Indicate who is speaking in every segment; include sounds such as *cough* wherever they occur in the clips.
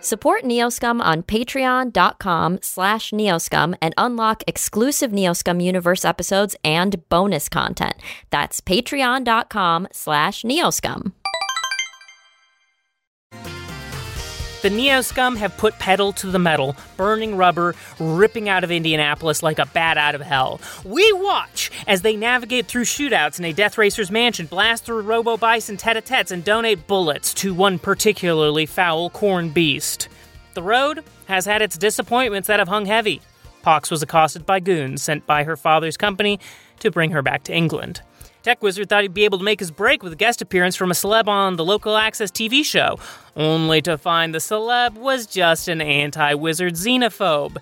Speaker 1: Support Neoscum on patreon.com slash neoscum and unlock exclusive Neoscum Universe episodes and bonus content. That's patreon.com slash neoscum.
Speaker 2: The Neoscum have put pedal to the metal, burning rubber, ripping out of Indianapolis like a bat out of hell. We watch as they navigate through shootouts in a Death Racer's mansion, blast through robo bison tete a tetes, and donate bullets to one particularly foul corn beast. The road has had its disappointments that have hung heavy. Pox was accosted by goons sent by her father's company to bring her back to England. Tech Wizard thought he'd be able to make his break with a guest appearance from a celeb on the local access TV show, only to find the celeb was just an anti wizard xenophobe.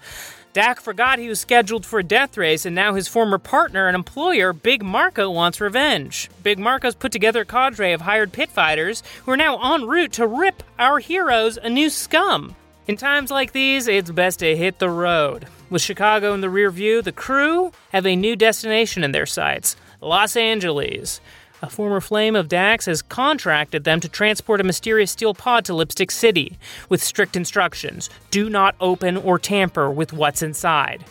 Speaker 2: Dak forgot he was scheduled for a death race, and now his former partner and employer, Big Marco, wants revenge. Big Marco's put together a cadre of hired pit fighters who are now en route to rip our heroes a new scum. In times like these, it's best to hit the road. With Chicago in the rear view, the crew have a new destination in their sights Los Angeles. A former flame of Dax has contracted them to transport a mysterious steel pod to Lipstick City with strict instructions do not open or tamper with what's inside.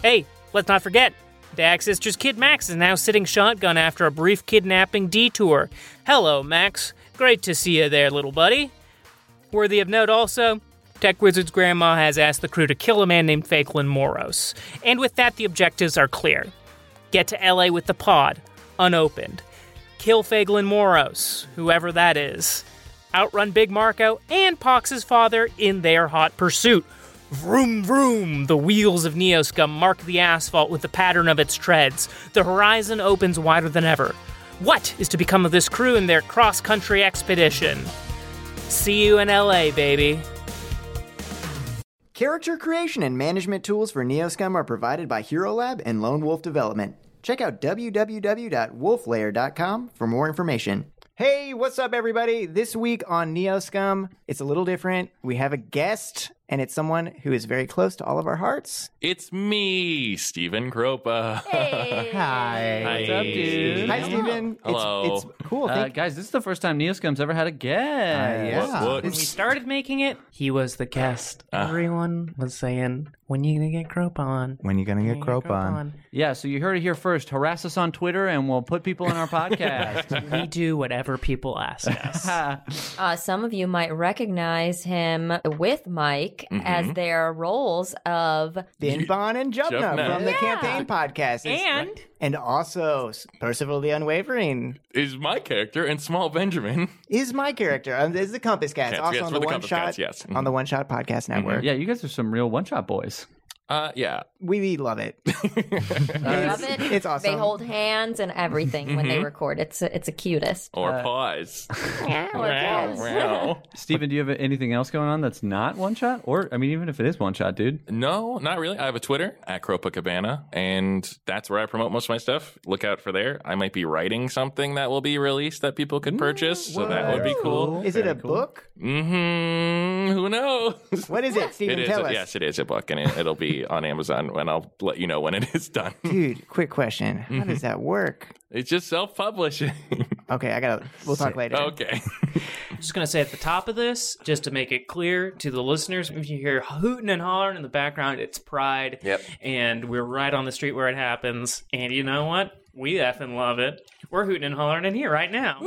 Speaker 2: Hey, let's not forget, Dax's sister's kid Max is now sitting shotgun after a brief kidnapping detour. Hello, Max. Great to see you there, little buddy. Worthy of note also, Tech Wizard's grandma has asked the crew to kill a man named Fakelin Moros. And with that, the objectives are clear get to LA with the pod, unopened, kill Fagelin Moros, whoever that is, outrun Big Marco and Pox's father in their hot pursuit. Vroom, vroom! The wheels of Neoscum mark the asphalt with the pattern of its treads. The horizon opens wider than ever. What is to become of this crew in their cross country expedition? See you in LA, baby.
Speaker 3: Character creation and management tools for Neoscum are provided by Hero Lab and Lone Wolf Development. Check out www.wolflayer.com for more information. Hey, what's up, everybody? This week on Neoscum, it's a little different. We have a guest, and it's someone who is very close to all of our hearts.
Speaker 4: It's me, Stephen Kropa.
Speaker 3: Hi.
Speaker 4: What's up, dude?
Speaker 3: Hi, Steven.
Speaker 4: Hello.
Speaker 3: It's, it's cool.
Speaker 5: Uh,
Speaker 3: Thank
Speaker 5: guys, this is the first time Neoscum's ever had a guest.
Speaker 3: yeah.
Speaker 4: What- what-
Speaker 2: When we started making it, he was the guest. Everyone was saying, "When you gonna get Crope on?"
Speaker 3: When you gonna get
Speaker 2: When you
Speaker 3: Crope on?
Speaker 5: Yeah, so you heard it here first. Harass us on Twitter and we'll put people on
Speaker 4: *laughs*
Speaker 5: our podcast.
Speaker 2: on?" we do whatever people ask us.
Speaker 1: Uh, some of you might recognize him with Mike
Speaker 5: Mm-hmm.
Speaker 1: as their roles of
Speaker 3: Bin Bon and Jubna
Speaker 4: Jubna.
Speaker 3: from the Campaign Podcast.
Speaker 2: and
Speaker 3: and also Percival the Unwavering.
Speaker 4: *laughs* Is my character in Small Benjamin.
Speaker 3: is my character. Um, is the Compass Cats
Speaker 4: Cats,
Speaker 3: also
Speaker 4: yes,
Speaker 3: on
Speaker 4: for
Speaker 3: the,
Speaker 4: the
Speaker 3: One
Speaker 4: Compass
Speaker 3: Shot Um,
Speaker 4: Cats, yes. Mhm.
Speaker 3: on the One Shot Podcast Network.
Speaker 5: yeah, you guys are some real one shot boys.
Speaker 4: Uh, yeah.
Speaker 3: We love
Speaker 4: *laughs*
Speaker 3: it.
Speaker 1: they love it.
Speaker 3: it's awesome.
Speaker 1: They hold hands and everything when
Speaker 5: Mm-hmm.
Speaker 1: they record. It's it's the
Speaker 4: *laughs*
Speaker 1: cutest.
Speaker 4: Or
Speaker 3: uh,
Speaker 4: pause.
Speaker 3: *laughs*
Speaker 1: Wow,
Speaker 4: Wow.
Speaker 5: Steven, do you have anything else going on that's not one shot? Or, I mean, even if it is one shot, dude.
Speaker 4: No, not really. I have a Twitter at Cropa Cabana, and that's where I promote most of my stuff. Look out for there. I might be writing something that will be released that people could purchase, so that would be cool.
Speaker 3: Is it a book?
Speaker 4: Mm-hmm. Who knows?
Speaker 3: What is it, Steven?
Speaker 4: It is.
Speaker 3: Tell
Speaker 4: a-
Speaker 3: us.
Speaker 4: Yes, it is a book, and it, it'll be on Amazon, and I'll let you know when it is
Speaker 3: *laughs*
Speaker 4: done.
Speaker 3: Dude, quick question. How
Speaker 4: Mm-hmm.
Speaker 3: does that work?
Speaker 4: It's just self-publishing.
Speaker 3: *laughs* Okay, I gotta. We'll talk later.
Speaker 4: okay.
Speaker 2: just going to say at the top of this, just to make it clear to the listeners, if you hear hooting and hollering in the background, it's Pride.
Speaker 4: Yep.
Speaker 2: And we're right on the street where it happens. And you know what? We effing love it. We're hooting and hollering in here right now.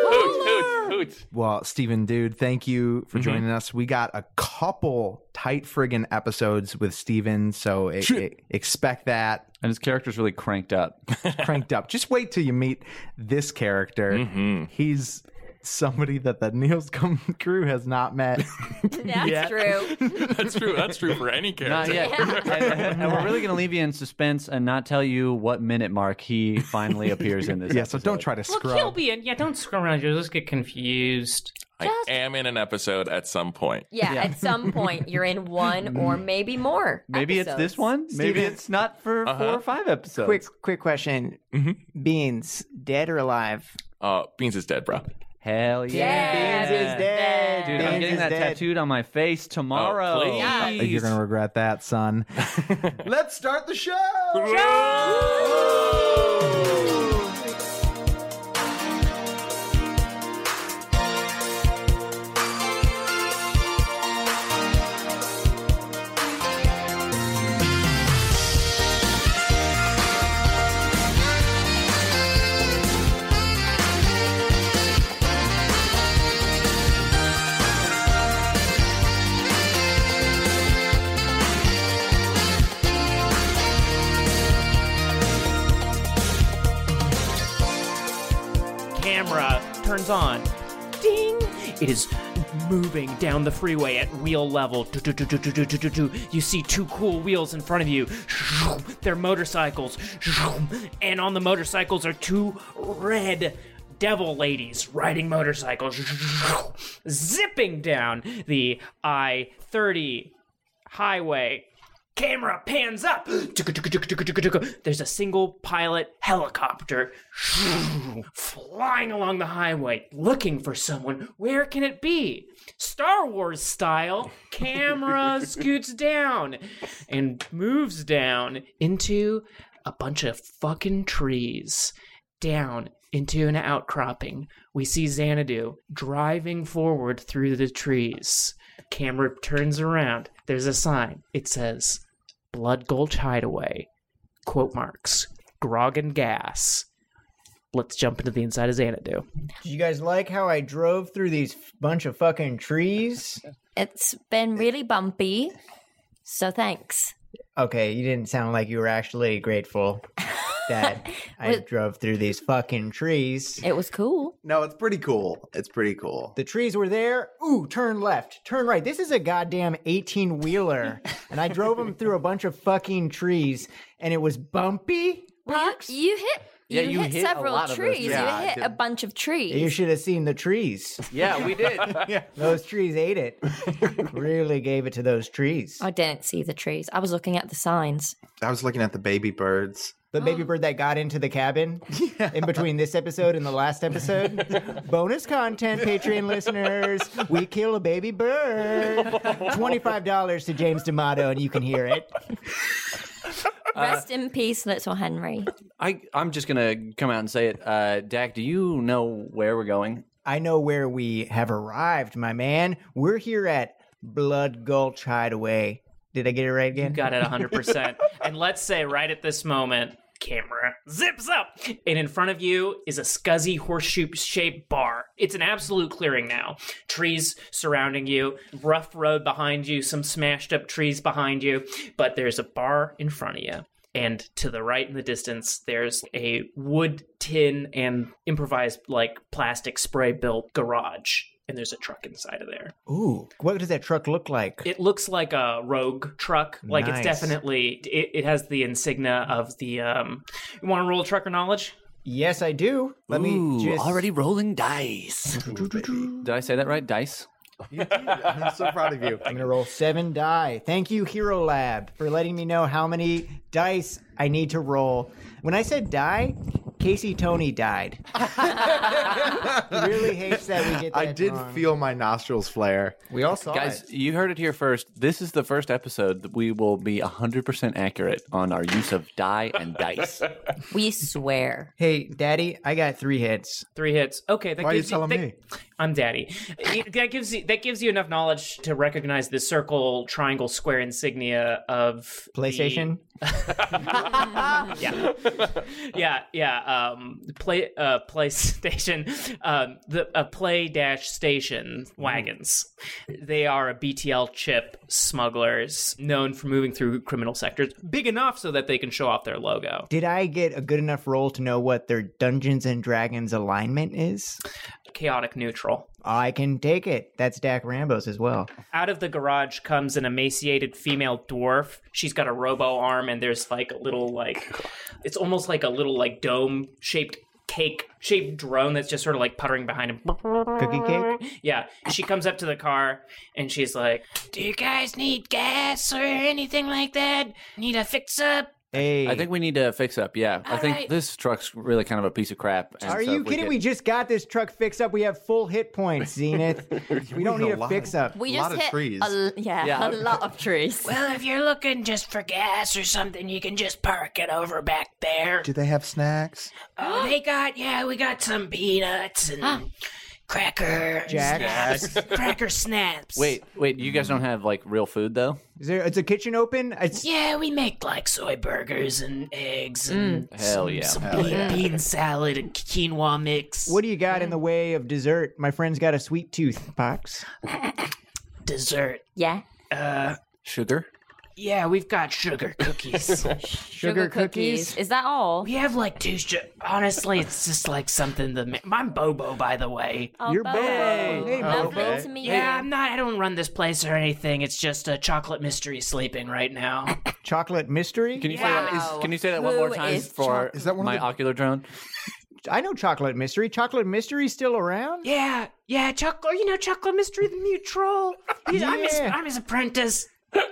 Speaker 4: Hoots, hoots, hoots. *laughs*
Speaker 6: Well, Steven, dude, thank you for joining us. We got a couple tight friggin' episodes with Steven, so e- e- expect *laughs* that
Speaker 5: And his character's really
Speaker 4: *laughs*
Speaker 5: cranked up. *laughs* Uh,
Speaker 6: cranked up. Just wait till you meet this character. He's somebody that the Neil's Come *laughs* crew has not *laughs* met.
Speaker 1: That's true.
Speaker 4: That's true. That's true for any character.
Speaker 5: Not yet. and, and we're really going to leave you in suspense and not tell you what minute mark he finally
Speaker 3: *laughs*
Speaker 5: appears in this.
Speaker 6: yeah, so don't try to
Speaker 2: Look, he'll
Speaker 6: scrub.
Speaker 2: be in. Yeah, don't screw around. You'll just get confused.
Speaker 4: I am in an episode at some point.
Speaker 1: Yeah, at some point you're in one or maybe more.
Speaker 5: Mm. Maybe it's this
Speaker 1: episodes.
Speaker 5: one. Maybe
Speaker 3: Steven-
Speaker 5: it's not for
Speaker 4: Uh-huh.
Speaker 5: four or five episodes.
Speaker 3: Quick, quick question.
Speaker 4: Mm-hmm.
Speaker 3: Beans, dead or alive?
Speaker 4: Uh, Beans is dead, bro.
Speaker 5: Hell yeah.
Speaker 3: Beans is dead.
Speaker 5: Dude,
Speaker 3: Beans
Speaker 5: I'm getting
Speaker 3: is
Speaker 5: that
Speaker 3: dead.
Speaker 5: tattooed on my face tomorrow.
Speaker 4: Uh, please. Yeah.
Speaker 6: You're gonna regret that, *laughs* son. Let's start the show.
Speaker 2: camera turns on. Ding! It is moving down the freeway at wheel level. Do, do, do, do, do, do, do, do, do. You see two cool wheels in front of you. They're motorcycles. And on the motorcycles are two red devil ladies riding motorcycles. Zipping down the I 30 highway. Camera pans up. There's a single pilot helicopter flying along the highway looking for someone. Where can it be? Star Wars style, camera scoots down and moves down into a bunch of fucking trees down into an outcropping. We see Xanadu driving forward through the trees. Camera turns around. There's a sign. It says, Blood Gulch Hideaway. Quote marks, grog and gas. Let's jump into the inside of Xanadu.
Speaker 3: Do you guys like how I drove through these f- bunch of fucking trees?
Speaker 1: It's been really bumpy. So thanks.
Speaker 3: Okay, you didn't sound like you were actually grateful
Speaker 5: *laughs*
Speaker 3: that I
Speaker 1: Well-
Speaker 3: drove through these fucking trees.
Speaker 1: It was cool.
Speaker 6: No, it's pretty cool. It's pretty cool.
Speaker 3: The trees were there. Ooh, turn left, turn right. This is a goddamn 18 wheeler. and I drove them through a bunch of fucking trees and it was bumpy. Parks?
Speaker 1: You hit
Speaker 5: Yeah, you hit a
Speaker 1: several
Speaker 5: lot of those
Speaker 1: trees.
Speaker 5: trees. Yeah, I
Speaker 1: you hit a
Speaker 5: did.
Speaker 1: bunch of trees.
Speaker 3: You should have seen the trees.
Speaker 5: Yeah,
Speaker 3: *laughs*
Speaker 5: we did.
Speaker 3: Those trees ate it. really gave it to those trees.
Speaker 1: I didn't see the trees. I was looking at the signs.
Speaker 6: I was looking at the baby birds.
Speaker 3: The baby bird that got into the cabin in between this episode and the last episode. Bonus content, Patreon listeners. We kill a baby bird. $25 to James D'Amato, and you can hear it.
Speaker 1: Rest in peace, little Henry.
Speaker 5: I I'm just gonna come out and say it. Uh, Dak, do you know where we're going?
Speaker 3: I know where we have arrived, my man. We're here at Blood Gulch Hideaway. Did I get it right again?
Speaker 2: Got it 100%. and let's say right at this moment, camera zips up. And in front of you is a scuzzy horseshoe shaped bar. It's an absolute clearing now. Trees surrounding you, rough road behind you, some smashed up trees behind you. But there's a bar in front of you. And to the right in the distance, there's a wood, tin, and improvised like plastic spray built garage. And there's a truck inside of there.
Speaker 3: Ooh, what does that truck look like?
Speaker 2: It looks like a rogue truck. Like
Speaker 3: Nice.
Speaker 2: it's definitely it, it has the insignia of the um you want to roll a trucker knowledge?
Speaker 3: yes, I do. Let me just
Speaker 5: rolling dice. *laughs* Did I say that right? Dice.
Speaker 6: *laughs* I'm so proud of *laughs* you.
Speaker 3: I'm gonna roll seven die. Thank you, Hero Lab, for letting me know how many dice I need to roll. When I said die, Casey Tony
Speaker 6: *laughs*
Speaker 3: died. he really hates that we get that.
Speaker 6: I did
Speaker 3: wrong.
Speaker 6: feel my nostrils flare.
Speaker 3: We all saw
Speaker 5: Guys, you heard it here first. This is the first episode that we will be 100% accurate on our use of die and dice.
Speaker 1: We swear.
Speaker 3: Hey, Daddy, I got three hits.
Speaker 2: Three hits. Okay, that
Speaker 6: Why are you
Speaker 2: gives
Speaker 6: telling
Speaker 2: that-
Speaker 6: me?
Speaker 2: I'm daddy. It- that gives you that gives you enough knowledge to recognize the circle, triangle, square insignia of the-
Speaker 3: PlayStation.
Speaker 2: yeah, yeah, yeah. Um, play uh, PlayStation, *laughs* um, the uh, Play Dash Station wagons. They are a BTL chip smugglers known for moving through criminal sectors, big enough so that they can show off their logo.
Speaker 3: Did I get a good enough roll to know what their Dungeons and Dragons alignment is?
Speaker 2: Chaotic neutral.
Speaker 3: I can take it. That's Dak Rambo's as well.
Speaker 2: Out of the garage comes an emaciated female dwarf. She's got a robo arm, and there's like a little like, it's almost like a little like dome shaped cake shaped drone that's just sort of like puttering behind him.
Speaker 3: Cookie cake.
Speaker 2: Yeah, she comes up to the car and she's like, "Do you guys need gas or anything like that? Need a fix up?"
Speaker 3: Hey,
Speaker 5: I think we need to fix up. Yeah. I think
Speaker 2: right.
Speaker 5: this truck's really kind of a piece of crap. and
Speaker 3: Are
Speaker 5: so
Speaker 3: you
Speaker 5: if
Speaker 3: kidding?
Speaker 5: could-
Speaker 3: We, just got this truck fixed up. We have full hit points, Zenith. we don't need
Speaker 6: a
Speaker 3: a,
Speaker 6: lot.
Speaker 3: fix up.
Speaker 1: We
Speaker 6: A
Speaker 1: just
Speaker 6: lot of
Speaker 1: hit
Speaker 6: trees.
Speaker 1: A, l- yeah,
Speaker 5: Yeah.
Speaker 1: a lot of trees.
Speaker 2: Well, if you're looking just for gas or something, you can just park it over back
Speaker 3: *gasps*
Speaker 2: there.
Speaker 6: Do they have snacks?
Speaker 2: Oh, they got yeah, we got some peanuts and cracker
Speaker 3: Jack.
Speaker 2: snaps, cracker snaps.
Speaker 5: Wait, wait. You guys don't have like real food though?
Speaker 3: Is there? It's a kitchen open. It's
Speaker 2: Yeah, we make like soy burgers and eggs and
Speaker 5: Hell
Speaker 2: some,
Speaker 5: yeah.
Speaker 2: some bean, bean salad and quinoa mix.
Speaker 3: what do you got in the way of dessert? My friend's got a sweet tooth box.
Speaker 2: dessert?
Speaker 1: Yeah.
Speaker 5: Sugar?
Speaker 2: Yeah, we've got sugar cookies. *laughs*
Speaker 1: Sugar, cookies. Is that all?
Speaker 2: we have like two. Su- Honestly, it's just like something. The I'm Bobo, by the way.
Speaker 1: Oh,
Speaker 7: You're
Speaker 1: Bobo.
Speaker 7: Bobo. Hey,
Speaker 1: Lovely
Speaker 6: Bobo.
Speaker 1: to meet you.
Speaker 2: Yeah, I'm not. I don't run this place or anything. It's just a chocolate mystery sleeping right now.
Speaker 3: Chocolate mystery?
Speaker 5: Can you say that?
Speaker 1: Wow.
Speaker 5: Is, can you say that one more
Speaker 1: Who
Speaker 5: time
Speaker 1: is
Speaker 5: for
Speaker 6: is that one of
Speaker 5: my
Speaker 6: the-
Speaker 5: ocular drone?
Speaker 3: I know chocolate mystery. Chocolate mystery still
Speaker 2: *laughs*
Speaker 3: around?
Speaker 2: yeah, yeah, chocolate. You know, chocolate mystery, the mute *laughs* troll. He's, I'm, his,
Speaker 3: Yeah.
Speaker 2: I'm his apprentice.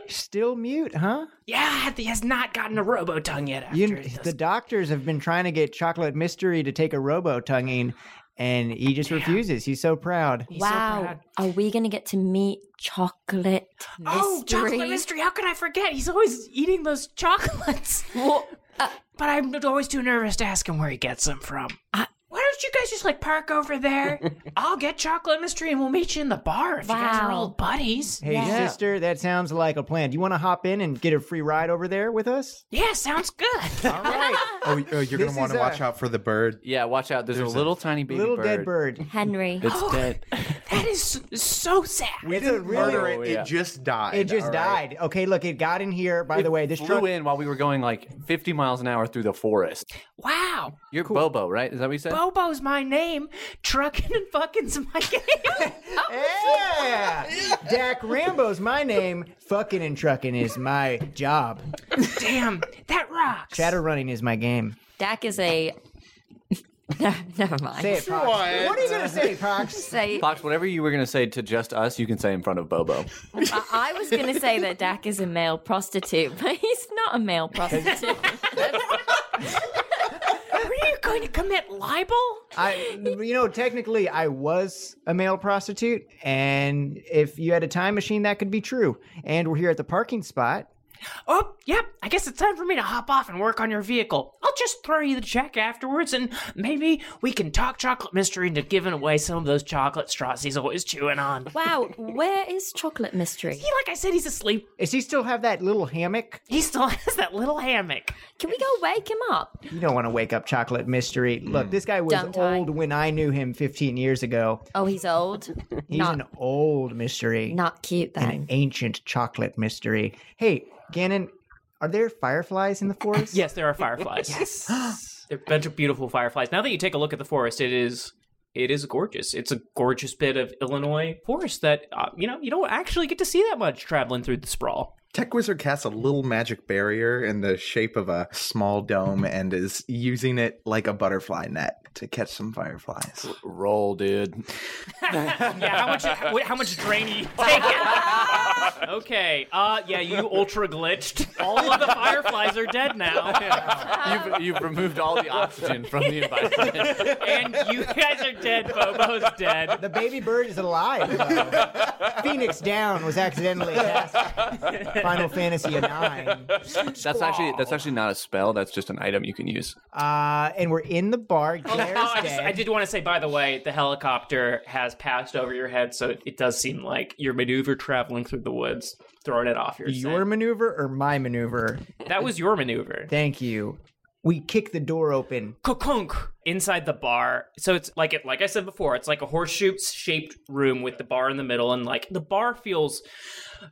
Speaker 3: Still mute, huh?
Speaker 2: Yeah, he has not gotten a robo tongue yet. After
Speaker 3: You,
Speaker 2: this.
Speaker 3: the doctors have been trying to get chocolate mystery to take a robo tonguing, and he just refuses. He's so proud.
Speaker 2: He's so
Speaker 1: Wow.
Speaker 2: proud.
Speaker 1: Are we going to get to meet Chocolate Mystery?
Speaker 2: Oh, chocolate mystery! How can I forget? He's always eating those chocolates. *laughs*
Speaker 1: Well, uh,
Speaker 2: But I'm always too nervous to ask him where he gets them from. Why don't you guys just like park over
Speaker 3: *laughs*
Speaker 2: there? I'll get chocolate mystery and we'll meet you in the bar if you guys are
Speaker 1: Wow.
Speaker 2: old buddies.
Speaker 3: Hey, sister, that sounds like a plan. Do you want to hop in and get a free ride over there with us?
Speaker 2: Yeah, sounds good.
Speaker 3: *laughs* All right.
Speaker 6: Oh, y- oh, you're
Speaker 3: This
Speaker 6: gonna want
Speaker 3: is
Speaker 6: to watch
Speaker 3: a-
Speaker 6: out for the bird.
Speaker 5: Yeah, watch out. There's, a little tiny baby
Speaker 3: Little
Speaker 5: bird.
Speaker 3: dead bird.
Speaker 1: Henry.
Speaker 5: It's dead.
Speaker 2: that is so sad.
Speaker 6: We didn't
Speaker 3: really-
Speaker 6: murder it.
Speaker 5: Oh, yeah.
Speaker 6: It just died.
Speaker 3: It just
Speaker 6: all right?
Speaker 3: died. Okay, look, it got in here. By the way, this
Speaker 5: flew
Speaker 3: truck.
Speaker 5: in while we were going like 50 miles an hour through the forest.
Speaker 2: Wow.
Speaker 5: You're Bobo, right? Is that what you said?
Speaker 2: Bobo's my name. Trucking and fucking's my *laughs* game.
Speaker 3: *laughs* Yeah! Dak Rambo's my name. Fucking and trucking is my job.
Speaker 2: Damn, that rocks.
Speaker 3: Shadow running is my game.
Speaker 1: Dak is a. *laughs* Never mind.
Speaker 3: Say it, Pox. What, are you going to say, Pox?
Speaker 1: Say, I,
Speaker 5: Fox, whatever you were going to say to just us, you can say in front of Bobo.
Speaker 1: I was going to say that Dak is a male prostitute, *laughs* but he's not a male prostitute.
Speaker 2: Were you going to commit libel?
Speaker 3: I, you know, technically, I was a male prostitute, and if you had a time machine, that could be true. And we're here at the parking spot.
Speaker 2: Oh, yep. I guess it's time for me to hop off and work on your vehicle. I'll just throw you the check afterwards, and maybe we can talk chocolate mystery into giving away some of those chocolate straws he's always chewing on. He,
Speaker 1: *laughs* wow, where is Chocolate Mystery?
Speaker 2: like I said, he's asleep.
Speaker 3: Does he still have that little hammock?
Speaker 2: He still *laughs* has that little hammock.
Speaker 1: Can we go wake him up?
Speaker 3: You don't want to wake up Chocolate Mystery. Look, this guy was
Speaker 1: Dumb time.
Speaker 3: old when I knew him 15 years ago.
Speaker 1: Oh, he's old.
Speaker 3: He's
Speaker 1: Not-
Speaker 3: an old mystery.
Speaker 1: Not cute
Speaker 3: an
Speaker 1: then.
Speaker 3: ancient chocolate mystery. Hey, Gannon, are there fireflies in the forest?
Speaker 2: Yes, there are fireflies. *laughs* yes. *gasps* They're a bunch of beautiful fireflies. Now that you take a look at the forest, it is it is gorgeous. It's a gorgeous bit of Illinois forest that uh, you know you don't actually get to see that much traveling through the sprawl.
Speaker 6: Tech Wizard casts a little magic barrier in the shape of a small dome and is using it like a butterfly net to catch some fireflies.
Speaker 5: Roll, dude.
Speaker 2: Yeah, how much wait, how much drain are you taking? okay. Uh yeah, you ultra glitched. All of the fireflies are dead now.
Speaker 5: You've, you've removed all the oxygen from
Speaker 2: *laughs*
Speaker 5: the environment.
Speaker 2: And you guys are dead. Bobo's dead.
Speaker 3: The baby bird is alive. though. Phoenix Down was accidentally cast. Final Fantasy IX.
Speaker 5: That's actually that's actually not a spell. That's just an item you can use.
Speaker 3: Uh, and we're in the bar. Gare's
Speaker 2: Oh, I, just, I
Speaker 3: dead.
Speaker 2: did want to say, by the way, the helicopter has passed over your head, so it, it does seem like your maneuver traveling through the woods, throwing it off your.
Speaker 3: Your
Speaker 2: scent.
Speaker 3: maneuver or my maneuver?
Speaker 2: that was your maneuver.
Speaker 3: Thank you. We kick the door open.
Speaker 2: Kokunk inside the bar. So it's like it, like I said before, it's like a horseshoe shaped room with the bar in the middle, and like the bar feels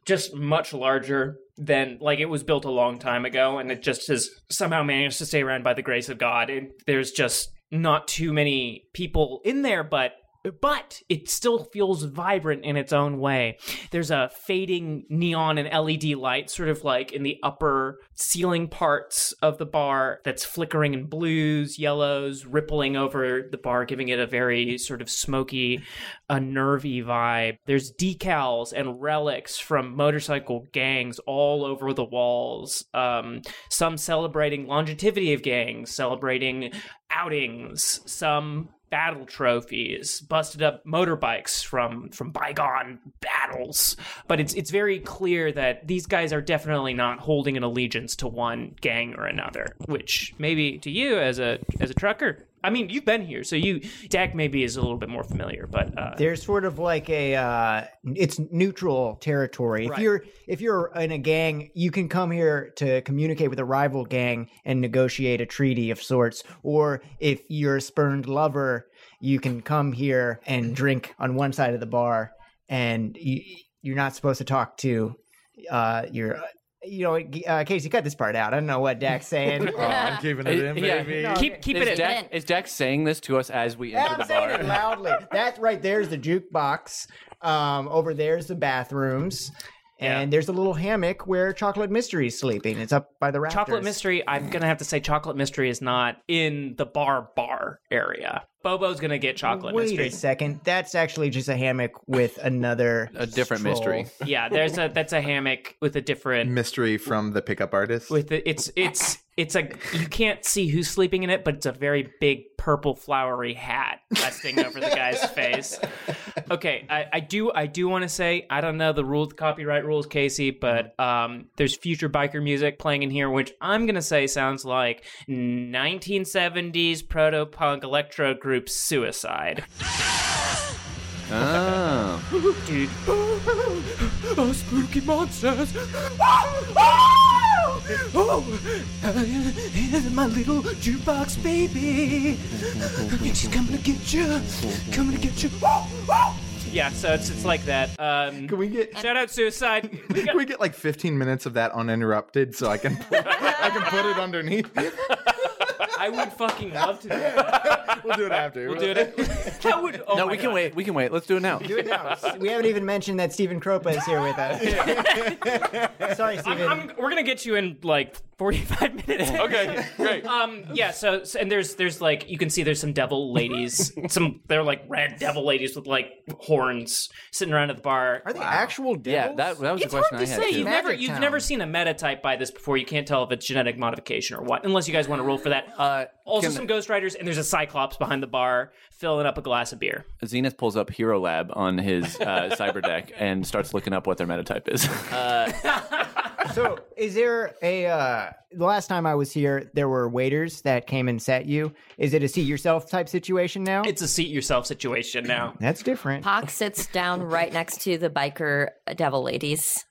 Speaker 2: just much larger than like it was built a long time ago, and it just has somehow managed to stay around by the grace of God. And there's just not too many people in there, but but it still feels vibrant in its own way. There's a fading neon and LED light, sort of like in the upper ceiling parts of the bar, that's flickering in blues, yellows, rippling over the bar, giving it a very sort of smoky, a nervy vibe. There's decals and relics from motorcycle gangs all over the walls. Um, some celebrating longevity of gangs, celebrating outings, some battle trophies, busted up motorbikes from from bygone battles. But it's it's very clear that these guys are definitely not holding an allegiance to one gang or another, which maybe to you as a as a trucker, I mean, you've been here, so you Dak maybe is a little bit more familiar, but uh
Speaker 3: There's sort of like a uh, it's neutral territory. If you're if you're in a gang, you can come here to communicate with a rival gang and negotiate a treaty of sorts. Or if you're a spurned lover, you can come here and drink on one side of the bar, and you, you're not supposed to talk to uh, your you know, uh, Casey, cut this part out. I don't know what Dak's saying.
Speaker 6: Oh, I'm keeping *laughs* it in,
Speaker 5: Yeah.
Speaker 6: baby.
Speaker 3: No.
Speaker 2: Keep keep
Speaker 5: is
Speaker 2: it at
Speaker 5: Dex, is Dex saying this to us as we
Speaker 3: Yeah,
Speaker 5: enter
Speaker 3: I'm
Speaker 5: the
Speaker 3: saying it
Speaker 5: bar?
Speaker 3: loudly. *laughs* That right there is the jukebox. Um, over there is the bathrooms. And there's a little hammock where Chocolate Mystery's sleeping. It's up by the rafters.
Speaker 2: Chocolate Mystery, I'm gonna have to say Chocolate Mystery is not in the bar bar area. Bobo's gonna get Chocolate
Speaker 3: Wait
Speaker 2: Mystery.
Speaker 3: a second. That's actually just a hammock with another
Speaker 5: A
Speaker 3: *laughs*
Speaker 5: different mystery.
Speaker 2: Yeah, there's a that's a hammock with a different
Speaker 6: Mystery from the pickup artist.
Speaker 2: with the, it's it's it's a you can't see who's sleeping in it, but it's a very big purple flowery hat resting over the guy's face. Okay, I, I do I do want to say I don't know the rules, copyright rules, Casey, but um, there's future biker music playing in here, which I'm gonna say sounds like 1970s proto punk electro group Suicide.
Speaker 8: *laughs*
Speaker 5: Oh.
Speaker 2: Dude,
Speaker 8: Oh, spooky monsters! Oh, oh, uh, here's my little jukebox baby. She's coming to get you. Coming to get you. Oh, oh.
Speaker 2: yeah, so it's it's like that. Um,
Speaker 6: Can we get
Speaker 2: shout out Suicide. We got-
Speaker 6: can we get like 15 minutes of that uninterrupted so I can put, I can put it *laughs* underneath?
Speaker 2: I would fucking love to do
Speaker 5: *laughs*
Speaker 2: that.
Speaker 6: We'll do it after.
Speaker 2: We'll do it. that would. Oh
Speaker 5: No,
Speaker 2: my
Speaker 5: we can
Speaker 2: God.
Speaker 5: wait. We can wait. Let's do it now.
Speaker 3: Do it now. we haven't even mentioned that Stephen Kropa is here with
Speaker 2: *laughs*
Speaker 3: us. *laughs* Sorry,
Speaker 2: I'm,
Speaker 3: Stephen.
Speaker 2: I'm- we're gonna get you in like 45 *laughs* minutes.
Speaker 5: Oh.
Speaker 4: Okay, great.
Speaker 2: Um. Yeah. So, so- and there's there's like you can see there's some devil *laughs* ladies. some they're like red devil ladies with like horns sitting around at the bar.
Speaker 3: Are they actual devils?
Speaker 5: Yeah, that, that was
Speaker 2: It's
Speaker 5: the
Speaker 2: hard
Speaker 5: question I
Speaker 2: to say.
Speaker 5: had.
Speaker 2: You've
Speaker 5: too.
Speaker 2: never
Speaker 3: Magic
Speaker 2: you've
Speaker 3: Town.
Speaker 2: never seen a metatype by this before. You can't tell if it's genetic modification or what, unless you guys want to roll for that.
Speaker 5: Uh,
Speaker 2: also,
Speaker 5: can-
Speaker 2: some ghostwriters and there's a cyclops behind the bar filling up a glass of beer.
Speaker 5: Zenith pulls up Hero Lab on his uh, cyber deck and starts looking up what their metatype is. *laughs*
Speaker 3: So, is there a? Uh, the last time I was here, there were waiters that came and sat you. Is it a seat yourself type situation now?
Speaker 2: It's a seat yourself situation now.
Speaker 3: That's different.
Speaker 1: Pock sits down right next to the biker devil ladies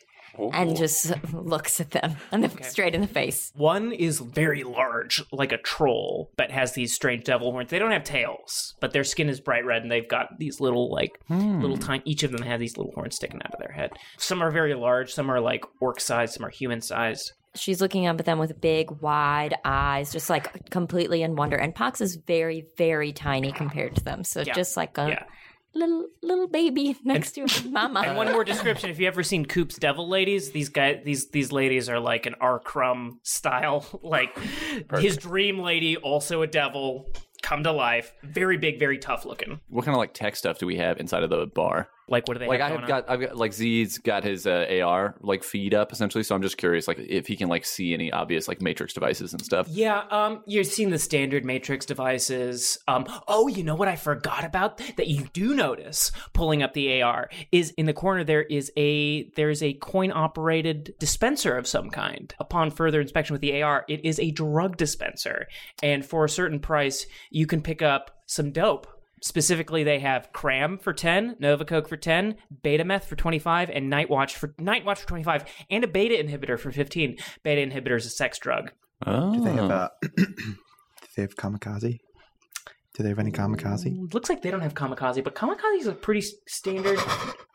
Speaker 1: and just looks at them and then straight in the face.
Speaker 2: One is very large, like a troll, but has these strange devil horns. They don't have tails, but their skin is bright red, and they've got these little, like,
Speaker 5: Hmm.
Speaker 2: little tiny. Each of them have these little horns sticking out of their head. Some are very large, some are like orc sized, some are human sized.
Speaker 1: She's looking up at them with big, wide eyes, just like completely in wonder. And Pox is very, very tiny compared to them. So just like a
Speaker 2: yeah.
Speaker 1: little little baby *laughs* next to
Speaker 2: *laughs*
Speaker 1: his mama.
Speaker 2: And one more description: If you ever seen Coop's Devil Ladies, these guys, these these ladies are like an R. Crumb style, *laughs* like his dream lady, also a devil, come to life. Very big, very tough looking.
Speaker 5: what kind of like tech stuff do we have inside of the bar?
Speaker 2: Like what do they?
Speaker 5: Like I
Speaker 2: have going
Speaker 5: have
Speaker 2: on?
Speaker 5: got, I've got like Z's got his uh, AR like feed up essentially. So I'm just curious, like if he can like see any obvious like matrix devices and stuff.
Speaker 2: Yeah, um, you've seen the standard Matrix devices. Um, oh, you know what I forgot about that you do notice pulling up the AR is in the corner there is a there's a coin operated dispenser of some kind. Upon further inspection with the AR, it is a drug dispenser, and for a certain price, you can pick up some dope. Specifically, they have Cram for ten, Nova Coke for ten, Beta Meth for twenty five, and Night Watch for Night Watch for twenty five, and a Beta inhibitor for fifteen. Beta inhibitor is a sex drug.
Speaker 5: Oh,
Speaker 6: Do they have, uh, *clears throat* do they have kamikaze? Do they have any kamikaze?
Speaker 2: It looks like they don't have kamikaze, but kamikaze is a pretty s- standard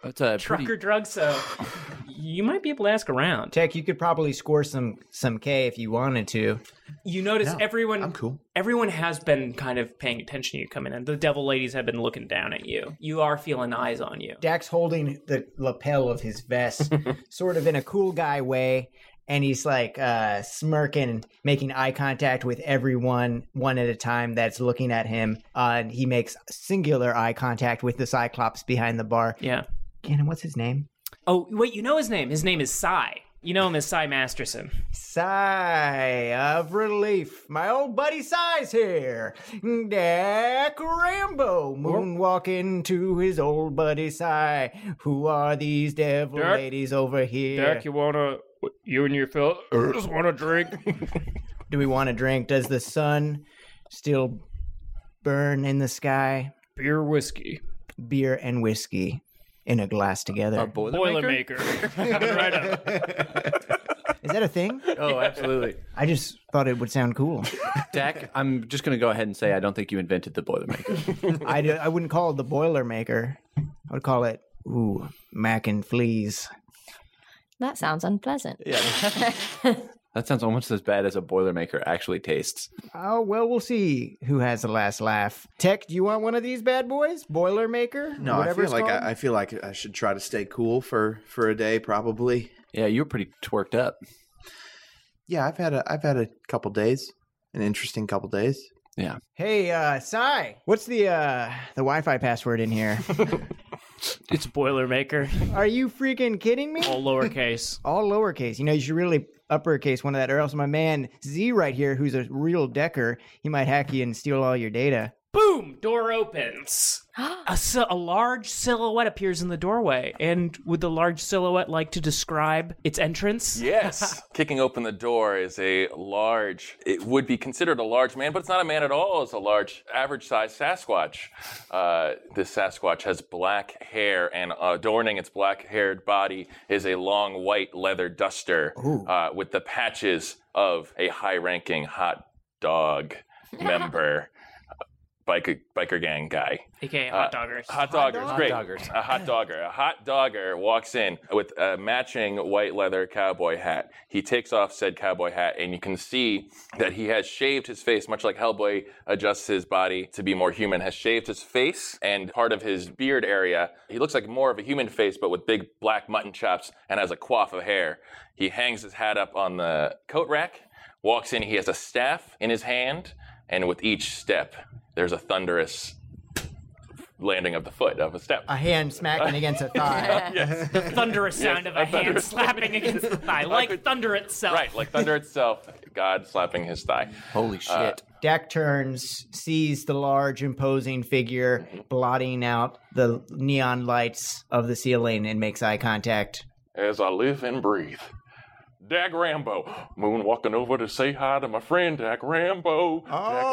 Speaker 5: that's a
Speaker 2: trucker
Speaker 5: uh, pretty,
Speaker 2: drug, so you might be able to ask around.
Speaker 3: Tech, you could probably score some some K if you wanted to.
Speaker 2: You notice everyone
Speaker 6: I'm cool.
Speaker 2: everyone has been kind of paying attention to you coming in. The devil ladies have been looking down at you. You are feeling eyes on you.
Speaker 3: Dax holding the lapel of his vest, sort of in a cool guy way, and he's like uh, smirking and making eye contact with everyone one at a time that's looking at him. Uh, and he makes singular eye contact with the Cyclops behind the bar.
Speaker 2: Yeah.
Speaker 3: Gannon, what's his name?
Speaker 2: Oh, wait, you know his name. His name is Cy. You know him as Cy Masterson.
Speaker 3: Sigh of relief. My old buddy Sigh's here. Dak Rambo moonwalking to his old buddy Sigh. Who are these devil
Speaker 8: Dak?
Speaker 3: ladies over here?
Speaker 8: you wanna? You and your Phil *clears throat* just wanna *laughs* drink?
Speaker 3: Do we want to drink? Does the sun still burn in the sky?
Speaker 8: Beer, whiskey,
Speaker 3: Beer and whiskey in a glass together.
Speaker 8: boilermaker. *laughs* right up.
Speaker 3: Is that a thing?
Speaker 5: Oh, absolutely.
Speaker 3: I just thought it would sound cool.
Speaker 5: Dak, I'm just gonna go ahead and say I don't think you invented the boilermaker.
Speaker 3: I, d- I wouldn't call it the Boilermaker. I would call it, ooh, mac and fleas.
Speaker 1: That sounds unpleasant.
Speaker 9: Yeah. that sounds almost as bad as a Boilermaker actually tastes.
Speaker 3: Oh, well, we'll see who has the last laugh. Tech, do you want one of these bad boys? Boilermaker?
Speaker 6: No, I
Speaker 3: Whatever
Speaker 6: feel
Speaker 3: it's
Speaker 6: like
Speaker 3: called?
Speaker 6: I, I feel like I should try to stay cool for for a day, probably.
Speaker 9: Yeah, you were pretty twerked up.
Speaker 6: Yeah, I've had a I've had a couple days, an interesting couple days.
Speaker 3: Hey, uh, Sai, what's the, uh, the Wi-Fi password in
Speaker 6: *laughs*
Speaker 3: here?
Speaker 2: It's Boilermaker,
Speaker 3: Are you freaking kidding me?
Speaker 2: all lowercase.
Speaker 3: All lowercase. You know, you should really uppercase one of that, or else my man Z right here, who's a real decker, he might hack you and steal all your data.
Speaker 2: Boom! Door opens. *gasps* a, si- a large silhouette appears in the doorway. And would the large silhouette like to describe its entrance?
Speaker 4: Yes. Kicking open the door is a large, it would be considered a large man, but it's not a man at all. It's a large, average sized Sasquatch. Uh, this Sasquatch has black hair, and adorning its black haired body is a long white leather duster uh, with the patches of a high ranking hot dog member. uh, Biker, biker gang guy.
Speaker 2: AKA
Speaker 4: Uh,
Speaker 2: hot doggers.
Speaker 4: Hot doggers, great. A hot dogger. A hot dogger walks in with a matching white leather cowboy hat. He takes off said cowboy hat, and you can see that he has shaved his face, much like Hellboy adjusts his body to be more human, has shaved his face and part of his beard area. He looks like more of a human face, but with big black mutton chops and has a coif of hair. He hangs his hat up on the coat rack, walks in. He has a staff in his hand, and with each step, there's a thunderous landing of the foot of a step.
Speaker 3: A hand smacking against a thigh.
Speaker 2: The thunderous sound of a, hand slapping against the *laughs* thigh, like thunder itself.
Speaker 4: Right, like thunder itself, God slapping his thigh.
Speaker 5: Uh,
Speaker 9: Holy shit.
Speaker 3: Deck turns, sees the large, imposing figure blotting out the neon lights of the ceiling, and makes eye contact.
Speaker 4: As I live and breathe. Dag Rambo. Moonwalking over to say hi to my friend Dag
Speaker 3: Oh,
Speaker 4: Rambo. Dag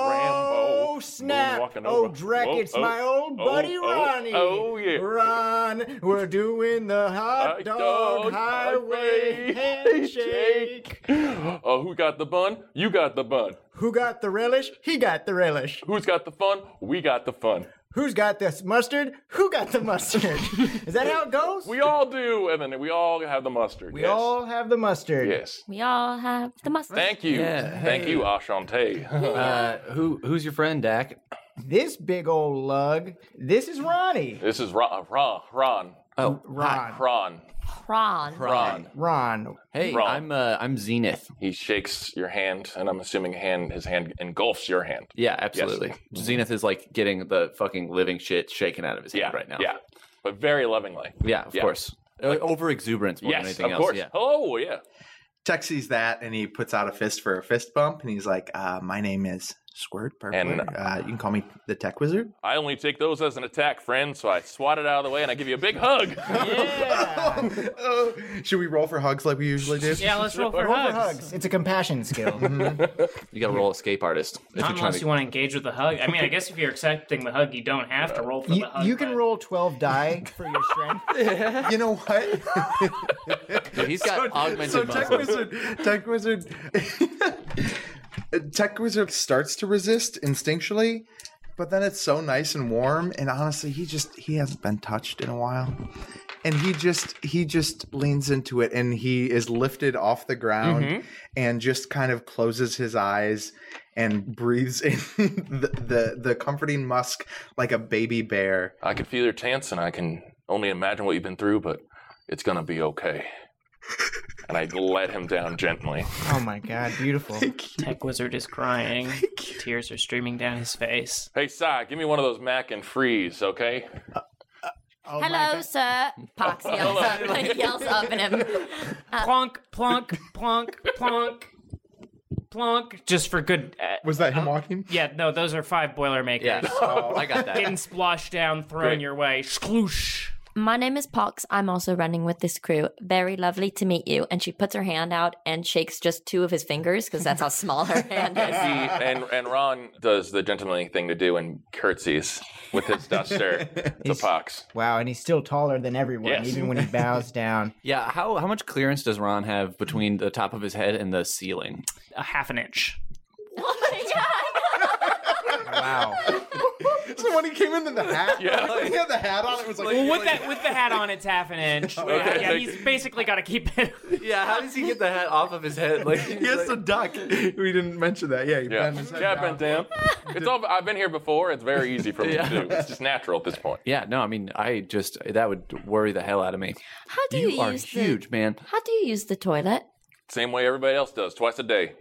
Speaker 4: Rambo.
Speaker 3: snap!
Speaker 4: Moonwalking
Speaker 3: Oh,
Speaker 4: over.
Speaker 3: Drek,
Speaker 4: Whoa,
Speaker 3: it's
Speaker 4: oh,
Speaker 3: my old
Speaker 4: oh,
Speaker 3: buddy
Speaker 4: oh,
Speaker 3: Ronnie.
Speaker 4: Oh, yeah.
Speaker 3: Ron, we're doing the hot,
Speaker 4: Hot
Speaker 3: dog,
Speaker 4: dog
Speaker 3: highway
Speaker 4: highway
Speaker 3: handshake.
Speaker 4: Oh, who got the bun? You got the bun.
Speaker 3: Who got the relish? He got the relish.
Speaker 4: Who's got the fun? We got the fun.
Speaker 3: Who's got this mustard? Who got the
Speaker 4: *laughs*
Speaker 3: mustard? Is that how it goes?
Speaker 4: We all do, and then we all have the mustard.
Speaker 3: We
Speaker 4: yes.
Speaker 3: all have the mustard.
Speaker 4: Yes.
Speaker 1: We all have the mustard.
Speaker 4: Thank you.
Speaker 9: Yeah,
Speaker 4: Thank you, *laughs* Ashante.
Speaker 9: Uh, who who's your friend, Dak?
Speaker 3: This big old lug. This is Ronnie.
Speaker 4: this is Ron. Ron. Ron.
Speaker 9: Oh,
Speaker 3: Ron.
Speaker 4: Ron.
Speaker 1: Prawn.
Speaker 4: Ron.
Speaker 3: Ron.
Speaker 9: hey,
Speaker 4: Ron.
Speaker 9: I'm uh, I'm Zenith.
Speaker 4: He shakes your hand, and I'm assuming hand his hand engulfs your hand.
Speaker 9: Yeah, absolutely. Zenith is like getting the fucking living shit shaken out of his
Speaker 4: Yeah,
Speaker 9: hand right now.
Speaker 4: Yeah, but very lovingly.
Speaker 9: yeah, of
Speaker 4: Yeah.
Speaker 9: course. Uh, Over exuberance more than
Speaker 4: yes,
Speaker 9: anything
Speaker 4: of
Speaker 9: else.
Speaker 4: course.
Speaker 9: Yeah.
Speaker 4: Hello, Oh, yeah.
Speaker 6: Tech sees that and he puts out a fist for a fist bump and he's like, uh, "My name is Squirt Purple.
Speaker 4: And-
Speaker 6: uh, you can call me the Tech Wizard."
Speaker 4: I only take those as an attack, friend. So I swat it out of the way, and I give you a big hug.
Speaker 6: *laughs*
Speaker 4: *laughs*
Speaker 6: Oh, *laughs* should we roll for hugs like we usually do?
Speaker 2: Yeah, let's roll for
Speaker 3: Roll
Speaker 2: hugs.
Speaker 3: for hugs. It's a compassion *laughs* skill.
Speaker 9: You got to roll escape artist if
Speaker 2: Not
Speaker 9: you're trying
Speaker 2: unless
Speaker 9: to.
Speaker 2: you want to engage with the hug. I mean, I guess if you're accepting the hug, you don't have to roll for
Speaker 3: you,
Speaker 2: the hug.
Speaker 3: you can
Speaker 2: but-
Speaker 3: roll 12 die *laughs* Oh for your strength.
Speaker 6: You know what?
Speaker 9: Dude, he's
Speaker 5: *laughs*
Speaker 9: got augmented
Speaker 6: so Tech
Speaker 9: muscle.
Speaker 6: Wizard, Tech Wizard, Tech Wizard *laughs* starts to resist instinctually, but then it's so nice and warm, and honestly, he just he hasn't been touched in a while, and he just he just leans into it, and he is lifted off the ground,
Speaker 2: Mm-hmm.
Speaker 6: and just kind of closes his eyes. And breathes in *laughs* the, the the comforting musk like a baby bear.
Speaker 4: I can feel your tense, and I can only imagine what you've been through, but it's gonna be okay. And I let him down gently.
Speaker 3: Oh my god, beautiful.
Speaker 2: Tech Wizard is *laughs* crying. Tears are streaming down his face.
Speaker 4: Hey, Sai, give me one of those mac and freeze, okay?
Speaker 1: Hello, sir. Pox yells up, *laughs* yells up at him.
Speaker 2: Plonk, plonk, plonk, plonk, plonk. Just for good. Uh,
Speaker 6: Was that him walking?
Speaker 2: yeah, no, those are five Boilermakers.
Speaker 9: Yeah,
Speaker 5: Oh.
Speaker 9: *laughs* I got that.
Speaker 2: Getting splashed down, thrown
Speaker 4: Great.
Speaker 2: your way. Sploosh.
Speaker 1: My name is Pox. I'm also running with this crew. Very lovely to meet you. And she puts her hand out and shakes just two of his fingers because that's how small her *laughs* hand is.
Speaker 4: He, and and Ron does the gentlemanly thing to do and curtsies with his duster
Speaker 5: *laughs*
Speaker 4: to Pox.
Speaker 3: Wow, and he's still taller than everyone,
Speaker 4: Yes.
Speaker 3: even when he bows
Speaker 4: *laughs*
Speaker 3: down.
Speaker 9: Yeah, how how much clearance does Ron have between the top of his head and the ceiling?
Speaker 2: A half an inch.
Speaker 1: Oh my god!
Speaker 3: Wow.
Speaker 6: So *laughs* when he came into the hat, *laughs* when he had the hat on. It was like,
Speaker 2: well, with that with the hat on, it's half an inch.
Speaker 6: *laughs* Okay,
Speaker 2: yeah, yeah,
Speaker 6: thank
Speaker 2: he's basically got to keep it.
Speaker 5: Yeah, how does he get the hat off of his
Speaker 9: *laughs*
Speaker 5: head? Like
Speaker 6: he has to duck. We didn't mention that. Yeah, he
Speaker 4: Yeah,
Speaker 6: bent his head
Speaker 4: yeah,
Speaker 6: down.
Speaker 4: bent down. It's all. I've been here before. It's very easy for me
Speaker 5: Yeah.
Speaker 4: to do. It's just natural at this point.
Speaker 5: Yeah, no, I mean, I just that would worry the hell out of me.
Speaker 1: How do you,
Speaker 5: you are
Speaker 1: use the-
Speaker 5: huge, man.
Speaker 1: How do you use the toilet?
Speaker 4: Same way everybody else does, twice a day.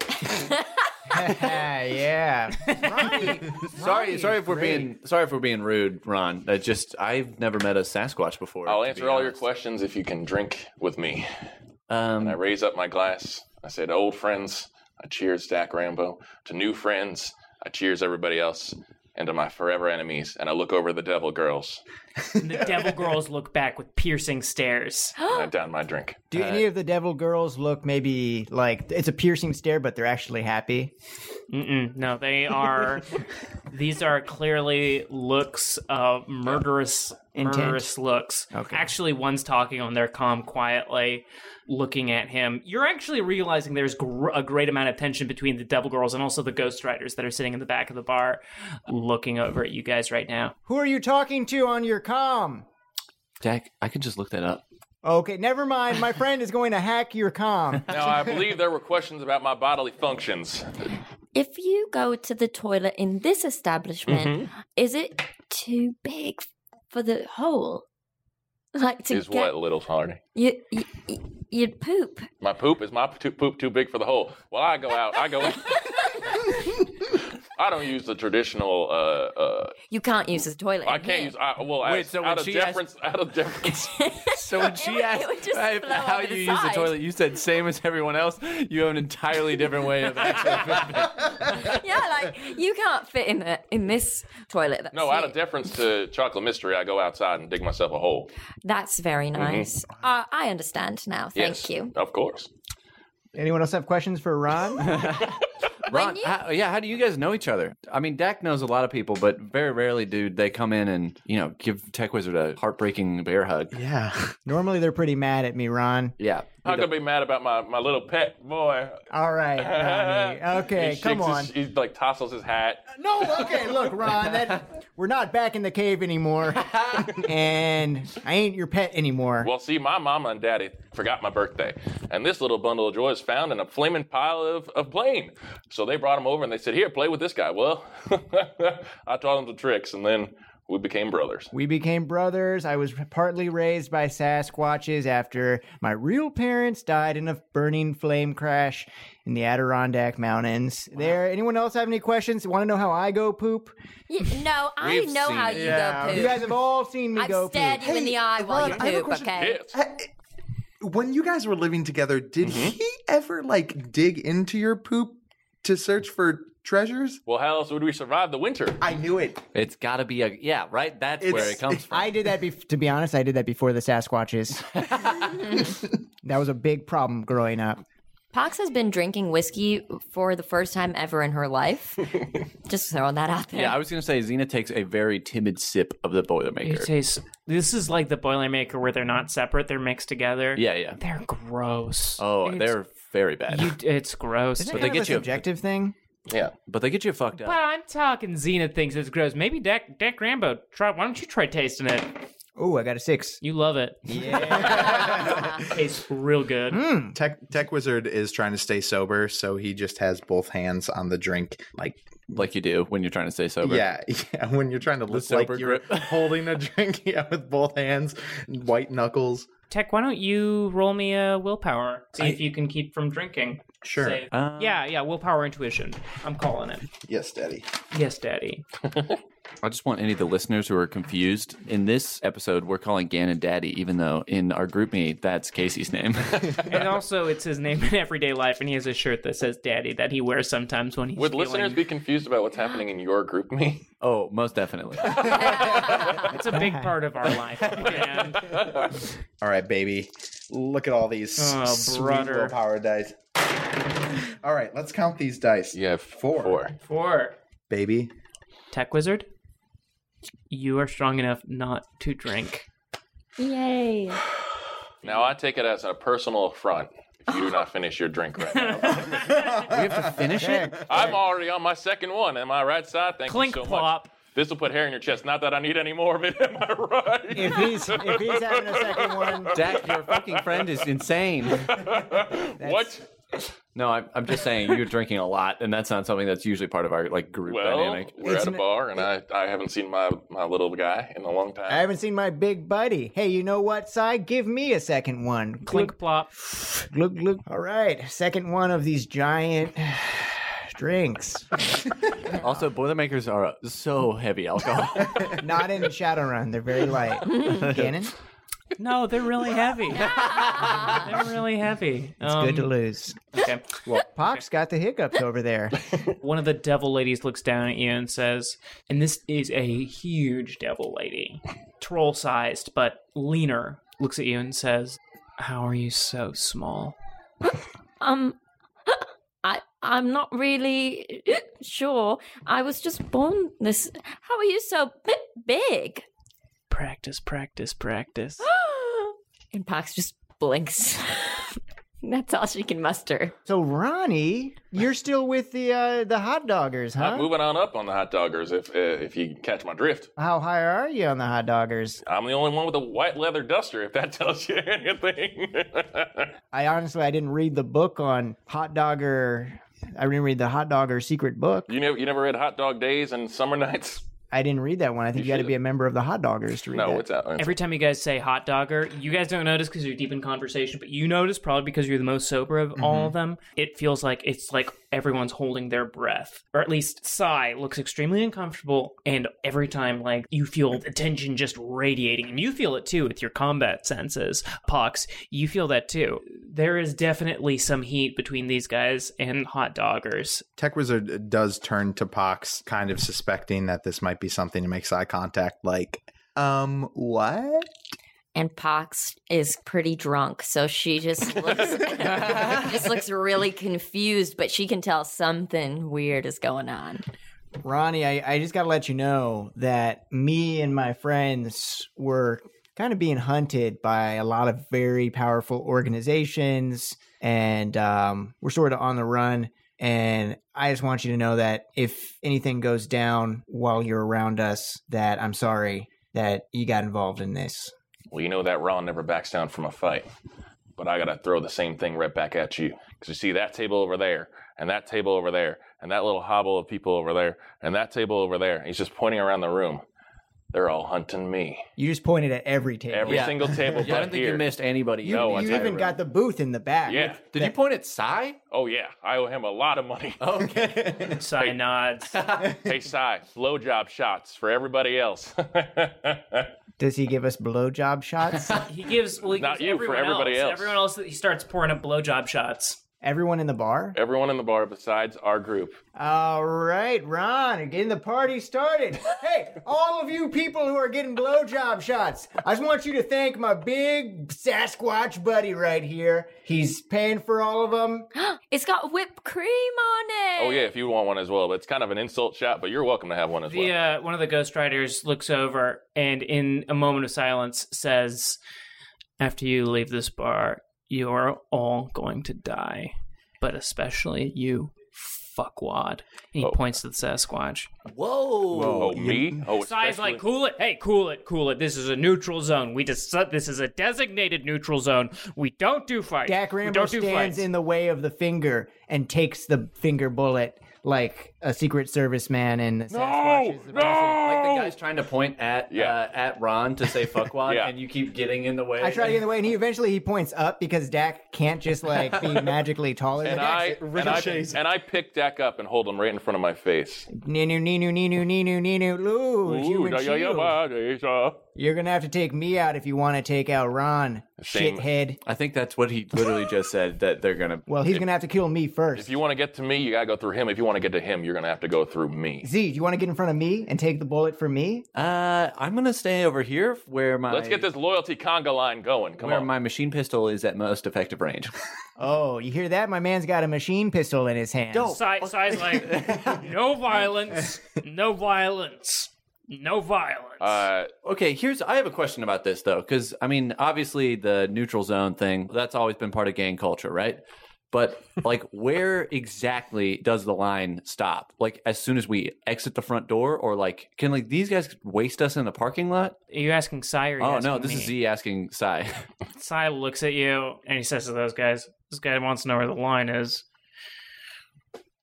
Speaker 3: *laughs* yeah.
Speaker 5: Sorry, sorry if we're being sorry if we're being rude, Ron. I just I've never met a Sasquatch before.
Speaker 4: I'll
Speaker 5: to
Speaker 4: answer
Speaker 5: be
Speaker 4: all your
Speaker 5: honest.
Speaker 4: questions if you can drink with me.
Speaker 5: Um,
Speaker 4: And I raise up my glass. I say to old friends, I cheers Dak Rambo. To new friends, I cheers everybody else. And to my forever enemies. And I look over the devil girls.
Speaker 2: And the devil girls look back with piercing stares.
Speaker 4: And
Speaker 5: *gasps*
Speaker 4: I down my drink.
Speaker 3: Do any of the devil girls look maybe like it's a piercing stare, but they're actually happy?
Speaker 2: Mm-mm, Mm, no, they are. these are clearly looks of murderous,
Speaker 3: Intent.
Speaker 2: murderous looks.
Speaker 3: Okay.
Speaker 2: Actually, one's talking on their comm quietly, looking at him. You're actually realizing there's gr- a great amount of tension between the Devil Girls and also the Ghost Riders that are sitting in the back of the bar, looking over at you guys right now.
Speaker 3: Who are you talking to on your comm?
Speaker 5: Dak, I could just look that up.
Speaker 3: Okay, never mind. My friend is going to hack your
Speaker 4: *laughs*
Speaker 3: comm.
Speaker 4: Now, I believe there were questions about my bodily functions.
Speaker 1: If you go to the toilet in this establishment,
Speaker 4: Mm-hmm.
Speaker 1: is it too big for the hole? *laughs* Like to
Speaker 4: Is
Speaker 1: get
Speaker 4: what, little Hardy?
Speaker 1: you, you, you poop.
Speaker 4: My poop is my p- poop too big for the hole. Well, I go out. I go.
Speaker 1: *laughs*
Speaker 4: I don't use the traditional. Uh, uh,
Speaker 1: You can't use the toilet.
Speaker 4: I
Speaker 1: in
Speaker 4: can't
Speaker 1: here.
Speaker 4: use. I, well,
Speaker 5: Wait,
Speaker 4: as-
Speaker 5: so when
Speaker 4: out, of
Speaker 5: she asked-
Speaker 4: deference, out of deference,
Speaker 5: So when she
Speaker 1: would- *laughs* it
Speaker 5: asked
Speaker 1: would just
Speaker 5: I-
Speaker 1: flow
Speaker 5: how
Speaker 1: over the
Speaker 5: you use the
Speaker 1: side.
Speaker 5: toilet, you said same as everyone else. You have an entirely different way of
Speaker 1: *laughs*
Speaker 5: actually.
Speaker 1: yeah, like you can't fit in the, in this toilet. That's
Speaker 4: No, out
Speaker 1: here.
Speaker 4: of deference to chocolate mystery, I go outside and dig myself a hole.
Speaker 1: That's very nice. Uh, I understand now. Thank
Speaker 4: Mm-hmm. yes,
Speaker 1: you.
Speaker 4: Of course.
Speaker 3: Anyone else have questions for
Speaker 4: *laughs*
Speaker 3: Ron?
Speaker 5: Ron,
Speaker 1: you-
Speaker 5: how, yeah, how do you guys know each other? I mean, Dak knows a lot of people, but very rarely do they come in and you know give Tech Wizard a heartbreaking bear hug.
Speaker 6: Yeah.
Speaker 3: Normally they're pretty mad at me, Ron.
Speaker 5: Yeah,
Speaker 4: I'm gonna be mad about my, my little pet boy.
Speaker 3: All right, Ronnie.
Speaker 4: He *laughs*
Speaker 3: Okay,
Speaker 4: shakes
Speaker 3: come
Speaker 4: his-
Speaker 3: on.
Speaker 4: he like tossles his hat.
Speaker 3: No, okay, look, Ron, that we're not back in the cave
Speaker 5: *laughs*
Speaker 3: anymore. and I ain't your pet anymore.
Speaker 4: Well, see, my mama and daddy forgot my birthday, and this little bundle of joy is found in a flaming pile of, of plain. So they brought him over and they said, "Here, play with this guy." Well, *laughs* I taught him the tricks, and then we became brothers.
Speaker 3: We became brothers. I was partly raised by Sasquatches after my real parents died in a burning flame crash in the Adirondack Mountains. There, anyone else have any questions? Want to know how I go poop?
Speaker 1: You- no, I
Speaker 5: We've
Speaker 1: know
Speaker 5: seen
Speaker 1: how
Speaker 5: it.
Speaker 1: you
Speaker 6: Yeah,
Speaker 1: go poop.
Speaker 3: You guys have all seen me
Speaker 1: I've
Speaker 3: go
Speaker 1: stared
Speaker 3: poop.
Speaker 1: you in the eye while
Speaker 6: Ron,
Speaker 1: you
Speaker 6: I have a
Speaker 1: poop.
Speaker 6: question.
Speaker 1: Okay.
Speaker 4: Yes.
Speaker 6: When you guys were living together, did he ever like dig into your poop to search for treasures?
Speaker 4: Well, how else would we survive the winter?
Speaker 6: I knew it.
Speaker 5: it's got to be a yeah, right? That's where
Speaker 6: It's-
Speaker 5: it comes from.
Speaker 3: I did that, bef to be honest, I did that before the
Speaker 5: *laughs*
Speaker 3: Sasquatches. that was a big problem growing up.
Speaker 1: Pox has been drinking whiskey for the first time ever in her life. Just throwing that out there.
Speaker 5: yeah, I was gonna say Xena takes a very timid sip of the
Speaker 2: It
Speaker 5: Boilermaker.
Speaker 2: tastes. This is like the Boilermaker where they're not separate; they're mixed together.
Speaker 5: yeah, yeah.
Speaker 2: they're gross.
Speaker 5: Oh,
Speaker 2: It's-
Speaker 5: they're very bad.
Speaker 2: You, it's gross.
Speaker 3: Isn't
Speaker 5: But
Speaker 3: it
Speaker 5: they
Speaker 3: kind of
Speaker 5: get
Speaker 3: a
Speaker 5: you-
Speaker 3: subjective thing?
Speaker 4: Yeah.
Speaker 5: but they get you fucked up.
Speaker 2: But I'm talking Xena thinks it's gross. Maybe Dak, Dak Rambo, try. Why don't you try tasting it?
Speaker 3: Oh, I got a six.
Speaker 2: You love it. *laughs* it tastes real good.
Speaker 6: Tech Tech Wizard is trying to stay sober, so he just has both hands on the drink. Like,
Speaker 5: like you do when you're trying to stay sober.
Speaker 6: yeah, *laughs* yeah. When you're trying to look like
Speaker 5: sober
Speaker 6: you're
Speaker 5: grip.
Speaker 6: *laughs* holding a drink, *laughs* yeah, with both hands, white knuckles.
Speaker 2: Tech, why don't you roll me a willpower? See if you can keep from drinking.
Speaker 6: Sure.
Speaker 2: Say-
Speaker 5: Uh,
Speaker 2: yeah, yeah, willpower intuition. I'm calling it.
Speaker 6: Yes, Daddy.
Speaker 2: Yes, Daddy.
Speaker 5: I just want any of the listeners who are confused. In this episode, we're calling Gannon Daddy, even though in our group meet, that's Casey's name. *laughs*
Speaker 2: and also, it's his name in everyday life, and he has a shirt that says "Daddy" that he wears sometimes when he's.
Speaker 4: Would
Speaker 2: feeling-
Speaker 4: listeners be confused about what's happening in your group me?
Speaker 5: oh, most definitely.
Speaker 2: It's a big part of our *laughs* life. And
Speaker 6: All right, baby. Look at all these
Speaker 2: Oh,
Speaker 6: sweet
Speaker 2: brother.
Speaker 6: little power dice. All right, let's count these dice.
Speaker 4: Yeah,
Speaker 6: Four.
Speaker 4: Four.
Speaker 2: four.
Speaker 6: baby.
Speaker 2: Tech Wizard, you are strong enough not to drink.
Speaker 1: Yay.
Speaker 4: Now I take it as a personal affront. If you do not finish your drink right now,
Speaker 5: we have to finish it? *laughs*
Speaker 4: I'm already on my second one. Am I right, side? Thank
Speaker 2: Clink
Speaker 4: you so much.
Speaker 2: plop.
Speaker 4: This will put hair in your chest. Not that I need any more of it. *laughs* Am I right?
Speaker 3: If he's if he's having a second one,
Speaker 5: Dak, your fucking friend is insane.
Speaker 4: what?
Speaker 5: No, I'm, I'm just saying you're drinking a lot, and that's not something that's usually part of our like group
Speaker 4: Well,
Speaker 5: dynamic.
Speaker 4: we're at a bar, and I, I haven't seen my, my little guy in a long time.
Speaker 3: *laughs* I haven't seen my big buddy. Hey, you know what, Cy? Give me a second one.
Speaker 2: Clink plop.
Speaker 3: Glug glug. All right, second one of these giant *sighs* drinks. *laughs*
Speaker 5: Also, Boilermakers are uh, so heavy *laughs* alcohol.
Speaker 3: Not in Shadowrun. They're very *laughs* light. Cannon.
Speaker 2: No, they're really *laughs* heavy. they're really heavy. Um,
Speaker 3: It's good to lose.
Speaker 2: Okay.
Speaker 3: Well, Pop's got the hiccups over there.
Speaker 2: One of the devil ladies looks down at you and says, and this is a huge devil lady, troll sized, but leaner, looks at you and says, How are you so small?
Speaker 1: Um, *gasps* I I'm not really *gasps* sure. I was just born this. How are you so bi- big? *gasps*
Speaker 2: Practice, practice, practice.
Speaker 1: and Pox just blinks. *laughs* That's all she can muster.
Speaker 3: So Ronnie, you're still with the uh, the hot doggers,
Speaker 4: I'm
Speaker 3: huh?
Speaker 4: moving on up on the hot doggers. If uh, if you catch my drift,
Speaker 3: How high are you on the hot doggers?
Speaker 4: I'm the only one with a white leather duster. If that *laughs* tells you anything. *laughs*
Speaker 3: I honestly I didn't read the book on hot dogger. I didn't read the hot dogger secret book.
Speaker 4: you never you never read Hot Dog Days and Summer Nights?
Speaker 3: I didn't read that one. I think you, got to be a member of the hot doggers to read
Speaker 4: No,
Speaker 3: that.
Speaker 4: it's out.
Speaker 2: Every time you guys say hot dogger, you guys don't notice because you're deep in conversation, but you notice probably because you're the most sober of all of them. It feels like it's like everyone's holding their breath, or at least Sai looks extremely uncomfortable. And every time, like, you feel the tension just radiating, and you feel it too with your combat senses. Pox, you feel that too. There is definitely some heat between these guys and hot doggers.
Speaker 10: Tech Wizard uh, does turn to Pox, kind of suspecting that this might be something and makes eye contact, like, um, what?
Speaker 1: And Pox is pretty drunk, so she just looks *laughs* just looks really confused, but she can tell something weird is going on.
Speaker 3: Ronnie, I, I just got to let you know that me and my friends were kind of being hunted by a lot of very powerful organizations, and um, we're sort of on the run. And I just want you to know that if anything goes down while you're around us, that I'm sorry that you got involved in this.
Speaker 4: Well, you know that Ron never backs down from a fight. But I gotta throw the same thing right back at you. Because you see that table over there, and that table over there, and that little hobble of people over there, and that table over there. He's just pointing around the room. They're all hunting me.
Speaker 3: You just pointed at every table.
Speaker 4: Every single table but here.
Speaker 5: anybody.
Speaker 3: You,
Speaker 4: No, I
Speaker 3: you
Speaker 4: didn't.
Speaker 3: even got the booth in the back.
Speaker 4: Yeah.
Speaker 5: Did you point at Sai?
Speaker 4: Oh yeah, I owe him a lot of money.
Speaker 5: Oh.
Speaker 2: Sai nods.
Speaker 4: hey Cy, blowjob shots for everybody else. *laughs*
Speaker 3: Does he give us blowjob
Speaker 4: *laughs*
Speaker 3: shots?
Speaker 2: He gives, well, he
Speaker 4: Not
Speaker 2: gives
Speaker 4: you, for
Speaker 2: everyone
Speaker 4: everybody else.
Speaker 2: Everyone else, he starts pouring up blowjob shots.
Speaker 3: Everyone in the bar?
Speaker 4: Everyone in the bar besides our group.
Speaker 3: All right, Ron, you're getting the party
Speaker 4: *laughs*
Speaker 3: started. Hey, all of you people who are getting blowjob shots, I just want you to thank my big Sasquatch buddy right here. He's paying for all of
Speaker 4: *gasps*
Speaker 3: them.
Speaker 1: *gasps* it's got whipped cream on it.
Speaker 4: Oh yeah, if you want one as well. But it's kind of an insult shot, but you're welcome to have one as well.
Speaker 2: The uh, one of the Ghost Riders looks over and, in a moment of silence, says, "After you leave this bar, you are all going to die, but especially you, fuckwad." And he points to the Sasquatch.
Speaker 4: Oh,
Speaker 5: Whoa.
Speaker 4: me? Oh,
Speaker 2: Sai's
Speaker 4: especially-
Speaker 2: like, "Cool it, hey, cool it, cool it. This is a neutral zone. We just this is a designated neutral zone. We don't do fights.
Speaker 3: Dak
Speaker 2: we
Speaker 3: Rambo
Speaker 2: don't do
Speaker 3: stands
Speaker 2: fights."
Speaker 3: in the way of the finger and takes the finger bullet like a Secret Service man and the Sasquatch.
Speaker 4: No,
Speaker 3: is the person.
Speaker 5: Like the
Speaker 4: no.
Speaker 5: guy's trying to point at
Speaker 4: Yeah.
Speaker 5: uh, at Ron to
Speaker 4: *laughs*
Speaker 5: say fuckwad,
Speaker 4: Yeah.
Speaker 5: and you keep getting in the way.
Speaker 3: I try to get in the way, and he eventually he points up because Dak can't just like
Speaker 4: *laughs*
Speaker 3: be magically taller than
Speaker 4: And I, and I
Speaker 8: ricochets.
Speaker 4: and I pick Dak up and hold him right in front of my face.
Speaker 3: Ninu, Ninu, Ninu, Ninu, Ninu, lose. you
Speaker 4: Ooh,
Speaker 3: and
Speaker 4: yeah, yeah, yeah,
Speaker 3: you.
Speaker 4: bodies, uh.
Speaker 3: You're gonna have to take me out if you want to take out Ron,
Speaker 4: Same.
Speaker 3: shithead.
Speaker 5: I think that's what he literally just said. That they're gonna.
Speaker 3: Well, he's gonna have to kill me first.
Speaker 4: If you want to get to me, you gotta go through him. If you want to get to him, you're gonna have to go through me.
Speaker 3: Z, do you want to get in front of me and take the bullet for me?
Speaker 5: Uh, I'm gonna stay over here where my
Speaker 4: Let's get this loyalty conga line going. Come
Speaker 5: where
Speaker 4: on.
Speaker 5: my machine pistol is at most effective range. *laughs*
Speaker 3: Oh, you hear that? My man's got a machine pistol in his hand.
Speaker 2: Sai, Sai's
Speaker 3: *laughs*
Speaker 2: like, "No violence, no violence, no violence."
Speaker 4: uh,
Speaker 5: Okay, here's I have a question about this though, because I mean, obviously the neutral zone thing that's always been part of gang culture, right? But like, *laughs* where exactly does the line stop? Like, as soon as we exit the front door, or like, can like these guys waste us in the parking lot?
Speaker 2: Are you asking Cy or are you
Speaker 5: Oh no,
Speaker 2: asking
Speaker 5: this
Speaker 2: me?
Speaker 5: is Z asking *laughs* Cy.
Speaker 2: Cy looks at you and he says to those guys, "This guy wants to know where the line is."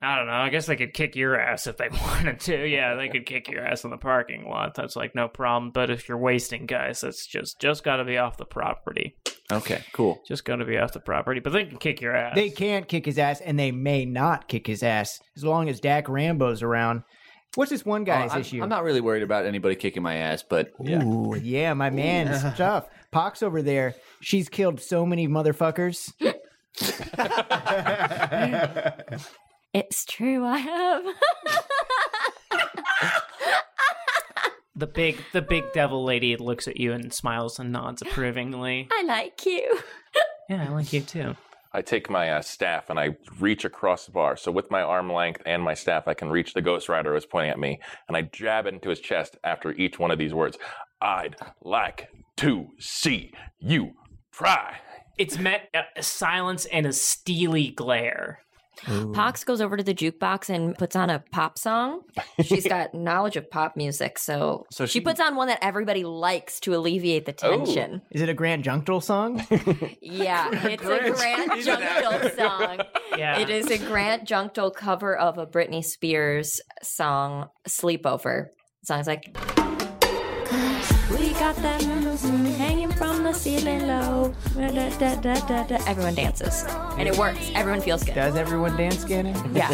Speaker 2: I don't know. I guess they could kick your ass if they *laughs* wanted to. Yeah, they could kick your ass in the parking lot. That's like no problem. But if you're wasting guys, that's just just got to be off the property.
Speaker 5: okay, cool.
Speaker 2: Just got to be off the property. But they can kick your ass.
Speaker 3: They can't kick his ass, and they may not kick his ass as long as Dak Rambo's around. What's this one guy's
Speaker 5: I'm,
Speaker 3: issue?
Speaker 5: I'm not really worried about anybody kicking my ass, but yeah.
Speaker 3: Ooh, yeah, my man, it's tough. Pox over there, she's killed so many motherfuckers.
Speaker 1: It's true, I have. *laughs*
Speaker 2: The big the big devil lady looks at you and smiles and nods approvingly.
Speaker 1: I like you.
Speaker 2: Yeah, I like you too.
Speaker 4: I take my uh, staff and I reach across the bar. So with my arm length and my staff, I can reach the Ghost Rider who is pointing at me, and I jab it into his chest after each one of these words. I'd like to see you try.
Speaker 2: It's met a silence and a steely glare.
Speaker 1: Pox goes over to the jukebox and puts on a pop song. She's got knowledge of pop music, so,
Speaker 5: So
Speaker 1: she,
Speaker 5: she-
Speaker 1: puts on one that everybody likes to alleviate the
Speaker 3: Oh.
Speaker 1: tension.
Speaker 3: Is it a Grand Junctal song?
Speaker 1: Yeah, it's a Grant Junkdale song.
Speaker 2: Yeah.
Speaker 1: It is a Grant Junkdale cover of a Britney Spears song, Sleepover. The song's like, We got that hanging from the ceiling low. Everyone dances. And it works. Everyone feels good.
Speaker 3: Does everyone dance, Gannon?
Speaker 1: Yeah.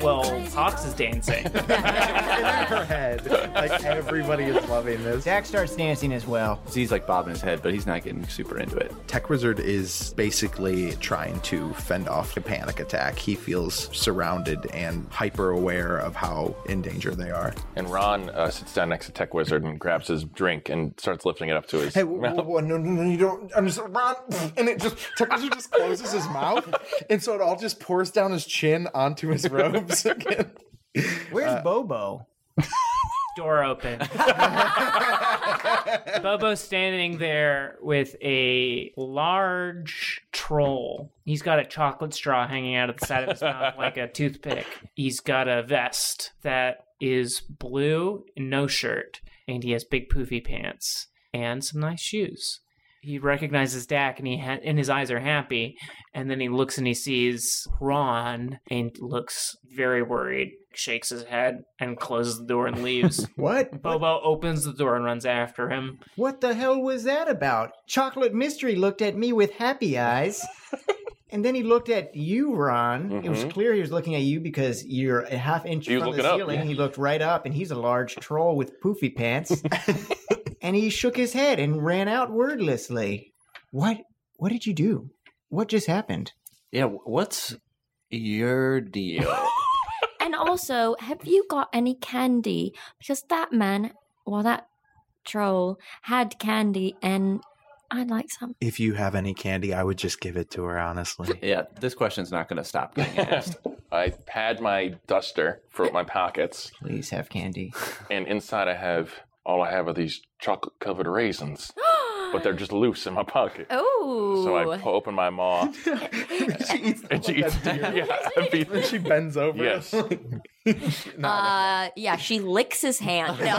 Speaker 2: Well, Pox is dancing.
Speaker 6: her head. *laughs* Like everybody is loving this.
Speaker 3: Dak starts dancing as well.
Speaker 5: Z's like bobbing his head, but he's not getting super into it.
Speaker 10: Tech Wizard is basically trying to fend off a panic attack. He feels surrounded and hyper aware of how in danger they are.
Speaker 4: And Ron uh, sits down next to Tech Wizard and grabs his drink and starts lifting it up to his *laughs*
Speaker 6: Hey, w-
Speaker 4: mouth.
Speaker 6: w- w- no, no, no, you don't understand. Ron, *laughs* and it just Tech Wizard just closes his mouth, and so it all just pours down his chin onto his *laughs* robes again.
Speaker 3: Where's
Speaker 4: Uh,
Speaker 3: Bobo?
Speaker 2: Door open. Bobo's standing there with a large troll. He's got a chocolate straw hanging out of the side of his mouth like a toothpick. He's got a vest that is blue, no shirt, and he has big poofy pants and some nice shoes. He recognizes Dak and he ha- and his eyes are happy, and then he looks and he sees Ron and looks very worried, shakes his head, and closes the door and leaves.
Speaker 3: What?
Speaker 2: Bobo opens the door and runs after him.
Speaker 3: What the hell was that about? Chocolate Mystery looked at me with happy
Speaker 4: *laughs*
Speaker 3: eyes. and then he looked at you, Ron. It was
Speaker 4: Mhm.
Speaker 3: clear he was looking at you because you're a half inch
Speaker 4: He was
Speaker 3: from the
Speaker 4: looking up,
Speaker 3: ceiling.
Speaker 4: yeah.
Speaker 3: He looked right up, and he's a large troll with poofy
Speaker 4: *laughs*
Speaker 3: pants. and he shook his head and ran out wordlessly. What? What did you do? What just happened?
Speaker 5: Yeah, wh- what's your deal?
Speaker 1: And also, have you got any candy? Because that man, well, that troll had candy, and I'd like some.
Speaker 10: If you have any candy, I would just give it to her, honestly.
Speaker 5: *laughs* yeah, this question's not going to stop getting asked.
Speaker 4: I pad my duster for my pockets,
Speaker 3: Please have candy.
Speaker 4: and inside I have all I have are these chocolate covered raisins, but they're just loose in my pocket.
Speaker 1: Oh,
Speaker 4: So I po- open my maw
Speaker 6: she eats
Speaker 4: and she eats. *laughs* yeah, I beat-
Speaker 6: Then she bends over.
Speaker 4: Yes.
Speaker 1: uh, yeah, she licks his
Speaker 5: *laughs*
Speaker 1: hand. No. *laughs*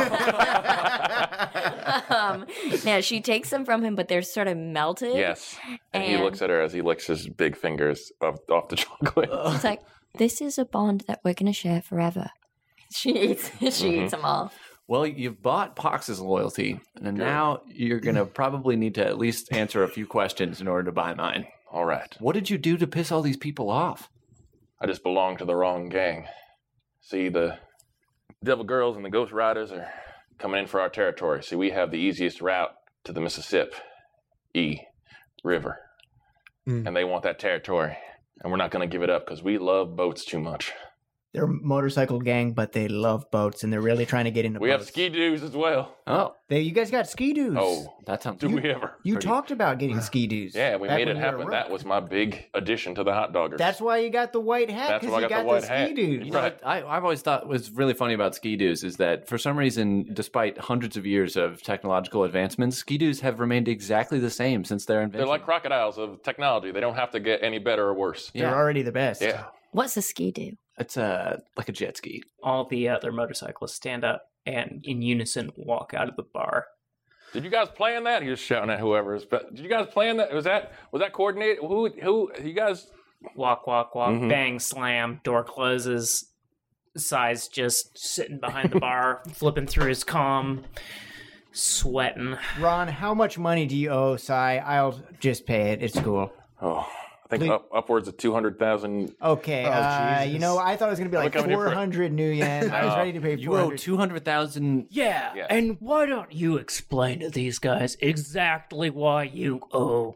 Speaker 1: um, yeah, she takes them from him, but they're sort of melted.
Speaker 4: Yes. And, he
Speaker 1: And-
Speaker 4: looks at her as he licks his big fingers off, off the *laughs* chocolate.
Speaker 1: It's like this is a bond that we're gonna share forever. *laughs* She eats. *laughs* She
Speaker 5: Mm-hmm.
Speaker 1: eats them all.
Speaker 5: well, you've bought Pox's loyalty, and now you're going to probably need to at least answer a few questions in order to buy mine.
Speaker 4: All right.
Speaker 5: What did you do to piss all these people off?
Speaker 4: I just belong to the wrong gang. See, the Devil Girls and the Ghost Riders are coming in for our territory. See, we have the easiest route to the Mississippi E River.
Speaker 6: Mm.
Speaker 4: And they want that territory. And we're not going to give it up because we love boats too much.
Speaker 3: They're a motorcycle gang, but they love boats, and they're really trying to get into
Speaker 4: We have
Speaker 3: boats.
Speaker 4: ski doos as well.
Speaker 5: Oh,
Speaker 3: they, you guys got ski doos.
Speaker 4: Oh,
Speaker 5: that sounds.
Speaker 4: Do we ever?
Speaker 3: you talked about getting ski doos.
Speaker 4: Yeah, we
Speaker 3: back
Speaker 4: made
Speaker 3: when you
Speaker 4: it
Speaker 3: were a
Speaker 4: happen.
Speaker 3: rookie.
Speaker 4: That was my big addition to the hot doggers.
Speaker 3: That's why you got the white hat
Speaker 4: That's
Speaker 3: because
Speaker 4: why I
Speaker 3: you
Speaker 4: got the
Speaker 3: got,
Speaker 4: white
Speaker 3: the,
Speaker 4: hat.
Speaker 3: ski doos.
Speaker 5: You know, what I, I've always thought was really funny about ski doos is that for some reason, despite hundreds of years of technological advancements, ski doos have remained exactly the same since their
Speaker 4: They're
Speaker 5: invention.
Speaker 4: like crocodiles of technology. They don't have to get any better or worse.
Speaker 5: Yeah. They're
Speaker 3: already the best.
Speaker 4: Yeah.
Speaker 1: What's a ski do?
Speaker 5: It's uh, like a jet ski.
Speaker 2: All the other motorcyclists stand up and in unison walk out of the bar.
Speaker 4: Did you guys plan that? He was shouting at whoever. is- But did you guys plan that? Was that was that coordinated? Who who you guys?
Speaker 2: Walk, walk, walk,
Speaker 4: Mhm.
Speaker 2: bang, slam, door closes. Sai's just sitting behind the bar, flipping through his comm, sweating.
Speaker 3: Ron, how much money do you owe Cy? I'll just pay it. It's cool.
Speaker 4: Oh, I think up, upwards of two hundred thousand.
Speaker 3: Okay.
Speaker 5: Oh,
Speaker 3: uh, you know, I thought it was gonna be
Speaker 4: I'm
Speaker 3: like
Speaker 4: coming here for-
Speaker 3: four hundred new
Speaker 4: *laughs*
Speaker 3: yen. I was
Speaker 4: No.
Speaker 3: ready to pay
Speaker 5: You
Speaker 3: four
Speaker 5: owe
Speaker 3: hundred.
Speaker 5: two hundred thousand.
Speaker 2: Yeah, and why don't you explain to these guys exactly why you owe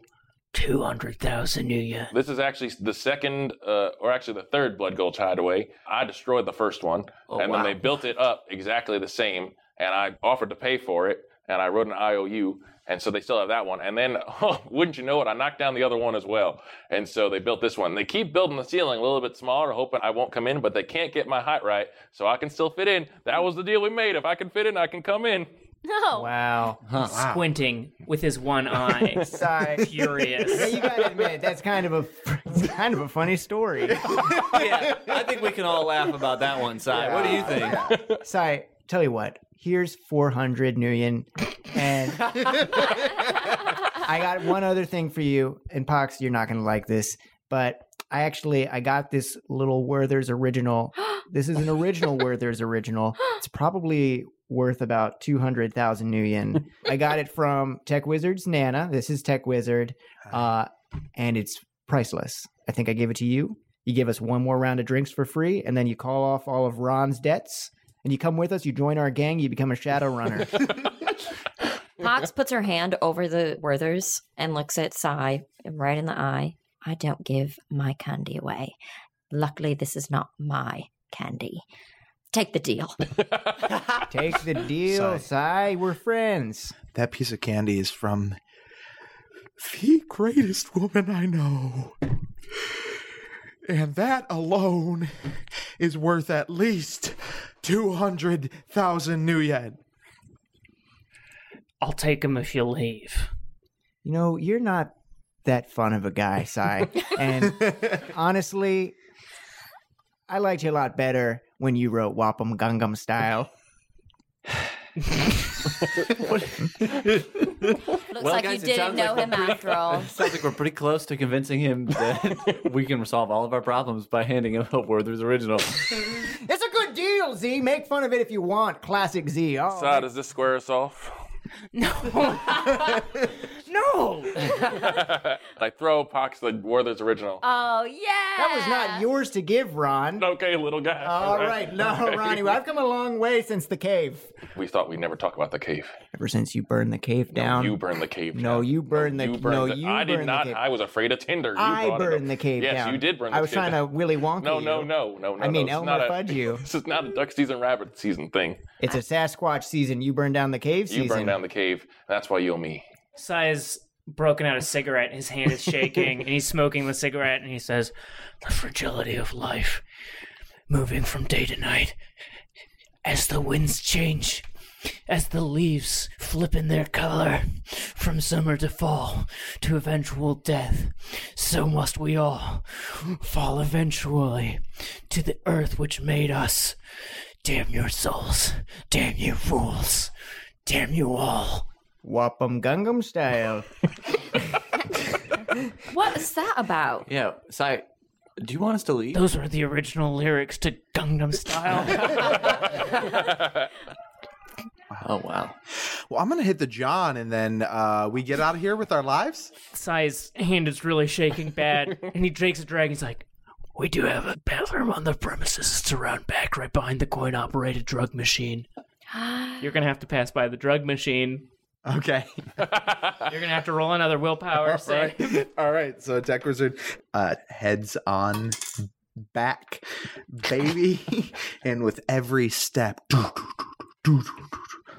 Speaker 2: 200,000 new yen?
Speaker 4: This is actually the second, uh, or actually the third Blood Gulch hideaway. I destroyed the first one, and
Speaker 5: wow.
Speaker 4: then they built it up exactly the same. And I offered to pay for it, and I wrote an IOU, and so they still have that one. And then, *laughs* oh, wouldn't you know it, I knocked down the other one as well, and so they built this one. They keep building the ceiling a little bit smaller, hoping I won't come in, but they can't get my height right, so I can still fit in. That was the deal we made. If I can fit in, I can come in.
Speaker 1: No.
Speaker 5: *laughs*
Speaker 3: Wow.
Speaker 2: Squinting with his one eye.
Speaker 3: Cy. Yeah,
Speaker 2: Curious.
Speaker 3: you gotta admit that's kind of a *laughs* it's kind of a funny story.
Speaker 5: *laughs* yeah, I think we can all laugh about that one, side. What do you think?
Speaker 3: Cy, tell you what. Here's four hundred new yen, and I got one other thing for you. And Pox, you're not gonna like this, but I actually I got this little Werther's original. This is an original Werther's original. It's probably worth about two hundred thousand new yen. I got it from Tech Wizard's Nana. This is Tech Wizard, uh, and it's priceless. I think I gave it to you. You give us one more round of drinks for free, and then you call off all of Ron's debts. And you come with us. You join our gang. You become a shadow *laughs* runner.
Speaker 1: Pox puts her hand over the Werther's and looks at Sai right in the eye. I don't give my candy away. Luckily, this is not my candy. Take the deal.
Speaker 3: Take the deal,
Speaker 6: Sigh.
Speaker 3: Sai. We're friends.
Speaker 6: That piece of candy is from the greatest woman I know. And that alone is worth at least 200,000 new yen.
Speaker 2: I'll take him if you leave.
Speaker 3: You know, you're not that fun of a guy, Sai. *laughs* and honestly, I liked you a lot better when you wrote Wapam Gungam style.
Speaker 1: Looks
Speaker 5: Well,
Speaker 1: like
Speaker 5: guys, it
Speaker 1: you didn't
Speaker 5: sounds
Speaker 1: know
Speaker 5: like we're
Speaker 1: him after all.
Speaker 5: *laughs* It *laughs* sounds like we're pretty close to convincing him that *laughs* we can solve all of our problems by handing him a Werther's *laughs* original.
Speaker 3: It's a good deal, Z. Make fun of it if you want. Classic Z. Oh,
Speaker 4: Side, does this square us off?
Speaker 3: *laughs*
Speaker 2: No!
Speaker 4: *laughs* I throw Pox the Werther's original.
Speaker 1: Oh, yeah.
Speaker 3: that was not yours to give, Ron.
Speaker 4: okay, little guy.
Speaker 3: All right, no, Ronnie. I've come a long way since the cave.
Speaker 4: We thought we'd never talk about the cave.
Speaker 3: Ever since you burned the cave down.
Speaker 4: You burned the cave.
Speaker 3: No,
Speaker 4: down.
Speaker 3: you burned the- no,
Speaker 4: the-
Speaker 3: you
Speaker 4: I did
Speaker 3: burned the
Speaker 4: not.
Speaker 3: cave.
Speaker 4: I was afraid of Tinder. You
Speaker 3: I
Speaker 4: brought it up.
Speaker 3: burned the cave
Speaker 4: yes,
Speaker 3: down.
Speaker 4: you did burn the
Speaker 3: I was
Speaker 4: cave
Speaker 3: trying
Speaker 4: down.
Speaker 3: to Willy Wonka.
Speaker 4: No, no,
Speaker 3: you.
Speaker 4: no, no, no.
Speaker 3: I mean,
Speaker 4: no.
Speaker 3: Elmer
Speaker 4: It's not a-
Speaker 3: Fudd you.
Speaker 4: *laughs* This is not a duck season, rabbit season thing.
Speaker 3: It's a Sasquatch season. You burned down the cave
Speaker 4: You
Speaker 3: season.
Speaker 4: burned down the cave. That's why you owe me.
Speaker 2: Sai's broken out a cigarette. His hand is shaking, and he's smoking the cigarette, and he says, The fragility of life, moving from day to night, as the winds change, as the leaves flip in their color, from summer to fall to eventual death, so must we all fall eventually to the earth which made us. Damn your souls, damn you fools, damn you all.
Speaker 3: Wapum Gungam
Speaker 6: *laughs*
Speaker 3: style.
Speaker 1: What is that
Speaker 3: *laughs*
Speaker 1: about?
Speaker 5: yeah, Sai, do you want us to leave?
Speaker 2: Those were the original lyrics to Gangnam Style.
Speaker 5: Oh wow.
Speaker 6: Well, I'm going to hit the John and then uh, we get out of here with our lives.
Speaker 2: *laughs* Sai's hand is really shaking *laughs* bad, and he takes a drag. He's like, "We do have a bathroom on the premises. It's around back, right behind the coin-operated drug machine. You're gonna have to pass by the drug machine.
Speaker 6: Okay.
Speaker 2: You're gonna have to roll *laughs* another willpower
Speaker 6: All
Speaker 2: save.
Speaker 6: right. All right. So Tech Wizard uh, heads on back, baby. *laughs* and with every step,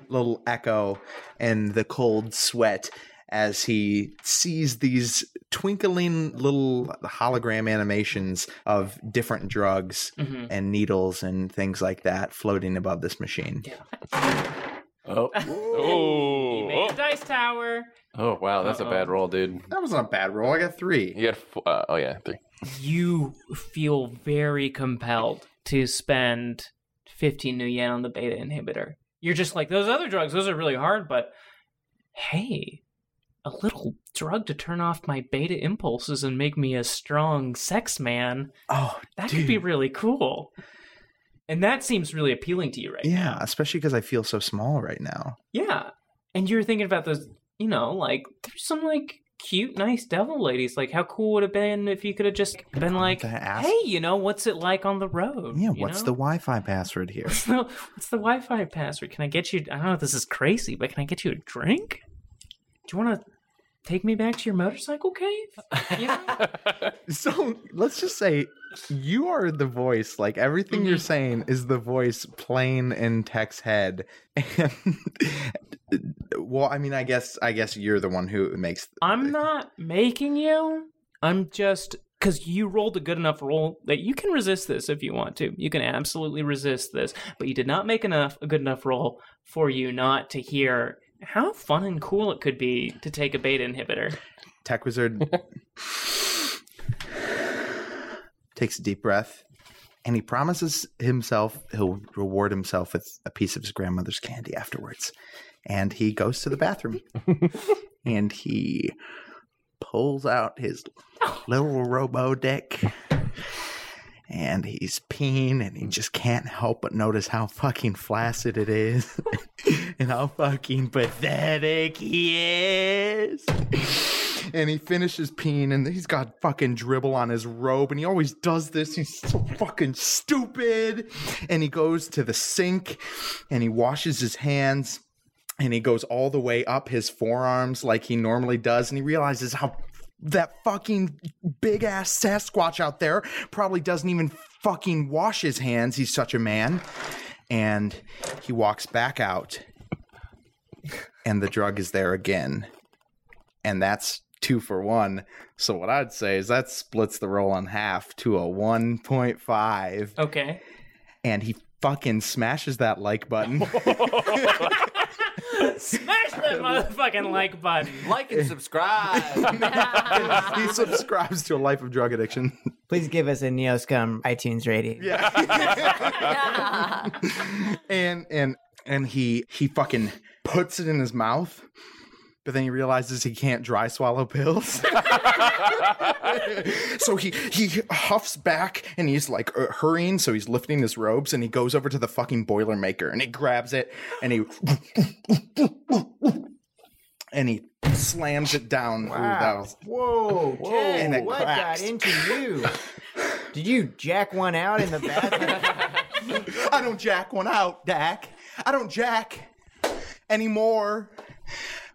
Speaker 6: little echo and the cold sweat as he sees these twinkling little hologram animations of different drugs
Speaker 2: Mhm.
Speaker 3: *laughs*
Speaker 6: and needles and things like that floating above this machine.
Speaker 5: Oh.
Speaker 2: You
Speaker 4: Oh.
Speaker 2: made the dice tower.
Speaker 5: Oh wow, that's a bad roll, dude.
Speaker 6: That wasn't a bad roll. I got three.
Speaker 4: You got four, uh, oh yeah, three.
Speaker 2: You feel very compelled to spend 15 new yen on the beta inhibitor. You're just like those other drugs; those are really hard. But hey, a little drug to turn off my beta impulses and make me a strong sex man.
Speaker 6: Oh,
Speaker 2: that could be really cool. And that seems really appealing to you, right?
Speaker 6: Yeah, especially because I feel so small right now.
Speaker 2: Yeah. And you're thinking about those, you know, like there's some like cute, nice devil ladies. Like, how cool would it have been if you could have just been like,
Speaker 6: ass-
Speaker 2: hey, you know, what's it like on the road?
Speaker 6: Yeah,
Speaker 2: you
Speaker 6: what's
Speaker 2: know?
Speaker 6: the Wi Fi password here?
Speaker 2: What's the, *laughs* what's the Wi-Fi password? Can I get you? I don't know if this is crazy, but can I get you a drink? Do you want to take me back to your motorcycle cave?
Speaker 6: so let's just say you are the voice. Like everything you're saying is the voice playing in Tech's head. *laughs* And well, I mean, I guess I guess you're the one who makes
Speaker 2: I'm not making you. I'm just because you rolled a good enough roll that you can resist this if you want to. You can absolutely resist this, but you did not make enough a good enough roll for you not to hear how fun and cool it could be to take a beta inhibitor.
Speaker 6: Tech Wizard takes a deep breath and he promises himself he'll reward himself with a piece of his grandmother's candy afterwards. And he goes to the bathroom and he pulls out his little robo dick and he's peeing and he just can't help but notice how fucking flaccid it is *laughs* and how fucking pathetic he is. And he finishes peeing and he's got fucking dribble on his robe and he always does this. He's so fucking stupid. And he goes to the sink and he washes his hands and he goes all the way up his forearms like he normally does and he realizes how that fucking big ass Sasquatch out there probably doesn't even fucking wash his hands. He's such a man. And he walks back out and the drug is there again. And that's two for one. So what I'd say is that splits the roll in half to a 1.5.
Speaker 2: Okay.
Speaker 6: And he fucking smashes that like button.
Speaker 2: *laughs*
Speaker 6: *laughs*
Speaker 2: Smash that motherfucking like button.
Speaker 5: Like and *laughs* subscribe.
Speaker 6: he subscribes to a life of drug addiction.
Speaker 3: Please give us a Neoscum iTunes rating.
Speaker 6: *laughs* and and and he he fucking puts it in his mouth but then he realizes he can't dry swallow pills *laughs* so he he huffs back and he's like uh, hurrying so he's lifting his robes and he goes over to the fucking boilermaker and he grabs it and he *laughs* and he slams it down Ooh, that was- *laughs*
Speaker 3: Whoa, whoa,
Speaker 6: And it
Speaker 3: what
Speaker 6: cracks.
Speaker 3: got into
Speaker 6: *laughs*
Speaker 3: you? Did you jack one out in the bathroom?
Speaker 6: *laughs* I don't jack one out, Dak. I don't jack anymore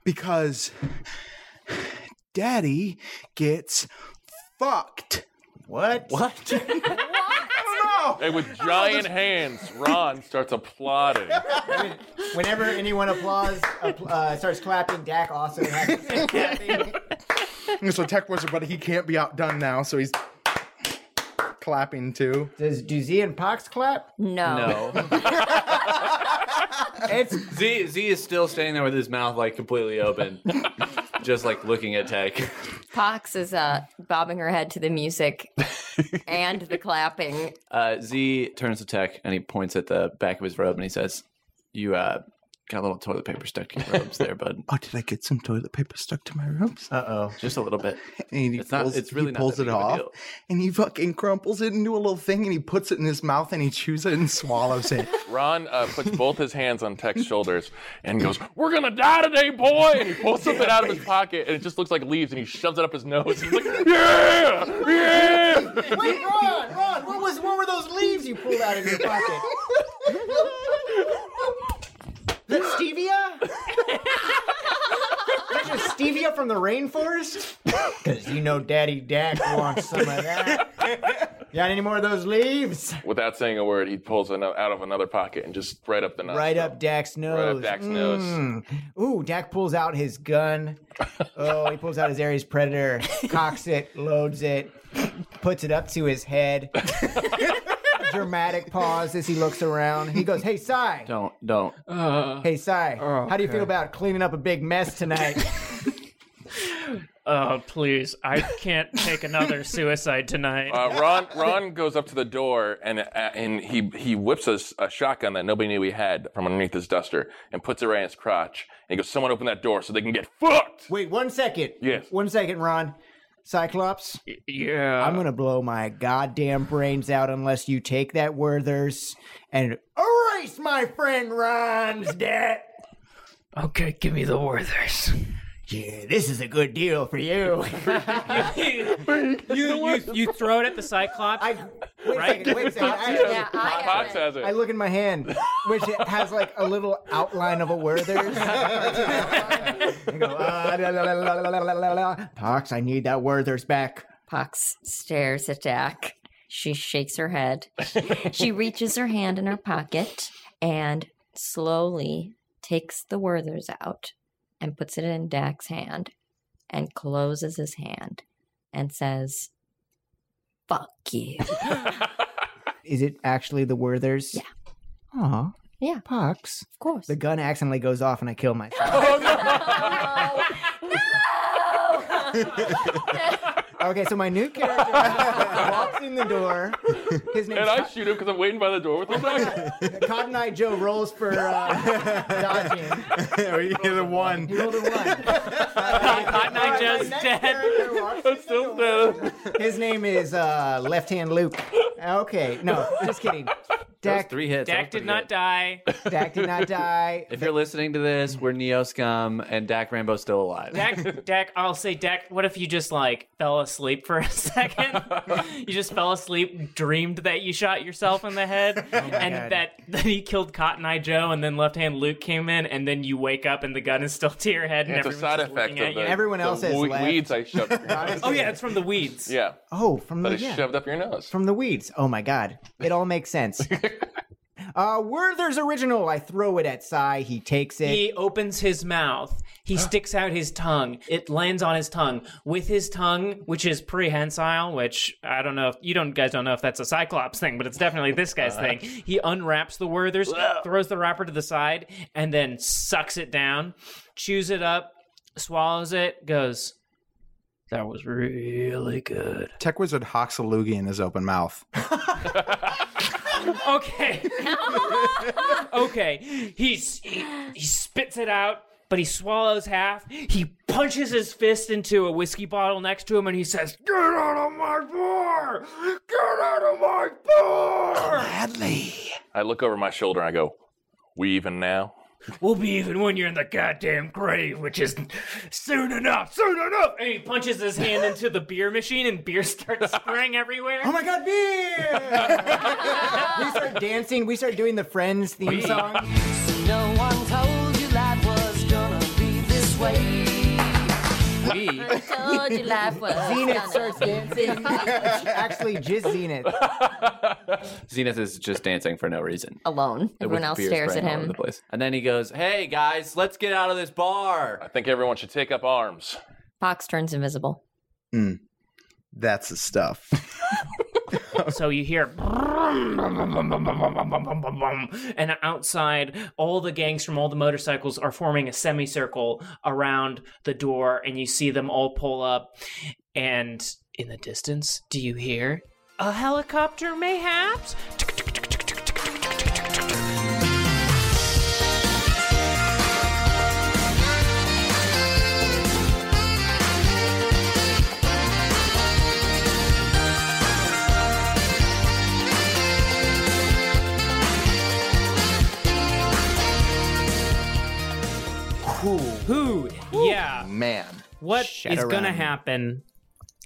Speaker 6: because daddy gets fucked.
Speaker 3: What?
Speaker 6: What?
Speaker 5: *laughs*
Speaker 4: And with giant hands, Ron starts applauding.
Speaker 3: Whenever anyone applauds, apl- uh, starts clapping, Dak also has to
Speaker 6: *laughs*
Speaker 3: start clapping.
Speaker 6: And so Tech Wizard, but he can't be outdone now, so he's clapping too.
Speaker 3: Does do Z and Pox clap?
Speaker 5: No. *laughs* Z Z is still standing there with his mouth like completely open, *laughs* just like looking at Tech.
Speaker 1: Pox is uh, bobbing her head to the
Speaker 3: *laughs*
Speaker 1: music and the clapping.
Speaker 5: *laughs* Uh, Z turns to Tech and he points at the back of his robe and he says, "You uh, got a little toilet paper stuck to your robes there, bud.
Speaker 6: Oh, did I get some toilet paper stuck to my robes?
Speaker 3: Uh oh.
Speaker 5: Just a little bit." *laughs*
Speaker 6: And he
Speaker 5: It's not-
Speaker 6: pulls,
Speaker 5: it's really
Speaker 6: he
Speaker 5: not
Speaker 6: pulls
Speaker 5: that
Speaker 6: it
Speaker 5: big of a
Speaker 6: off,
Speaker 5: deal.
Speaker 6: and he fucking crumples it into a little thing, and he puts it in his mouth, and he chews it and swallows *laughs* it.
Speaker 4: Ron uh, puts both his hands on Tech's shoulders and goes, "We're gonna die today, boy!" And he pulls something out of his pocket, and it just looks like leaves, and he shoves it up his nose. He's like, "Yeah, yeah!"
Speaker 3: Wait, Ron, Ron, what was what were those leaves you pulled out of your pocket? The stevia? Is that just stevia from the rainforest? Because you know Daddy Dak wants some of that. Got any more of those leaves?
Speaker 4: Without saying a word, he pulls ano- out of another pocket and just right up the nose.
Speaker 3: Right up Dak's nose.
Speaker 4: Right up Dak's nose.
Speaker 3: Mm. Ooh, Dak pulls out his gun. Oh, he pulls out his Ares Predator, cocks it, loads it, puts it up to his head. Dramatic pause as he looks around. He goes, Hey, Sai.
Speaker 5: Don't, don't.
Speaker 2: Uh,
Speaker 3: hey, Sai.
Speaker 2: Oh,
Speaker 3: How do you feel
Speaker 2: okay.
Speaker 3: about cleaning up a big mess tonight?
Speaker 2: *laughs* Oh, please. I can't take *laughs* another suicide tonight.
Speaker 4: Uh, Ron Ron goes up to the door and uh, and he he whips a, s- a shotgun that nobody knew he had from underneath his duster and puts it right in his crotch. And he goes, "Someone open that door so they can get fucked."
Speaker 3: Wait one second.
Speaker 4: Yes.
Speaker 3: One second, Ron. Cyclops.
Speaker 2: Yeah.
Speaker 3: I'm gonna blow my goddamn brains out unless you take that Werther's and erase my friend Ron's debt.
Speaker 2: Okay, give me the Werther's.
Speaker 3: Yeah, this is a good deal
Speaker 2: *laughs*
Speaker 3: for you.
Speaker 2: you, you, you throw it at the Cyclops.
Speaker 3: I,
Speaker 2: right?
Speaker 3: Wait
Speaker 2: *laughs*
Speaker 3: a second. I,
Speaker 4: Yeah, I Fox has it.
Speaker 3: I look in my hand, which it has like a little outline of
Speaker 2: *laughs*
Speaker 3: a Werther's. I go, ah, la, la, la, la, la, la, la, la. Pox, I need that Werther's back.
Speaker 1: Pox stares at Dak. She shakes her head.
Speaker 3: *laughs*
Speaker 1: she reaches her hand in her pocket and slowly takes the Werther's out and puts it in Dak's hand and closes his hand and says, Fuck you.
Speaker 3: Is it actually the Werther's? Yeah. Aw.
Speaker 1: Yeah.
Speaker 3: Pox. Of
Speaker 1: course.
Speaker 3: The gun accidentally goes off and I kill myself.
Speaker 4: Oh,
Speaker 3: okay, so my new
Speaker 2: *laughs*
Speaker 3: character walks in the door. His name
Speaker 4: and I shoot him because I'm waiting by the door with the *laughs* shotgun.
Speaker 3: Cotton Eye Joe rolls for uh, dodging.
Speaker 10: You're the one.
Speaker 3: He
Speaker 6: *laughs*
Speaker 3: rolled a one.
Speaker 2: Hot Night Joe's dead.
Speaker 4: I'm still dead.
Speaker 3: His name is uh, Left Hand Luke. Okay, no, just kidding.
Speaker 5: Those
Speaker 3: Dak,
Speaker 5: three hits. that
Speaker 2: Dak
Speaker 5: was pretty
Speaker 2: did not
Speaker 5: good.
Speaker 2: die.
Speaker 3: Dak did not die.
Speaker 5: If you're listening to this, we're Neo Scum and Dak Rambo's still alive.
Speaker 2: Dak, Dak, I'll say, Dak, what if you just like fell asleep for a *laughs* second? you just fell asleep, dreamed that you shot yourself in the head, and
Speaker 3: God.
Speaker 2: that, that he killed Cotton Eye Joe, and then Left Hand Luke came in, and then you wake up and the gun is still to your head, and
Speaker 4: It's a
Speaker 2: everyone's
Speaker 4: side
Speaker 2: just
Speaker 4: effect
Speaker 2: looking
Speaker 4: of
Speaker 2: at
Speaker 4: the,
Speaker 2: you.
Speaker 3: Everyone
Speaker 4: the
Speaker 3: else has
Speaker 4: we-
Speaker 3: left.
Speaker 4: weeds I
Speaker 3: *laughs*
Speaker 4: shoved. up your nose.
Speaker 2: oh, yeah, it's from the weeds.
Speaker 4: yeah,
Speaker 3: Oh, from
Speaker 4: that I
Speaker 3: the yeah,
Speaker 4: shoved up your nose.
Speaker 3: from the weeds. Oh my god, it all makes
Speaker 10: *laughs*
Speaker 3: sense. Uh, Werther's original. I throw it at Sai. He takes it.
Speaker 2: He opens his mouth. He sticks out his tongue. It lands on his tongue. With his tongue, which is prehensile, which I don't know if you don't guys don't know if that's a Cyclops thing, but it's definitely this guy's thing. He unwraps the Werther's, throws the wrapper to the side, and then sucks it down, chews it up, swallows it, goes. That was really good.
Speaker 10: Tech Wizard hocks a loogie in his open mouth.
Speaker 2: Okay. *laughs* okay. He, s- he he spits it out, but he swallows half. He punches his fist into a whiskey bottle next to him, and he says, "Get out of my bar! Get out of my bar!
Speaker 4: I look over my shoulder and I go, "We even now?"
Speaker 2: We'll be even when you're in the goddamn grave, which is soon enough. Soon enough!" And he punches his hand into the beer machine, and beer starts spraying everywhere.
Speaker 3: Oh my god, beer! *laughs* we start dancing. We start doing the Friends theme song.
Speaker 10: *laughs*
Speaker 8: No one told you life was gonna be this way.
Speaker 5: We
Speaker 1: Told you life was gonna
Speaker 3: Zenith starts
Speaker 10: *laughs*
Speaker 1: be *laughs*
Speaker 3: dancing.
Speaker 1: busy.
Speaker 3: Actually, just Zenith.
Speaker 5: Zenith is just dancing for no reason.
Speaker 1: Alone. Everyone
Speaker 5: With
Speaker 1: else
Speaker 5: beer
Speaker 1: stares at
Speaker 5: spraying all over
Speaker 1: him.
Speaker 5: The place. And then he goes, "Hey guys, let's get out of this bar."
Speaker 4: I think everyone should take up arms.
Speaker 1: Fox turns invisible.
Speaker 10: That's the stuff.
Speaker 2: So you hear, and outside, all the gangs from all the motorcycles are forming a semicircle around the door, and you see them all pull up. And in the distance, do you hear a helicopter, mayhaps? Who? Yeah.
Speaker 10: Man.
Speaker 2: What is gonna
Speaker 10: Shadowrun.
Speaker 2: happen?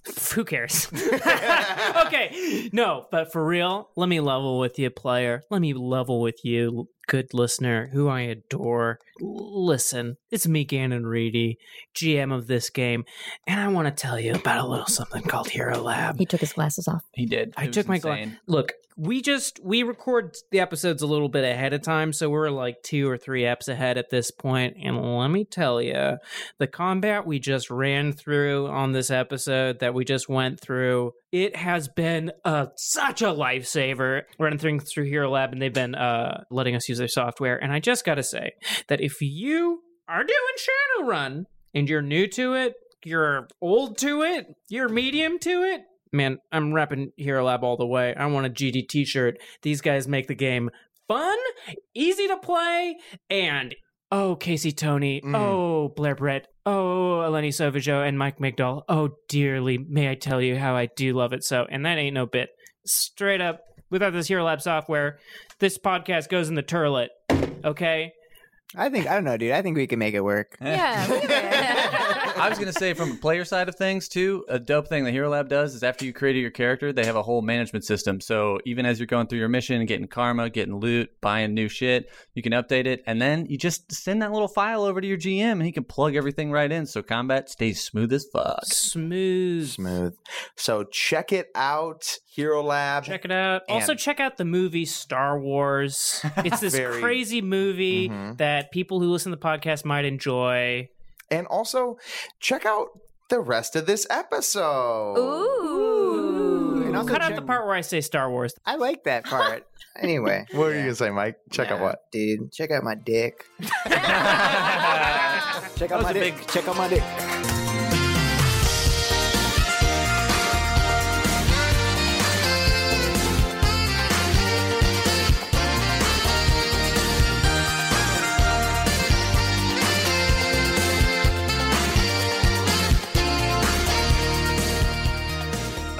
Speaker 2: *laughs* Who cares? *laughs* okay, no, but for real, let me level with you, player. Let me level with you, good listener who I adore. L- Listen, it's me, Gannon Reedy, GM of this game, and I want to tell you about a little something called Hero Lab.
Speaker 1: He took his glasses off.
Speaker 2: He did. I
Speaker 1: It was
Speaker 2: took my glass.
Speaker 1: insane.
Speaker 2: Look, we just we record the episodes a little bit ahead of time, so we're like two or three eps ahead at this point. And let me tell you, the combat we just ran through on this episode that we just went through, it has been uh such a lifesaver running through through Hero Lab, and they've been uh, letting us use their software. And I just got to say that if you are doing Shadowrun and you're new to it, you're old to it, you're medium to it, man, I'm repping Hero Lab all the way. I want a GD t shirt. These guys make the game fun, easy to play, and oh, Casey Tony, oh, Blair Brett, oh, Eleni Sovajo, and Mike McDowell. Oh, dearly, may I tell you how I do love it so. And that ain't no bit. Straight up, without this Hero Lab software, this podcast goes in the turlet, okay?
Speaker 3: I think I don't know, dude. I think we can make it work.
Speaker 9: *laughs* I was going to say, from a player side of things, too, a dope thing that Hero Lab does is after you created your character, they have a whole management system. So even as you're going through your mission, getting karma, getting loot, buying new shit, you can update it. And then you just send that little file over to your GM and he can plug everything right in. So combat stays smooth as fuck.
Speaker 2: Smooth.
Speaker 9: Smooth.
Speaker 10: So check it out, Hero Lab.
Speaker 2: Check it out. also,
Speaker 10: And-
Speaker 2: check out the movie Star
Speaker 10: *laughs*
Speaker 2: Wars. It's this
Speaker 10: Very-
Speaker 2: crazy movie
Speaker 10: Mhm.
Speaker 2: that people who listen to the podcast might enjoy.
Speaker 10: And also, check out the rest of this episode.
Speaker 1: Ooh.
Speaker 10: And also
Speaker 2: Cut out
Speaker 10: check-
Speaker 2: the part where I say Star Wars.
Speaker 3: I like that part. anyway,
Speaker 10: what were you gonna say, Mike? Check out what,
Speaker 3: dude? Check out my dick. check
Speaker 10: That
Speaker 3: out
Speaker 10: was
Speaker 3: my
Speaker 10: a
Speaker 3: dick. Check out my dick.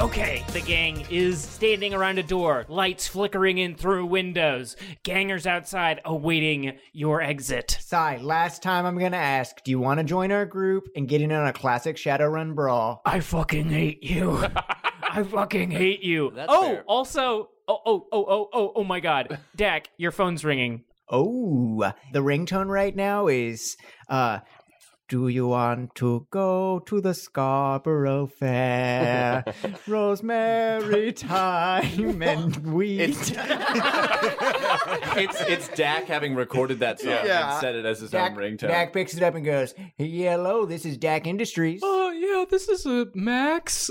Speaker 2: Okay, the gang is standing around a door, lights flickering in through windows, gangers outside awaiting your exit.
Speaker 3: Sai, last time I'm gonna ask, do you want to join our group and get in on a classic Shadowrun brawl?
Speaker 2: I fucking
Speaker 10: *laughs*
Speaker 2: hate you. I fucking hate you. oh, also, oh, oh, oh, oh, oh, oh my god. Dak, your phone's ringing.
Speaker 3: Oh, the ringtone right now is uh do you want to go to the Scarborough
Speaker 8: *laughs*
Speaker 3: Fair? Rosemary time
Speaker 8: *laughs*
Speaker 3: and wheat.
Speaker 5: it's it's Dak having recorded that song
Speaker 3: Yeah.
Speaker 5: and set it as his
Speaker 3: Dak,
Speaker 5: own ringtone.
Speaker 3: Dak picks it up and goes, "Hey, hello, this is Dak Industries.
Speaker 8: Oh, yeah, this is a Max.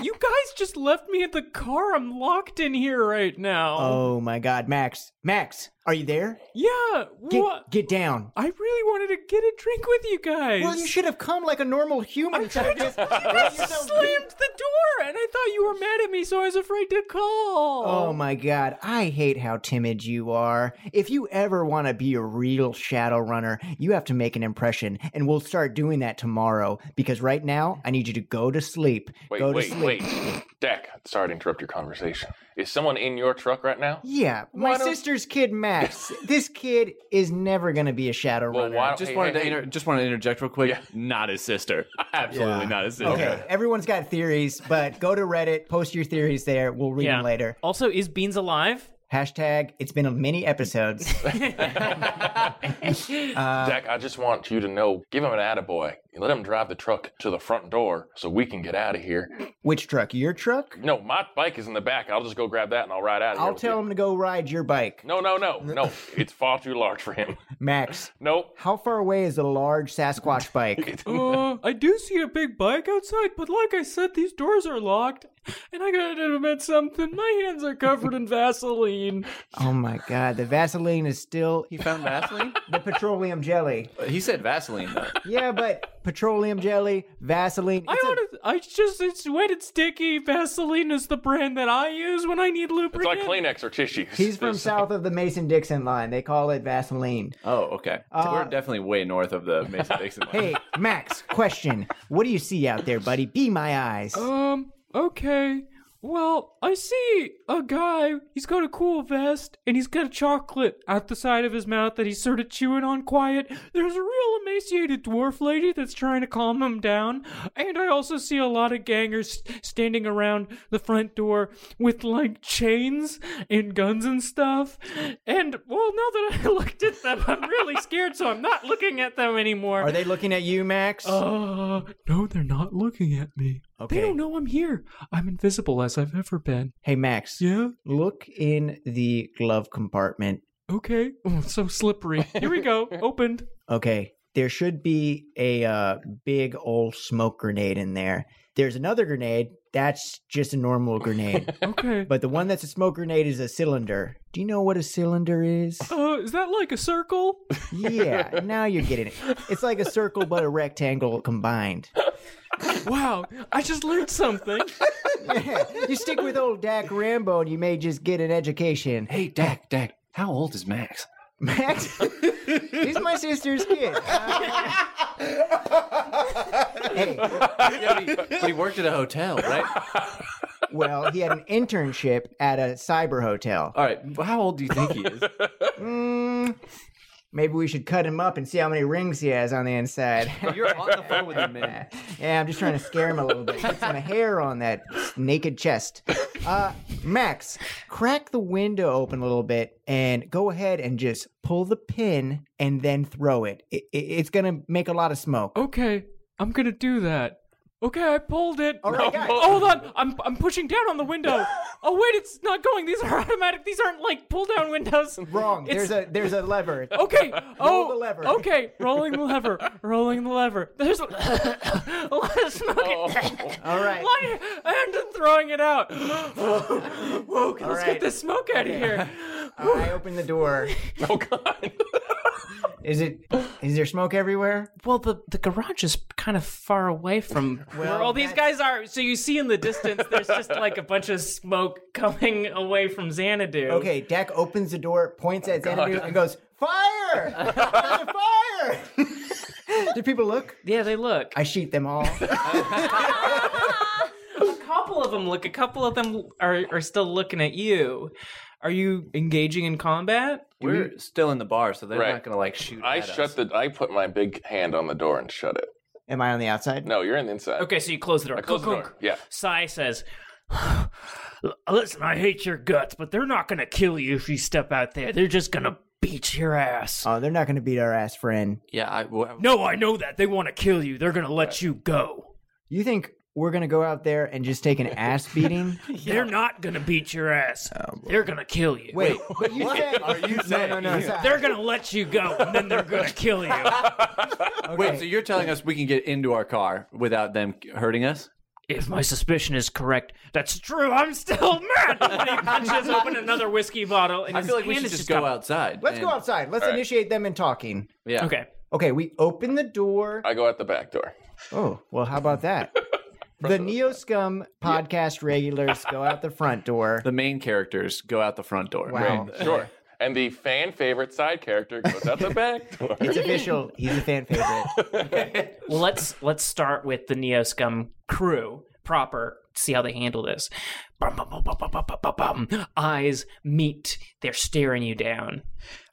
Speaker 8: You guys just left me in the car. I'm locked in here right now.
Speaker 3: Oh my god, Max. Max, are you there?
Speaker 8: Yeah,
Speaker 3: Get,
Speaker 8: what?
Speaker 3: get down.
Speaker 8: I really wanted to get a drink with you guys.
Speaker 3: Well,
Speaker 8: *laughs*
Speaker 3: you should have come like a normal human. Jack.
Speaker 8: you guys slammed the door, and I thought you were mad at me, so I was afraid to call.
Speaker 3: Oh my god, I hate how timid you are. If you ever want to be a real shadow runner, you have to make an impression, and we'll start doing that tomorrow. Because right now, I need you to go to sleep.
Speaker 4: Wait,
Speaker 3: go to
Speaker 4: wait,
Speaker 3: sleep.
Speaker 4: wait. Dak, sorry to interrupt your conversation. Is someone in your truck right now?
Speaker 3: Yeah, my sister's kid Max. this kid is never gonna be a shadow runner.
Speaker 5: just wanted *laughs* to inter- just wanted to interject real quick. Not his sister. *laughs* Absolutely
Speaker 3: Yeah.
Speaker 5: not his sister.
Speaker 3: Okay,
Speaker 5: *laughs*
Speaker 3: everyone's got theories, but go to Reddit, post your theories there. We'll read
Speaker 2: Yeah.
Speaker 3: them later.
Speaker 2: Also, is Beans alive?
Speaker 3: Hashtag. It's been a many
Speaker 4: *laughs*
Speaker 3: episodes.
Speaker 4: Dak, I just want you to know give him an attaboy. Let him drive the truck to the front door so we can get out of here.
Speaker 3: Which truck? Your truck?
Speaker 4: No, my bike is in the back. I'll just go grab that and I'll ride out of here.
Speaker 3: I'll
Speaker 4: with
Speaker 3: tell him to go ride your bike.
Speaker 4: you. No, no, no,
Speaker 3: *laughs*
Speaker 4: no. It's far too large for him.
Speaker 3: Max.
Speaker 4: Nope.
Speaker 3: How far away is a large
Speaker 5: *laughs*
Speaker 3: Sasquatch bike?
Speaker 8: Uh, I do see a big bike outside, but like I said, these doors are locked, and I gotta admit something. My hands are covered in Vaseline.
Speaker 3: oh my god, the Vaseline is still
Speaker 5: He found Vaseline?
Speaker 3: the petroleum jelly.
Speaker 5: He said Vaseline though.
Speaker 3: Yeah, but petroleum jelly, Vaseline.
Speaker 8: I
Speaker 3: it's a-
Speaker 8: want to. I just. It's wet and sticky. Vaseline is the brand that I use when I need
Speaker 4: It's
Speaker 8: lubricant.
Speaker 4: like Kleenex or tissues.
Speaker 3: He's from
Speaker 4: *laughs*
Speaker 3: south of the Mason Dixon line. They call it Vaseline.
Speaker 5: Oh, okay. We're definitely way north of the Mason Dixon. line.
Speaker 3: Uh,
Speaker 5: *laughs*
Speaker 3: Hey,
Speaker 5: Oh.
Speaker 3: Max, question. What do you see out there, buddy? Be my eyes.
Speaker 8: um. Okay. Well, I see a guy. He's got a cool vest and he's got a chocolate at the side of his mouth that he's sort of chewing on quiet. There's a real emaciated dwarf lady that's trying to calm him down. And I also see a lot of gangers standing around the front door with like chains and guns and stuff. And well, now that I *laughs* looked at them, I'm really scared, so I'm not looking at them anymore.
Speaker 3: Are they looking at you, Max?
Speaker 5: Oh.
Speaker 8: Uh, no, they're not looking at me.
Speaker 3: Okay.
Speaker 8: They don't know I'm here. I'm invisible as I've ever been.
Speaker 3: Hey, Max.
Speaker 8: Yeah?
Speaker 3: Look in the glove compartment.
Speaker 8: Okay. Oh, it's so slippery. Here
Speaker 3: *laughs*
Speaker 8: we go. Opened.
Speaker 3: Okay. There should be a uh, big old smoke grenade in there. There's another grenade. That's just a normal grenade.
Speaker 8: Okay.
Speaker 3: but the one that's a smoke grenade is a cylinder. Do you know what a cylinder is?
Speaker 8: Uh, is that like a circle?
Speaker 3: Yeah, now you're getting it. It's like a circle but a rectangle combined. *laughs*
Speaker 8: Wow, I just learned something.
Speaker 3: you stick with old Dak Rambo and you may just get an education. *laughs*
Speaker 5: Hey, Dak, Dak, how old is *laughs* Max?
Speaker 3: Max, he's my sister's kid. Uh, hey,
Speaker 5: But he worked at a hotel, right?
Speaker 3: well, he had an internship at a cyber hotel.
Speaker 5: All right. How old do you think he is? *laughs*
Speaker 3: Mm, maybe we should cut him up and see how many rings he has on the inside. *laughs*
Speaker 5: You're on the phone with him, man.
Speaker 3: yeah, I'm just trying to scare him a little bit. Get some hair on that naked chest. Uh, Max, crack the window open a little bit and go ahead and just pull the pin and then throw it. it, it it's gonna make a lot of
Speaker 8: Oh,
Speaker 3: smoke.
Speaker 8: Okay, I'm gonna do that. Okay, I pulled it.
Speaker 3: All right, guys.
Speaker 8: Oh, hold on, I'm I'm pushing down on
Speaker 3: *laughs*
Speaker 8: the window. Oh wait, it's not going. These are automatic. These aren't like pull down windows.
Speaker 3: *laughs* Wrong.
Speaker 8: It's-
Speaker 3: There's a there's a lever.
Speaker 8: Okay. oh,
Speaker 3: the lever.
Speaker 8: Okay, rolling the
Speaker 3: *laughs*
Speaker 8: lever. Rolling the lever. There's a, *laughs* a lot of smoke.
Speaker 3: All right.
Speaker 8: Why- and I'm throwing it *gasps* out. Whoa, let's
Speaker 3: right.
Speaker 8: get this smoke out of here. *laughs*
Speaker 3: I open the door.
Speaker 4: Oh God.
Speaker 3: Is it? Is there smoke everywhere?
Speaker 2: Well, the, the garage is kind of far away from where all these guys are. So you see in the distance, there's just like a bunch of smoke coming away from Xanadu.
Speaker 3: Okay, Dak opens the door, points at Xanadu, and goes, "Fire! Fire! *laughs* Do people look?
Speaker 2: Yeah, they look.
Speaker 3: I shoot them *laughs* all.
Speaker 2: a couple of them look. A couple of them are, are still looking at you. Are you engaging in combat?
Speaker 5: We're still in the bar, so they're
Speaker 4: Right.
Speaker 5: not going to like shoot.
Speaker 4: I
Speaker 5: at
Speaker 4: shut
Speaker 5: us.
Speaker 4: the. I put my big hand on the door and shut it.
Speaker 3: Am I on the outside?
Speaker 4: No, you're in the inside.
Speaker 2: Okay, so you close the door.
Speaker 4: I close the door. Yeah.
Speaker 2: Sai says, "Listen, I hate your guts, but they're not gonna kill you if you step out there. They're just gonna beat your ass."
Speaker 3: Oh, they're not going to beat our ass, friend.
Speaker 5: Yeah, I, well,
Speaker 2: no, I know that they want to kill you. They're gonna let you go.
Speaker 3: You think we're going to go out there and just take an ass *laughs* beating?
Speaker 2: They're not gonna beat your ass.
Speaker 5: Oh,
Speaker 2: they're gonna kill you.
Speaker 3: Wait, but you said are you saying? *laughs* No, no, no. sorry.
Speaker 2: They're gonna let you go, and then they're
Speaker 5: *laughs*
Speaker 2: gonna kill you.
Speaker 5: Wait, so you're telling us we can get into our car without them hurting us?
Speaker 2: If my suspicion is correct, that's true. I'm still *laughs* mad. And he punches open another whiskey bottle, and
Speaker 5: I
Speaker 2: his
Speaker 5: feel like we
Speaker 2: hand
Speaker 5: should
Speaker 2: is just
Speaker 5: just go
Speaker 2: up.
Speaker 5: outside.
Speaker 3: Let's
Speaker 5: and-
Speaker 3: go outside. Let's initiate them in talking.
Speaker 5: Yeah.
Speaker 2: Okay.
Speaker 3: Okay, we open the *laughs* door.
Speaker 4: I go out the back door.
Speaker 3: Oh, well, how about that? the Neo Scum podcast regulars go out the front door.
Speaker 5: The main characters go out the front door.
Speaker 3: Wow.
Speaker 4: Sure. And the fan favorite side character goes out the back door. *laughs*
Speaker 3: It's *laughs* official. He's a fan favorite. *laughs*
Speaker 2: Well, let's let's start with the Neo Scum crew proper. See how they handle this. Bum, bum, bum, bum, bum, bum, bum, bum, bum. Eyes meet. They're staring you down.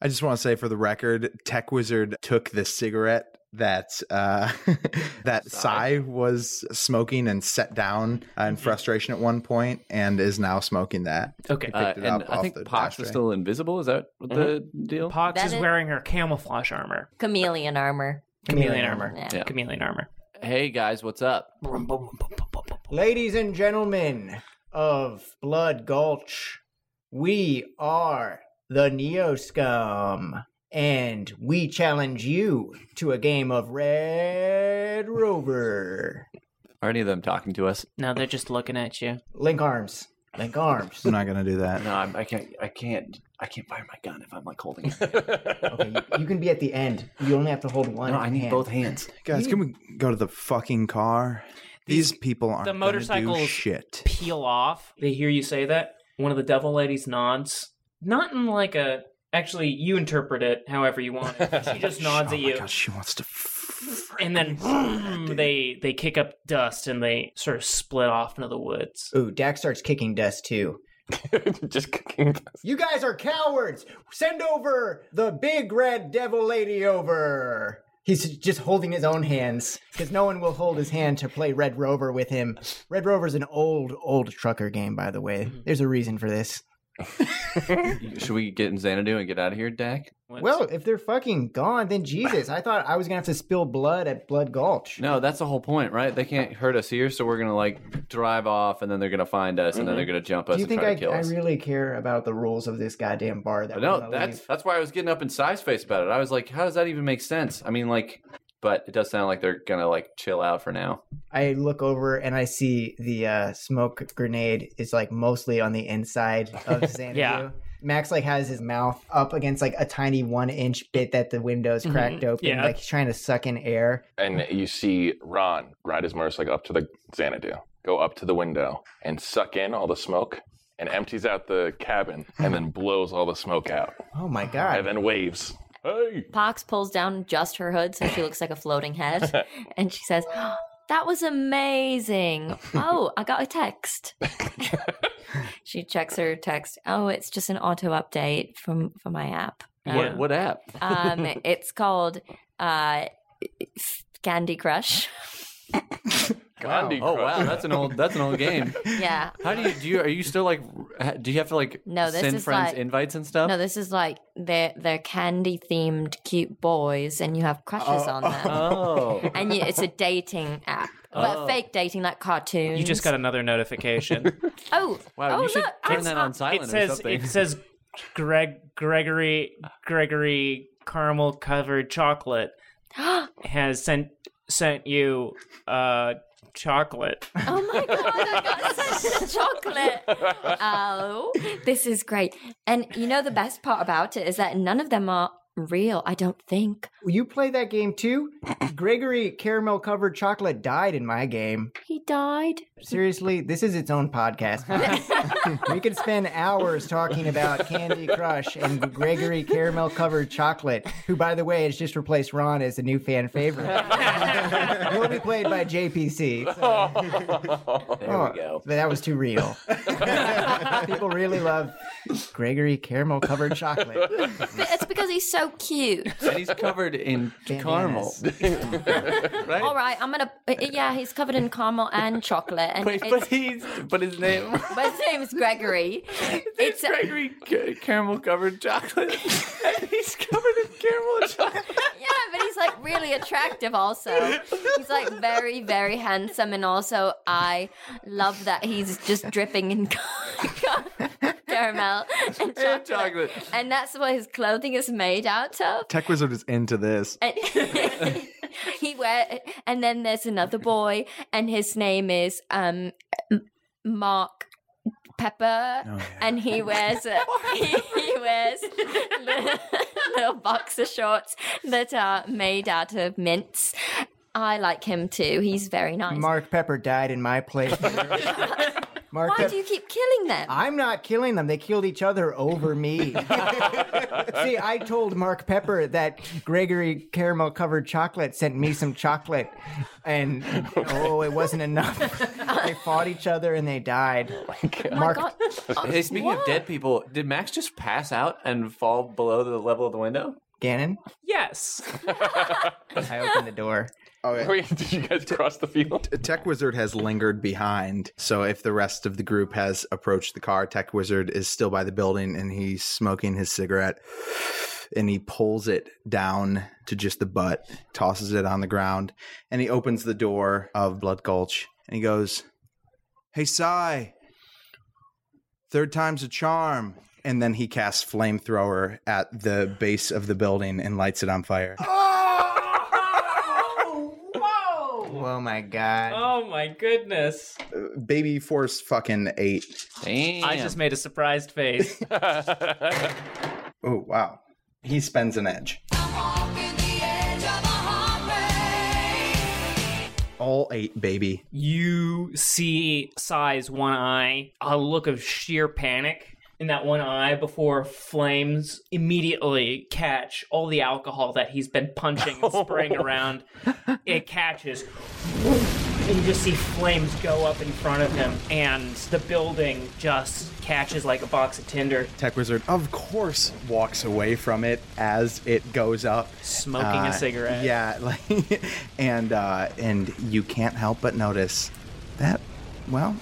Speaker 6: I just want to say for the record, Tech Wizard took the cigarette that uh, *laughs* that Psy was smoking and set down in frustration at one point, and is now smoking that.
Speaker 2: Okay.
Speaker 5: Uh,
Speaker 6: Picked it
Speaker 5: and
Speaker 6: up
Speaker 5: I
Speaker 6: off
Speaker 5: think
Speaker 6: the
Speaker 5: Pox
Speaker 6: ashtray.
Speaker 5: is still invisible. Is that the deal?
Speaker 2: Pox
Speaker 1: That
Speaker 2: is
Speaker 1: is-
Speaker 2: wearing her camouflage armor,
Speaker 1: Chameleon armor.
Speaker 2: chameleon armor,
Speaker 1: Yeah.
Speaker 5: Yeah.
Speaker 2: chameleon armor.
Speaker 5: Hey guys, what's up?
Speaker 2: Bum, bum, bum, bum, bum, bum, bum.
Speaker 3: Ladies and gentlemen of Blood Gulch, we are the Neo Scum, and we challenge you to a game of Red Rover.
Speaker 5: Are any of them talking to us?
Speaker 2: No, they're just looking at you.
Speaker 3: Link arms. Link arms.
Speaker 6: I'm not gonna do
Speaker 5: *laughs*
Speaker 6: that.
Speaker 5: No, I'm, I can't. I can't. I can't fire my gun if I'm like holding it.
Speaker 3: Okay, you, you can be at the end. You only have to hold one.
Speaker 5: No, I need
Speaker 3: hand.
Speaker 5: both hands.
Speaker 6: Guys, can we go to the fucking car? These, people aren't
Speaker 2: the
Speaker 6: gonna do
Speaker 2: motorcycles-
Speaker 6: shit.
Speaker 2: peel off. They hear you say that. One of the devil ladies nods. Not in like a. *laughs* Actually, you interpret it however you want. She just nods
Speaker 6: oh
Speaker 2: at
Speaker 6: my
Speaker 2: you.
Speaker 6: God, she wants to. F-
Speaker 2: and *laughs* then they they kick up dust and they sort of split off into the woods.
Speaker 3: Ooh, Dak starts kicking dust too.
Speaker 4: Just kicking dust.
Speaker 3: You guys are cowards. Send over the big red devil lady over. He's just holding his own hands because no one will hold his hand to play Red Rover with him. Red Rover's an old, old trucker game, by the way.
Speaker 5: Hmm.
Speaker 3: There's a reason for this.
Speaker 5: Should we get in Xanadu and get out of here, Dak?
Speaker 3: Well, if they're fucking gone, then Jesus. I thought I was going to have to spill blood at Blood Gulch.
Speaker 5: No, that's the whole point, right? They can't hurt us here, so we're gonna like drive off, and then they're gonna find us, and then they're gonna jump
Speaker 3: Mm-hmm.
Speaker 5: us
Speaker 3: Do you
Speaker 5: and
Speaker 3: think
Speaker 5: try
Speaker 3: I,
Speaker 5: to kill
Speaker 3: I
Speaker 5: us.
Speaker 3: really care about the rules of this goddamn bar? That we're
Speaker 5: no,
Speaker 3: gonna
Speaker 5: that's
Speaker 3: leave?
Speaker 5: that's why I was getting up in size face about it. I was like, how does that even make sense? I mean, like, but it does sound like they're gonna like chill out for now.
Speaker 3: I look over and I see the uh, smoke grenade is like mostly on the
Speaker 2: *laughs*
Speaker 3: inside of Xanadu.
Speaker 2: Yeah.
Speaker 3: Max like has his mouth up against like a tiny one inch bit that the window's cracked open,
Speaker 2: Mm-hmm. Yeah.
Speaker 3: like he's trying to suck in air.
Speaker 4: And you see Ron ride his motorcycle up to the Xanadu, go up to the window, and suck in all the smoke, and empties out the cabin, and then blows all the smoke out,
Speaker 3: Oh my god!
Speaker 4: and then waves. Hey!
Speaker 1: Pox pulls down just her hood so she looks like a floating head. and she says, "Oh, That was amazing. Oh, I got a text. she checks her text. Oh, it's just an auto update from, from my app.
Speaker 5: What what app?
Speaker 1: Um, it's called uh, Candy Crush.
Speaker 4: Gandhi
Speaker 5: Oh
Speaker 4: Crush.
Speaker 5: wow, that's an old that's an old game.
Speaker 1: Yeah.
Speaker 5: How do you do? You, are you still like? ha- Do you have to like
Speaker 1: No, this
Speaker 5: send
Speaker 1: is
Speaker 5: friends
Speaker 1: like-
Speaker 5: invites and stuff?
Speaker 1: No, this is like they're they're candy themed cute boys, and you have crushes on them. *laughs*
Speaker 5: *laughs* oh,
Speaker 1: and you, it's a dating app, but fake dating like cartoons.
Speaker 2: You just got another *laughs* notification.
Speaker 1: oh
Speaker 5: wow.
Speaker 1: oh
Speaker 5: you should
Speaker 1: look,
Speaker 5: turn
Speaker 1: it's
Speaker 5: that
Speaker 1: not-
Speaker 5: on silent
Speaker 2: it
Speaker 5: or
Speaker 2: says
Speaker 5: something.
Speaker 2: it says Greg Gregory Gregory caramel covered *gasps* chocolate has sent sent you uh chocolate.
Speaker 1: Oh my god, I
Speaker 5: *laughs*
Speaker 1: got such a chocolate. Oh, this is great. And you know the best part about it is that none of them are real. I don't think
Speaker 3: You play that game too? Gregory caramel covered chocolate died in my game.
Speaker 1: he died.
Speaker 3: Seriously, this is its own
Speaker 5: *laughs*
Speaker 3: podcast. we could spend hours talking about Candy Crush and Gregory caramel covered chocolate, who, by the way, has just replaced Ron as a new fan favorite. He'll be played by JPC.
Speaker 5: there we
Speaker 3: *laughs*
Speaker 5: go.
Speaker 3: oh, But that was too real. People really love Gregory caramel covered chocolate.
Speaker 1: But it's because he's so
Speaker 5: *laughs*
Speaker 1: cute.
Speaker 5: And he's covered in caramel.
Speaker 3: Bananas.
Speaker 5: *laughs* Right?
Speaker 1: All right, I'm gonna. uh, Yeah, he's covered in caramel and chocolate, and
Speaker 5: Wait,
Speaker 1: it's,
Speaker 5: but he's but his
Speaker 1: *laughs*
Speaker 5: name
Speaker 1: but his name is Gregory.
Speaker 5: *laughs*
Speaker 1: uh,
Speaker 5: it's Gregory ca- caramel
Speaker 1: *laughs*
Speaker 5: covered chocolate, and he's covered in caramel and chocolate.
Speaker 1: Yeah, but he's like really attractive also. He's like very, very handsome and also I love that he's just dripping in *laughs* caramel and
Speaker 5: And
Speaker 1: chocolate.
Speaker 5: chocolate.
Speaker 1: And that's what his clothing is made out of.
Speaker 6: Tech Wizard is into this.
Speaker 1: And he wear and then there's another boy and his name is um M- Mark Pepper
Speaker 11: Oh, *laughs*
Speaker 1: and he wears a, he, he wears little, *laughs* little boxer shorts that are made out of mints. I like him too. He's very nice.
Speaker 3: Mark Pepper died in my place. Mark
Speaker 1: Why
Speaker 3: Pep-
Speaker 1: do you keep killing them?
Speaker 3: I'm not killing them. They killed each other over me. See, I told Mark Pepper that Gregory caramel covered chocolate sent me some chocolate, and oh, it wasn't enough. they fought each other and they died. Mark,
Speaker 1: God.
Speaker 5: Hey, speaking of dead people, did Max just pass out and fall below the level of the window?
Speaker 3: Gannon,
Speaker 2: *laughs* yes.
Speaker 3: I opened the door.
Speaker 4: Wait, did you guys cross the field?
Speaker 6: The Tech Wizard has lingered behind, so if the rest of the group has approached the car, Tech Wizard is still by the building and he's smoking his cigarette and he pulls it down to just the butt, tosses it on the ground, and he opens the door of Blood Gulch and he goes, Hey, Sai, third time's a charm. And then he casts flamethrower at the base of the building and lights it on fire.
Speaker 3: Oh my god!
Speaker 2: Oh my goodness.
Speaker 6: Baby Force fucking eight.
Speaker 5: Damn.
Speaker 2: I just made a surprised face.
Speaker 6: Oh, wow. He spends an edge. All eight, baby.
Speaker 2: You see Sai's one eye, a look of sheer panic in that one eye before flames immediately catch all the alcohol that he's been punching and spraying around. It catches. And you just see flames go up in front of him, and the building just catches like a box of tinder.
Speaker 11: Tech Wizard, of course, walks away from it as it goes up, Uh,
Speaker 2: Smoking a
Speaker 3: Uh,
Speaker 2: cigarette.
Speaker 11: Yeah, *laughs* like, and uh, and you can't help but notice that. Well,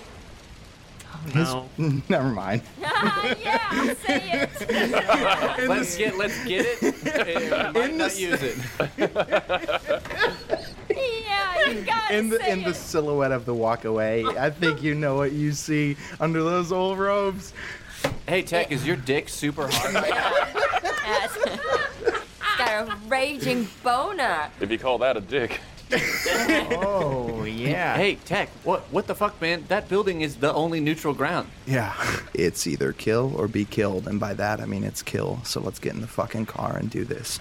Speaker 11: *laughs*
Speaker 2: no.
Speaker 11: never mind.
Speaker 1: *laughs* yeah, say it.
Speaker 5: let's get let's get it. and we might not use it.
Speaker 1: yeah, you got
Speaker 11: in the in the silhouette of the walk away, I think you know what you see under those old robes.
Speaker 5: *laughs* Hey Tech, is your dick super hard right now?
Speaker 1: *laughs* He's got a raging boner.
Speaker 4: If you call that a dick.
Speaker 3: Oh yeah.
Speaker 5: Hey Tech, what what the fuck, man? That building is the only neutral ground.
Speaker 11: Yeah, it's either kill or be killed, and by that I mean it's kill. So let's get in the fucking car and do this.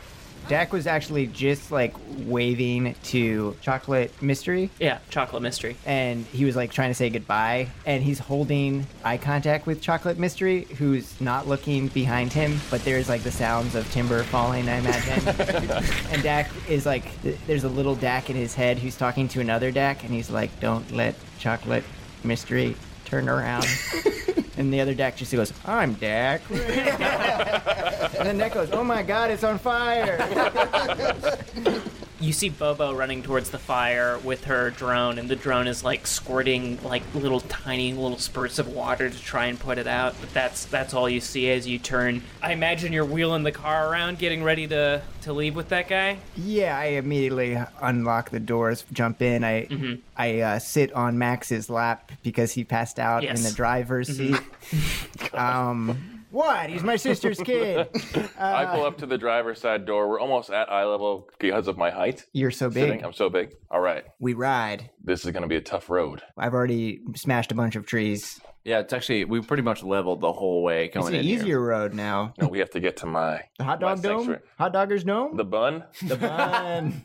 Speaker 3: Dak was actually just like waving to Chocolate Mystery,
Speaker 2: Yeah, chocolate mystery.
Speaker 3: and he was like trying to say goodbye, and he's holding eye contact with Chocolate Mystery, who's not looking behind him, but there's like the sounds of timber falling, I imagine. and Dak is like, th- there's a little Dak in his head who's talking to another Dak, and he's like, don't let Chocolate Mystery turn around. and the other Dak just goes, I'm Dak. and then Dak goes, oh my god, it's on fire.
Speaker 2: You see Bobo running towards the fire with her drone, and the drone is like squirting like little tiny little spurts of water to try and put it out. But that's that's all you see as you turn. I imagine you're wheeling the car around, getting ready to to leave with that guy.
Speaker 3: Yeah, I immediately unlock the doors, jump in. I I uh, sit on Max's lap because he passed out in
Speaker 2: Yes.
Speaker 3: the driver's seat. um, what? He's my sister's kid.
Speaker 4: I pull up to the driver's side door. We're almost at eye level because of my height.
Speaker 3: You're so
Speaker 4: Sitting.
Speaker 3: big.
Speaker 4: I'm so big. All right.
Speaker 3: We ride.
Speaker 4: This is going to be a tough road.
Speaker 3: I've already smashed a bunch of trees.
Speaker 5: Yeah, it's actually we pretty much leveled the whole way
Speaker 3: It's
Speaker 5: going
Speaker 3: an
Speaker 5: in
Speaker 3: easier
Speaker 5: here.
Speaker 3: road now.
Speaker 4: No, we have to get to my
Speaker 3: The hot
Speaker 4: my
Speaker 3: dog dome.
Speaker 4: sanctuary.
Speaker 3: Hot doggers dome.
Speaker 4: The bun.
Speaker 3: The bun.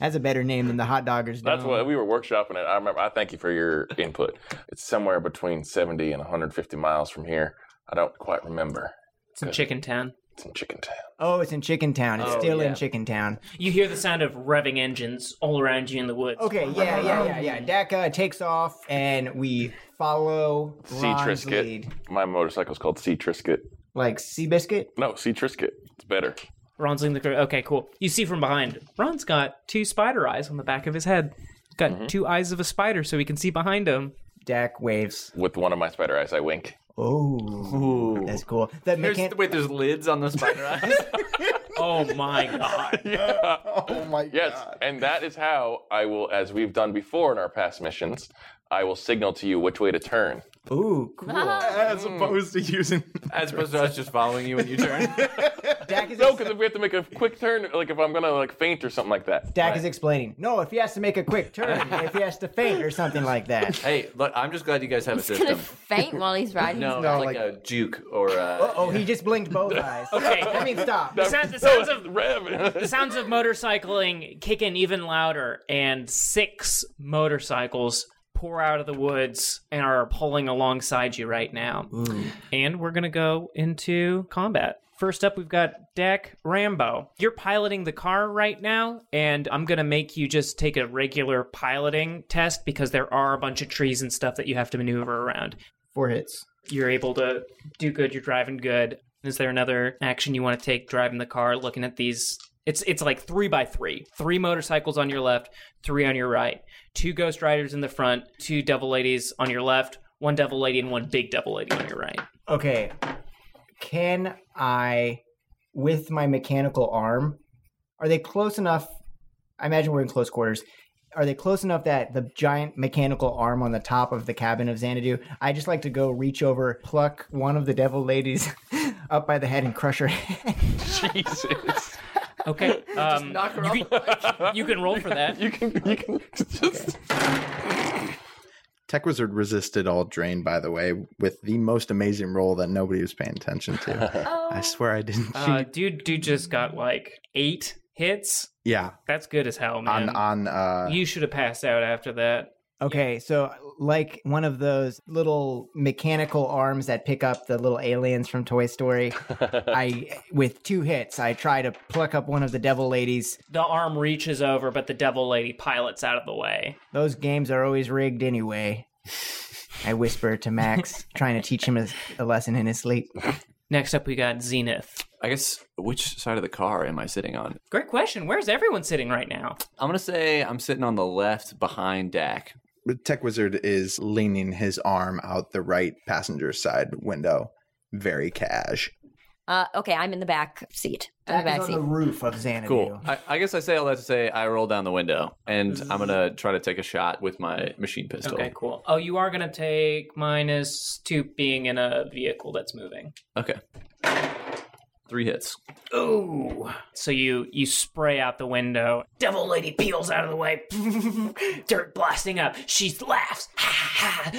Speaker 3: That's a better name than the hot doggers dome.
Speaker 4: That's what we were workshopping it. I remember. I thank you for your input. It's somewhere between 70 and 150 miles from here. I don't quite remember.
Speaker 2: It's in Chicken Town.
Speaker 4: It's in Chicken Town.
Speaker 3: Oh, it's in Chicken Town. It's
Speaker 5: Oh,
Speaker 3: still
Speaker 5: yeah.
Speaker 3: in Chicken Town.
Speaker 2: You hear the sound of revving engines all around you in the woods.
Speaker 3: Okay, yeah, yeah, yeah, yeah. Daka takes off, and we follow
Speaker 4: Sea
Speaker 3: Ron's
Speaker 4: Triscuit.
Speaker 3: lead.
Speaker 4: My motorcycle's called Sea Triscuit.
Speaker 3: Like sea biscuit.
Speaker 4: No, Sea Triscuit. It's better.
Speaker 2: Ron's leading the crew. Okay, cool. You see from behind. Ron's got two spider eyes on the back of his head. Got two eyes of a spider, so he can see behind him.
Speaker 3: Dak waves.
Speaker 4: With one of my spider eyes, I wink.
Speaker 3: Oh, that's cool. That
Speaker 5: There's,
Speaker 3: mechan-
Speaker 5: wait, there's lids on the spider eyes.
Speaker 2: Oh my *laughs* god!
Speaker 11: Oh my
Speaker 4: Yes, and that is how I will, as we've done before in our past missions, I will signal to you which way to turn.
Speaker 3: Ooh, cool.
Speaker 11: As opposed to using *laughs*
Speaker 5: As opposed to us just following you when you turn.
Speaker 3: Dak
Speaker 4: *laughs*
Speaker 3: is,
Speaker 4: No, because if we have to make a quick turn, like if I'm gonna like faint or something like that.
Speaker 3: Dak is explaining. No, if he has to make a quick turn, if he has to faint or something like that.
Speaker 4: *laughs*
Speaker 5: hey, look, I'm just glad you guys have a
Speaker 1: He's gonna
Speaker 5: system.
Speaker 1: faint while he's riding.
Speaker 5: No,
Speaker 11: *laughs* No, like-
Speaker 5: like, a juke or uh, a.
Speaker 3: Oh, he just blinked
Speaker 4: *laughs*
Speaker 3: both eyes.
Speaker 2: Okay.
Speaker 3: I mean, stop.
Speaker 2: The, sound, the sounds of the sounds of motorcycling kick in even louder, and six motorcycles pour out of the woods and are pulling alongside you right now. And we're gonna go into combat. First up, we've got Dak Rambo. You're piloting the car right now, and I'm gonna make you just take a regular piloting test because there are a bunch of trees and stuff that you have to maneuver around
Speaker 3: Four hits.
Speaker 2: you're able to do good you're driving good is there another action you want to take driving the car looking at these it's it's like three by three three motorcycles on your left three on your right two ghost riders in the front two devil ladies on your left one devil lady and one big devil lady on your right
Speaker 3: Okay. Can I, with my mechanical arm, are they close enough? I imagine we're in close quarters. Are they close enough that the giant mechanical arm on the top of the cabin of Xanadu? I just like to go reach over, pluck one of the devil ladies *laughs* up by the head and crush her *laughs* head.
Speaker 4: Jesus.
Speaker 2: okay um, you, can, *laughs* you can roll for that
Speaker 4: you can, you can just.
Speaker 11: Tech Wizard resisted all drain, by the way, with the most amazing roll that nobody was paying attention *laughs* to. I swear I didn't cheat.
Speaker 2: uh, dude dude just got like eight hits
Speaker 11: yeah,
Speaker 2: that's good as hell man
Speaker 11: on on uh,
Speaker 2: you should have passed out after that
Speaker 3: Okay, so like one of those little mechanical arms that pick up the little aliens from Toy Story, I with two hits, I try to pluck up one of the devil ladies.
Speaker 2: The arm reaches over, but the devil lady pilots out of the way.
Speaker 3: Those games are always rigged anyway. I whisper
Speaker 2: *laughs*
Speaker 3: to Max, trying to teach him a, a lesson in his sleep.
Speaker 2: Next up, we got Zenith.
Speaker 5: I guess which side of the car am I sitting on?
Speaker 2: Great question. Where's everyone sitting right now?
Speaker 5: I'm gonna say I'm sitting on the left behind Dak.
Speaker 6: Tech Wizard is leaning his arm out the right passenger side window, very cash.
Speaker 1: Uh, okay, I'm in the back seat. I'm in the
Speaker 3: Back
Speaker 1: back
Speaker 3: on
Speaker 1: seat.
Speaker 3: the roof of Xanadu.
Speaker 5: Cool. I, I guess I say all that to say I roll down the window and I'm gonna try to take a shot with my machine pistol.
Speaker 2: Okay, cool. Oh, you are gonna take minus two being in a vehicle that's moving.
Speaker 5: Okay. Three hits.
Speaker 2: Ooh. So you you spray out the window. Devil lady peels out of the way. *laughs* Dirt blasting up. She laughs.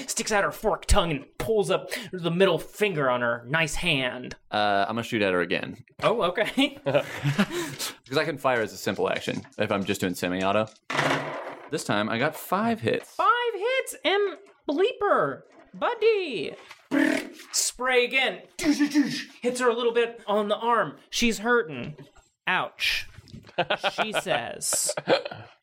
Speaker 2: Sticks out her forked tongue and pulls up the middle finger on her nice hand.
Speaker 5: Uh, I'm gonna shoot at her again
Speaker 2: Oh, okay. *laughs*
Speaker 5: because I can fire as a simple action if I'm just doing semi-auto. This time I got five hits.
Speaker 2: Five hits and bleeper, buddy. Spray again. Hits her a little bit on the arm. She's hurting. Ouch. She says,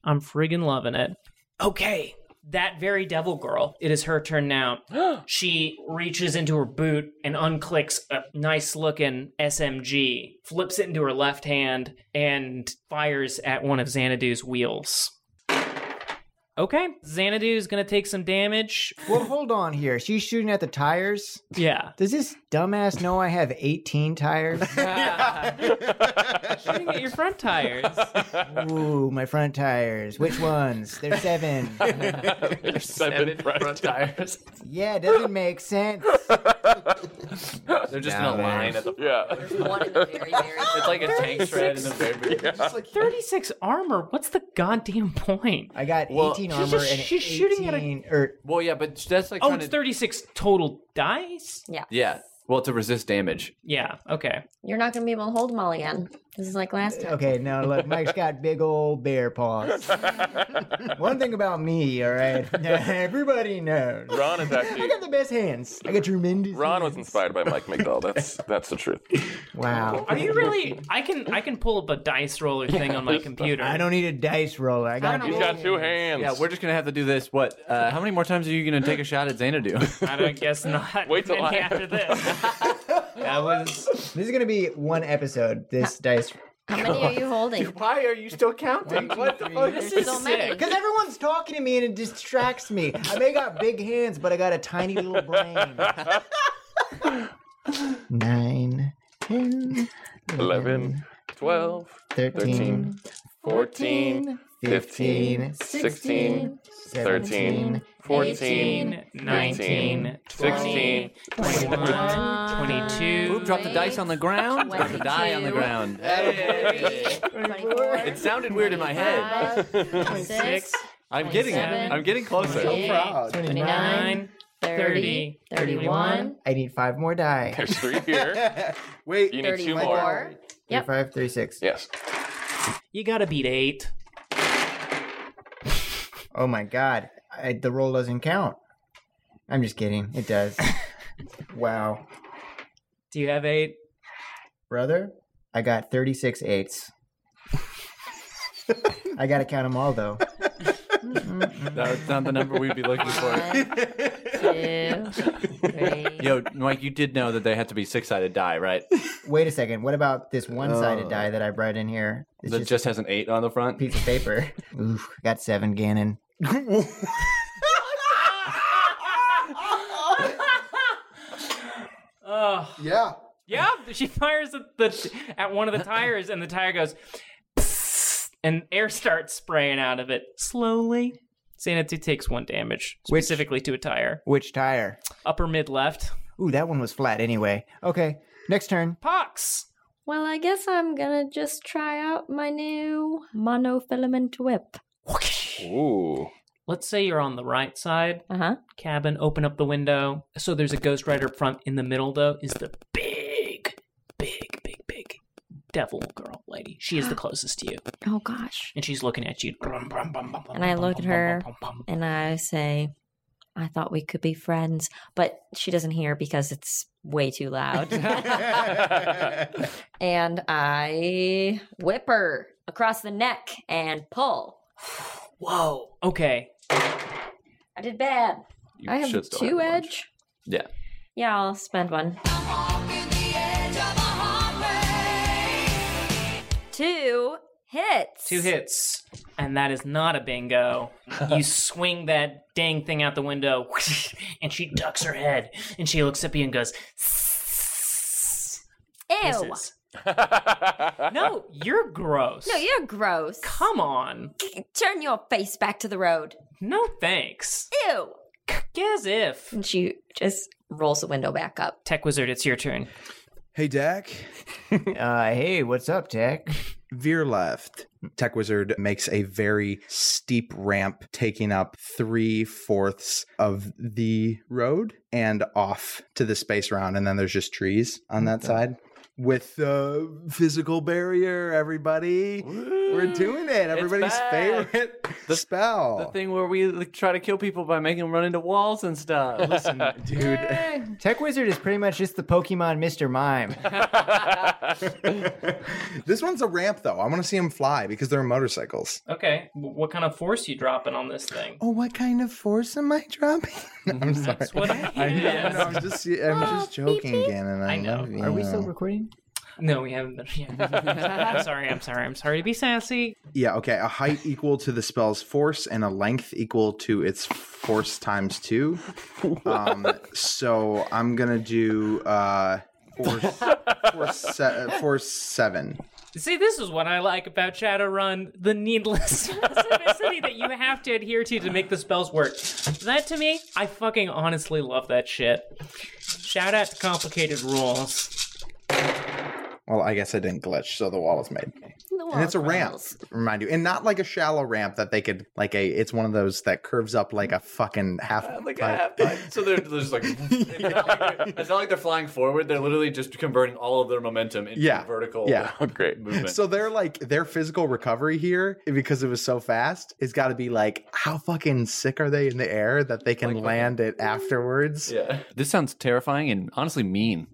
Speaker 2: I'm friggin' loving it. Okay, that very devil girl. It is her turn now. she reaches into her boot and unclicks a nice looking SMG, flips it into her left hand, and fires at one of Xanadu's wheels. Okay, Xanadu's gonna take some damage.
Speaker 3: Well, hold on here. She's shooting at the tires.
Speaker 2: *laughs* Yeah.
Speaker 3: Does this dumbass know I have
Speaker 2: *laughs*
Speaker 3: 18 tires?
Speaker 2: Shooting at your front *laughs* tires.
Speaker 3: Ooh, my front tires. Which ones? They're
Speaker 2: *laughs*
Speaker 3: seven.
Speaker 4: There's seven front
Speaker 5: tires.
Speaker 3: Yeah, it doesn't make sense.
Speaker 5: *laughs* They're just in a line at the
Speaker 4: Yeah. *laughs*
Speaker 5: *laughs* It's like a tank tread in the very
Speaker 4: Yeah.
Speaker 2: 36 armor. What's the goddamn point?
Speaker 3: I got
Speaker 5: Well,
Speaker 3: 18
Speaker 2: she's
Speaker 3: armor
Speaker 2: just-
Speaker 3: and er,
Speaker 2: she's
Speaker 3: 18,
Speaker 2: shooting at a-
Speaker 3: or
Speaker 5: Well, yeah, but that's like
Speaker 2: Oh,
Speaker 5: trying
Speaker 2: it's
Speaker 5: to-
Speaker 2: 36 total dice?
Speaker 1: yeah.
Speaker 5: Yeah. Well, to resist damage.
Speaker 2: Yeah, okay.
Speaker 1: *laughs* You're not going to be able to hold them all again. This is like last time.
Speaker 3: Okay, now look, Mike's got big old bear
Speaker 5: *laughs*
Speaker 3: paws. One thing about me, all right, *laughs* everybody knows.
Speaker 4: Ron is
Speaker 3: I
Speaker 4: actually.
Speaker 3: got the best hands. I got tremendous.
Speaker 4: Ron was inspired by Mike McDowell.
Speaker 5: *laughs*
Speaker 4: That's that's the truth.
Speaker 3: Wow.
Speaker 2: Are you really? I can I can pull up a dice roller thing on my computer.
Speaker 3: I don't need a dice roller. I got.
Speaker 4: He's got two hands.
Speaker 5: Yeah, we're just gonna have to do this. What? Uh, how many more times are you gonna take a shot at *laughs* Xanadu?
Speaker 2: I don't
Speaker 4: *laughs*
Speaker 2: guess not.
Speaker 4: Wait till
Speaker 2: Maybe
Speaker 4: I- *laughs*
Speaker 2: after this. that was
Speaker 3: This is gonna be one episode. This dice.
Speaker 1: How many
Speaker 5: *laughs*
Speaker 1: are you holding?
Speaker 5: Why are you
Speaker 3: *laughs*
Speaker 5: still counting? What the fuck?
Speaker 1: This is so many.
Speaker 3: Because everyone's talking to me and it distracts me. I may got big hands, but I got a tiny little
Speaker 4: *laughs*
Speaker 3: brain. Nine, ten,
Speaker 4: 11, 12,
Speaker 3: thirteen,
Speaker 4: 13, 14, 15, 16, 13, 14,
Speaker 2: 18, 19, 20, 21, 22.
Speaker 5: Oop, drop the dice on the ground. Drop the die on the ground. *laughs* It sounded weird in my head. *laughs*
Speaker 1: Six,
Speaker 5: I'm getting it. I'm getting closer.
Speaker 2: Nine,
Speaker 1: 30, 31,
Speaker 3: I need five more die.
Speaker 4: There's three here.
Speaker 5: *laughs*
Speaker 6: Wait,
Speaker 4: You need two more.
Speaker 1: 34. Yep.
Speaker 3: Five, three, six.
Speaker 4: *laughs* Yes.
Speaker 2: You gotta beat eight.
Speaker 3: Oh my god, I, the roll doesn't count. I'm just kidding. It does. wow,
Speaker 2: Do you have eight?
Speaker 3: brother, I got 36 eights. I gotta count them all though.
Speaker 5: That's not the number we'd be looking for.
Speaker 1: One, two,
Speaker 5: *laughs*
Speaker 1: three.
Speaker 5: Yo, Mike, you did know that they had to be six-sided
Speaker 1: *laughs*
Speaker 5: die, right?
Speaker 3: Wait a second. What about this one-sided die that I brought in here? It's
Speaker 5: That
Speaker 3: just,
Speaker 5: just has an eight on
Speaker 1: *laughs*
Speaker 5: the front. *laughs*
Speaker 3: a piece of paper. Oof, got seven, Gannon.
Speaker 2: Oh.
Speaker 6: Yeah.
Speaker 2: Yeah, she fires at the at one of the tires, and the tire goes, "Psst," and air starts spraying out of it slowly. Xanadu takes one damage,
Speaker 3: Which-
Speaker 2: specifically to a tire,
Speaker 3: Which tire?
Speaker 2: upper mid left.
Speaker 3: Ooh, that one was flat anyway. Okay, next turn.
Speaker 2: Pox.
Speaker 1: Well, I guess I'm gonna just try out my new monofilament whip.
Speaker 4: Ooh.
Speaker 2: Let's say you're on the right side
Speaker 1: Uh huh.
Speaker 2: cabin. Open up the window. So there's a ghost rider up front. In the middle, though, is the big, big, big, big, devil girl lady. She is the closest to you.
Speaker 1: Oh gosh.
Speaker 2: And she's looking at you.
Speaker 1: And I look at her and I say, I thought we could be friends, but she doesn't hear because it's way too loud.
Speaker 5: *laughs*
Speaker 1: and I whip her across the neck and pull.
Speaker 2: Whoa. Okay.
Speaker 1: I did bad. I have
Speaker 5: should still have
Speaker 1: two
Speaker 5: a bunch.
Speaker 1: edge.
Speaker 5: Yeah.
Speaker 1: Yeah, I'll spend one. Two hits.
Speaker 2: Two hits. And that is not a bingo. *laughs* You swing that dang thing out the window, *laughs* and she ducks her head, and she looks at you and goes,
Speaker 1: Ew.
Speaker 2: Misses. No, you're gross.
Speaker 1: No, you're gross.
Speaker 2: Come on.
Speaker 1: Turn your face back to the road.
Speaker 2: No thanks.
Speaker 1: Ew.
Speaker 2: Guess if.
Speaker 1: And she just rolls the window back up.
Speaker 2: Tech Wizard, it's your turn.
Speaker 6: Hey, Dak.
Speaker 3: uh, hey, what's up, Tech?
Speaker 6: Veer left. Tech Wizard makes a very steep ramp, taking up three fourths of the road and off to the space round. And then there's just trees on that side with uh, physical barrier. Everybody, we're doing it. Everybody's
Speaker 5: back.
Speaker 6: favorite *laughs* spell.
Speaker 5: The thing where we like, try to kill people by making them run into walls and *laughs* stuff. Listen,
Speaker 6: dude.
Speaker 3: Tech Wizard is pretty much just the Pokemon Mr. Mime.
Speaker 6: This one's a ramp, though. I want to see him fly because they're motorcycles.
Speaker 2: Okay. W- What kind of force you dropping on this thing?
Speaker 6: Oh, what kind of force am I dropping? *laughs* I'm sorry.
Speaker 2: what *laughs* I
Speaker 6: know, I'm just, I'm just joking, Gannon. I, know.
Speaker 3: Are we still recording?
Speaker 2: No, we haven't. Been, yeah. *laughs* I'm sorry. I'm sorry. I'm sorry to be sassy.
Speaker 6: Yeah, okay. A height equal to the spell's force and a length equal to its force times two. Um, so I'm going to do uh, force, force, se- uh, force seven.
Speaker 2: See, this is what I like about Shadowrun the needless *laughs* specificity that you have to adhere to to make the spells work. That to me, I fucking honestly love that shit. Shout out to complicated rules.
Speaker 6: Well, I guess I didn't glitch, so the wall is made. and it's a ramp, remind you, and not like a shallow ramp that they could like a. It's one of those that curves up like a fucking half.
Speaker 5: like a
Speaker 6: pipe.
Speaker 5: half pipe. So they're, they're *laughs* just like, it's not like they're, it's not like they're flying forward. They're literally just converting all of their momentum into
Speaker 6: Yeah.
Speaker 5: vertical.
Speaker 6: Yeah.
Speaker 4: Oh, great.
Speaker 5: *laughs* Movement.
Speaker 6: So they're like their physical recovery here because it was so fast. It's got to be like how fucking sick are they in the air that they can land it afterwards?
Speaker 5: yeah. This sounds terrifying and honestly mean.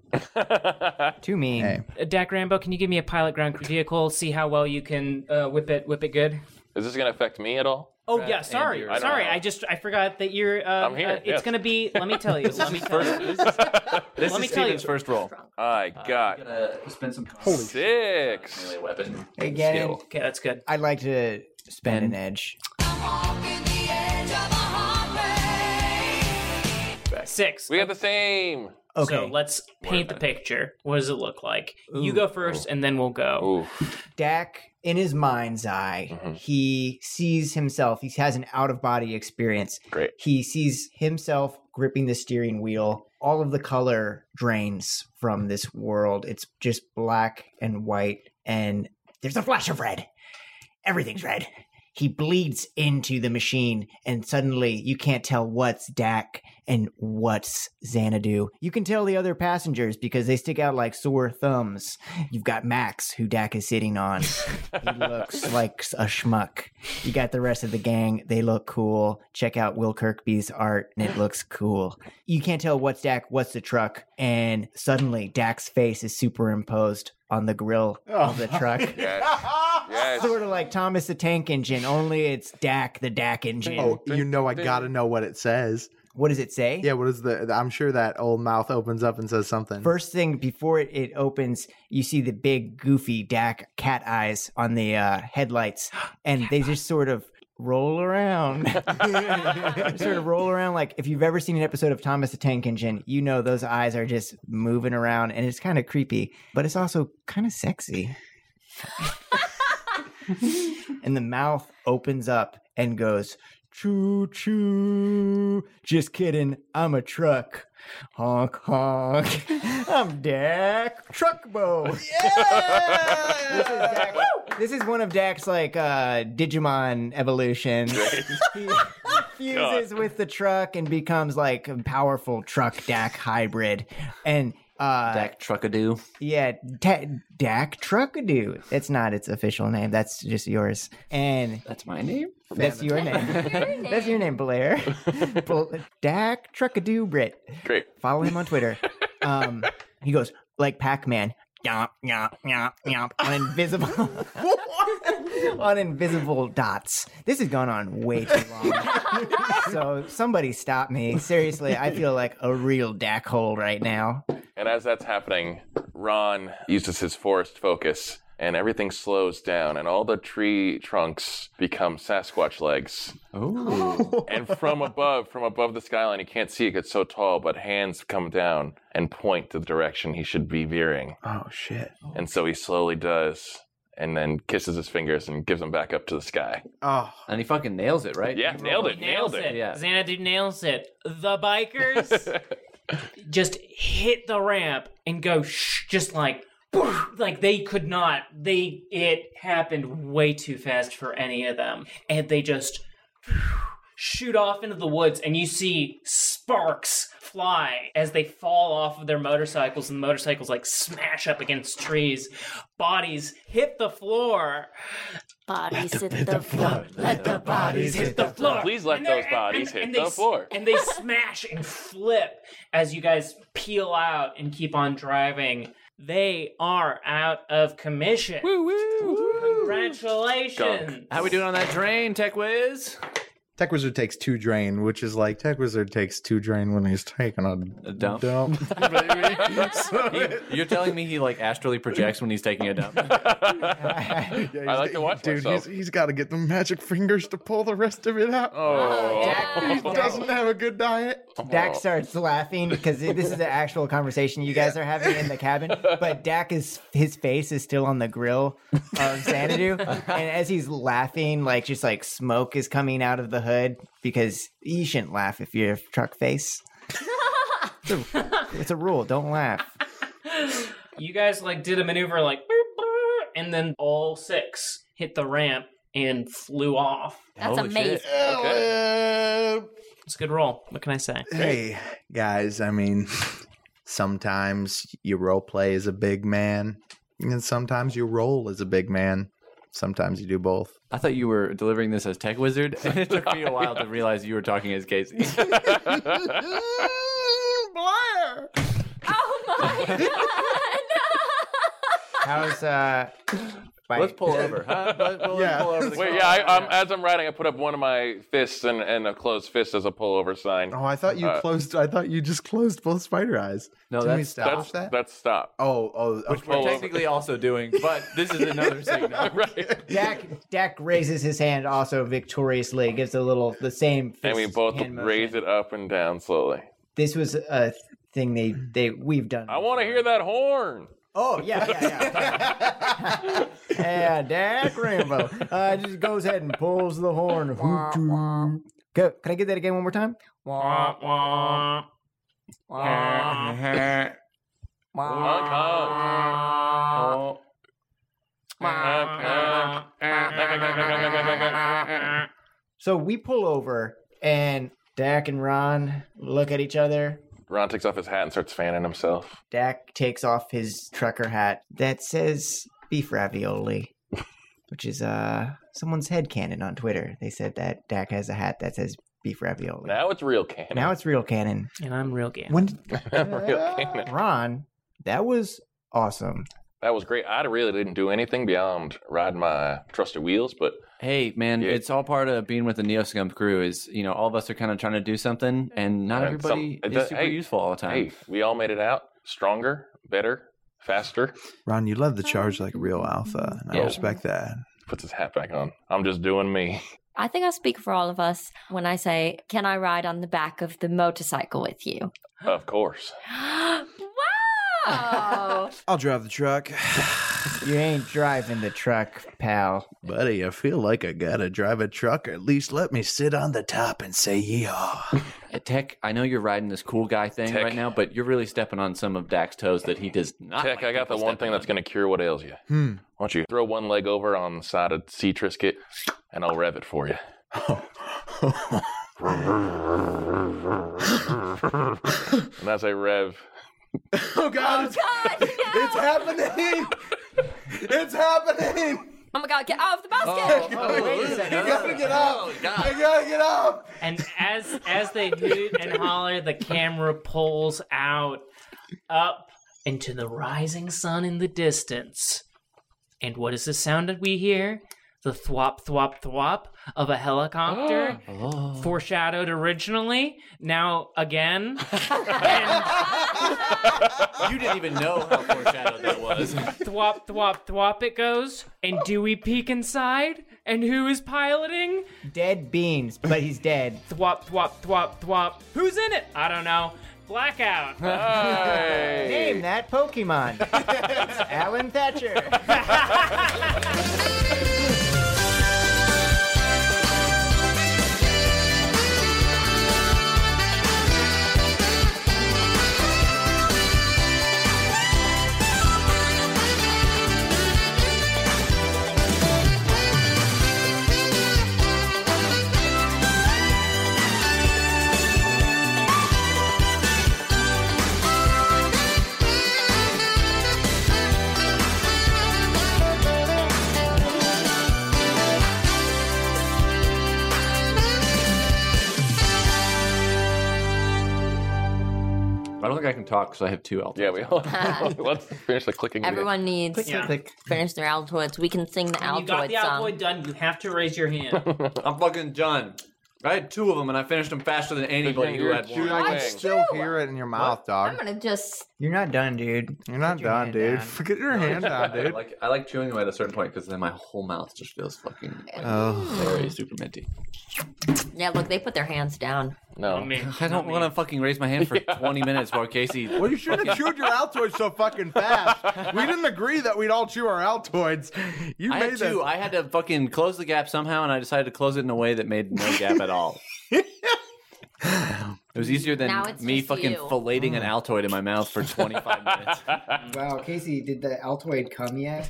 Speaker 3: Too mean.
Speaker 2: Uh, Dak Rambo, can you give me a pilot ground vehicle? See how well you can uh, whip it. Whip it good.
Speaker 4: Is this going to affect me at all?
Speaker 2: Oh yeah, sorry,
Speaker 5: yours.
Speaker 2: sorry.
Speaker 4: I don't know.
Speaker 2: I just I forgot that you're. Uh,
Speaker 4: I'm here,
Speaker 2: uh, it's
Speaker 4: yes.
Speaker 2: gonna be. Let me tell you.
Speaker 4: *laughs*
Speaker 2: let me tell
Speaker 5: *laughs* *laughs* First,
Speaker 2: you.
Speaker 5: this is, this
Speaker 2: Let
Speaker 5: is
Speaker 2: me tell
Speaker 5: Steven's
Speaker 2: you.
Speaker 5: first roll.
Speaker 4: I
Speaker 5: Uh,
Speaker 4: got
Speaker 5: gonna spend some
Speaker 4: six.
Speaker 5: weapon.
Speaker 3: Hey, Gannon,
Speaker 4: Skill.
Speaker 2: Okay, that's good.
Speaker 3: I'd like to spend an edge.
Speaker 2: Six.
Speaker 4: We got the same.
Speaker 3: Okay.
Speaker 2: So let's paint the picture. What does it look like? you go first, and then we'll go.
Speaker 4: Ooh.
Speaker 3: Dak, in his mind's eye, he sees himself. He has an out of body experience.
Speaker 4: Great.
Speaker 3: He sees himself gripping the steering wheel. All of the color drains from this world. It's just black and white, and there's a flash of red. Everything's red. He bleeds into the machine, and suddenly you can't tell what's Dak and what's Xanadu. You can tell the other passengers because they stick out like sore thumbs. You've got Max, who Dak is sitting on. he looks like a schmuck. You got the rest of the gang. They look cool. Check out Will Kirkby's art, and it looks cool. You can't tell what's Dak, what's the truck. And suddenly, Dak's face is superimposed on the grill of the truck.
Speaker 4: Yes.
Speaker 5: *laughs*
Speaker 4: Yes.
Speaker 3: Sort of like Thomas the Tank Engine, only it's Dak the Dak Engine.
Speaker 6: Oh, you know I gotta know what it says.
Speaker 3: What does it say?
Speaker 6: Yeah, what is the? I'm sure that old mouth opens up and says something.
Speaker 3: First thing before it, it opens, you see the big goofy Dak cat eyes on the uh,
Speaker 6: *gasps*
Speaker 3: headlights, and they just sort of roll
Speaker 6: *laughs*
Speaker 3: around, sort of roll around. Like if you've ever seen an episode of Thomas the Tank Engine, you know those eyes are just moving around, and it's kind of creepy, but it's also kind of sexy. and the mouth opens up and goes. Choo choo. Just kidding. I'm a truck. Honk honk. *laughs* I'm Dak Truckbo. This is, Dak- this is one of Dak's like uh, Digimon evolution. he fuses with the truck and becomes like a powerful truck Dak hybrid. And Uh,
Speaker 5: Dak Truckadoo.
Speaker 3: Yeah, Ta- Dak Truckadoo. It's not its official name. That's just yours. And
Speaker 5: that's my name.
Speaker 3: That's
Speaker 1: *laughs*
Speaker 3: your name. *laughs* that's your name, Blair. Bl- Dak Truckadoo Britt.
Speaker 4: Great.
Speaker 3: Follow him on Twitter. Um, he goes like Pac-Man. Yomp, yomp, yomp, yomp, on invisible, *laughs* on invisible dots. This has gone on way too long. so somebody stop me. Seriously, I feel like a real Dak hole right now.
Speaker 4: And as that's happening, Ron uses his forest focus, and everything slows down, and all the tree trunks become Sasquatch legs.
Speaker 5: Oh.
Speaker 4: and from above, from above the skyline, he can't see it 'cause it's so tall, but hands come down and point to the direction he should be veering.
Speaker 6: Oh shit.
Speaker 4: And so he slowly does, and then kisses his fingers and gives them back up to the sky.
Speaker 6: Oh.
Speaker 5: *gasps* And he fucking nails it, right?
Speaker 4: Yeah, nailed it,
Speaker 2: He
Speaker 4: nailed
Speaker 2: nails
Speaker 4: it.
Speaker 2: Yeah. Xanadu nails it. The
Speaker 4: *laughs*
Speaker 2: bikers just hit the ramp and go shh, just like poof, like they could not. They it happened way too fast for any of them, and they just shoot off into the woods, and you see sparks fly as they fall off of their motorcycles, and the motorcycles like smash up against trees. Bodies hit the floor.
Speaker 1: Bodies hit the floor.
Speaker 2: Let the bodies hit the floor.
Speaker 4: Please let
Speaker 2: And they're-
Speaker 4: those bodies hit
Speaker 2: they
Speaker 4: the
Speaker 2: s-
Speaker 4: floor.
Speaker 2: And they smash and flip as you guys peel out and keep on driving. They are out of commission. Woo woo! Congratulations.
Speaker 5: How we doing on that drain, Tech Wiz? *laughs*
Speaker 6: Tech Wizard takes two drain, which is like Tech Wizard takes two drain when he's taking a,
Speaker 5: dump. He- you're telling me he like astrally projects when he's taking a dump.
Speaker 4: *laughs*
Speaker 6: *laughs*
Speaker 4: I like to watch
Speaker 6: Dude,
Speaker 4: myself.
Speaker 6: he's, he's got to get the magic fingers to pull the rest of it out.
Speaker 4: Oh,
Speaker 6: He doesn't have a good diet.
Speaker 3: Dak starts laughing because this is an
Speaker 5: *laughs*
Speaker 3: actual conversation you guys are having in the cabin. But Dak is his face is still on the grill of Xanadu, and as he's laughing, like just like smoke is coming out of the hood because you shouldn't laugh if you're truck face. It's a, it's a rule. Don't laugh.
Speaker 2: You guys like did a maneuver like boop, boop, and then all six hit the ramp and flew off.
Speaker 1: That's
Speaker 5: Holy
Speaker 1: amazing.
Speaker 5: shit.
Speaker 2: It's a good roll. What can I say?
Speaker 6: Hey, guys, I mean, *laughs* sometimes you role play as a big man, and sometimes you roll as a big man. Sometimes you do both.
Speaker 5: I thought you were delivering this as Tech Wizard,
Speaker 4: *laughs*
Speaker 5: and it took me a while to realize you were talking as Casey.
Speaker 6: Blair!
Speaker 1: Oh my god!
Speaker 3: How's uh? bite?
Speaker 5: *laughs* Let's pull over. Huh? Let's, well, let's
Speaker 6: Yeah.
Speaker 5: pull over the
Speaker 4: Wait,
Speaker 5: car.
Speaker 4: yeah, I, um, as I'm riding, I put up one of my fists and, and a closed fist as a pullover sign.
Speaker 6: Oh, I thought you
Speaker 4: Uh,
Speaker 6: closed. I thought you just closed both spider eyes.
Speaker 5: No,
Speaker 6: Didn't we
Speaker 5: that's-
Speaker 6: establish that?
Speaker 4: That's stop.
Speaker 6: Oh, oh,
Speaker 5: Which
Speaker 6: okay.
Speaker 5: we're
Speaker 4: Pull over.
Speaker 5: technically also doing, but this is
Speaker 4: *laughs*
Speaker 5: another signal.
Speaker 4: right.
Speaker 3: Dak Dak raises his hand also victoriously, gives a little the same.
Speaker 4: And we
Speaker 3: fist
Speaker 4: both
Speaker 3: hand motion.
Speaker 4: raise it up and down slowly.
Speaker 3: This was a thing they they we've done.
Speaker 4: I want to hear that horn.
Speaker 3: Oh yeah, yeah, yeah. *laughs* yeah, Dak Rambo uh, just goes ahead and pulls the horn. Go. Can I get that again one more time?
Speaker 2: Wah, wah, wah,
Speaker 4: Honk, honk.
Speaker 3: So we pull over, and Dak and Ron look at each other.
Speaker 4: Ron takes off his hat and starts fanning himself.
Speaker 3: Dak takes off his trucker hat that says beef ravioli, which is uh someone's head cannon on Twitter. They said that Dak has a hat that says beef ravioli.
Speaker 4: Now it's real canon.
Speaker 3: Now it's real cannon.
Speaker 2: and I'm real game.
Speaker 5: *laughs*
Speaker 3: When
Speaker 4: real canon.
Speaker 3: Ron, that was awesome.
Speaker 4: That was great. I really didn't do anything beyond ride my trusty wheels, but
Speaker 5: Hey, man,
Speaker 4: Yeah.
Speaker 5: it's all part of being with the Neoscump crew. Is you know, all of us are kind of trying to do something, and not
Speaker 4: And some-
Speaker 5: everybody
Speaker 4: it
Speaker 5: is
Speaker 4: does-
Speaker 5: super
Speaker 4: hey,
Speaker 5: useful all the time.
Speaker 4: hey, we all made it out stronger, better, faster.
Speaker 6: Ron, you love the charge like real alpha, and
Speaker 5: Yeah.
Speaker 6: I respect that.
Speaker 4: Puts his hat back on. I'm just doing me. *laughs*
Speaker 1: I think I speak for all of us when I say, Can I ride on the back of the motorcycle with you? *gasps*
Speaker 4: Of course.
Speaker 2: *laughs*
Speaker 1: wow!
Speaker 6: I'll drive the truck,
Speaker 3: You ain't driving the truck, pal.
Speaker 6: *laughs* buddy. I feel like I gotta drive a truck. At least let me sit on the top and say yeehaw.
Speaker 5: Uh, Tech, I know you're riding this cool guy thing
Speaker 4: Tech.
Speaker 5: right now, but you're really stepping on some of Dak's toes that he does not.
Speaker 4: Tech,
Speaker 5: like
Speaker 4: I got the
Speaker 5: people
Speaker 4: one
Speaker 5: stepping
Speaker 4: thing that's
Speaker 5: on.
Speaker 4: going to cure what ails you.
Speaker 6: Hmm.
Speaker 4: Why don't you throw one leg over on the side of Sea Trisket, and I'll rev it for you. and as I rev,
Speaker 6: Oh
Speaker 1: Oh God!
Speaker 6: God! It's happening! it's happening!
Speaker 1: Oh my God! Get out of the basket!
Speaker 6: You gotta get up! You gotta get up!
Speaker 2: And as as they hoot and holler, the camera pulls out up into the rising sun in the distance. And what is the sound that we hear? The thwop thwop thwop of a helicopter, foreshadowed originally. Now again,
Speaker 5: You didn't even know how foreshadowed that was.
Speaker 2: thwop thwop thwop it goes. And do we peek inside? And who is piloting?
Speaker 3: Dead beans, but he's dead.
Speaker 2: Thwop thwop thwop thwop. Who's in it? I don't know. Blackout.
Speaker 3: Name that Pokemon. It's Alan Thatcher.
Speaker 5: *laughs* I don't think I can talk because I have two altos.
Speaker 4: Yeah, we all *laughs*
Speaker 5: *laughs*
Speaker 4: let's finish the clicking. video.
Speaker 1: Everyone needs
Speaker 2: Yeah.
Speaker 1: to finish their altoids. We can sing the
Speaker 2: you got
Speaker 1: altoid
Speaker 2: the
Speaker 1: song.
Speaker 2: Altoid done. You have to raise your hand.
Speaker 5: I'm fucking done. I had two of them and I finished them faster than anybody who
Speaker 4: you're
Speaker 5: had
Speaker 4: chewing
Speaker 5: one.
Speaker 6: I can
Speaker 4: Dang.
Speaker 6: still hear it in your mouth,
Speaker 1: I'm
Speaker 6: dog.
Speaker 1: gonna just.
Speaker 3: You're not done, dude.
Speaker 6: You're not
Speaker 3: your hand
Speaker 6: done, dude.
Speaker 3: down.
Speaker 6: *laughs* Get your hand down,
Speaker 5: I
Speaker 6: dude.
Speaker 5: like I like chewing them at a certain point because then my whole mouth just feels fucking like, *laughs* very super minty.
Speaker 1: Yeah, look, they put their hands down.
Speaker 4: No,
Speaker 5: I don't want to fucking raise my hand
Speaker 6: *laughs*
Speaker 5: for 20 minutes while Casey.
Speaker 6: Well, *laughs* you shouldn't have chewed your Altoids so fucking fast. We didn't agree that we'd all chew our Altoids. You
Speaker 5: I
Speaker 6: made
Speaker 5: had
Speaker 6: that.
Speaker 5: to. I had to fucking close the gap somehow, and I decided to close it in a way that made no gap at
Speaker 6: *laughs*
Speaker 5: all. It was easier
Speaker 1: Now
Speaker 5: than
Speaker 1: it's
Speaker 5: me
Speaker 1: just
Speaker 5: fucking
Speaker 1: you.
Speaker 5: filleting an
Speaker 6: Mm.
Speaker 5: Altoid in my mouth for 25 minutes.
Speaker 3: Wow, Casey, did the Altoid come yet?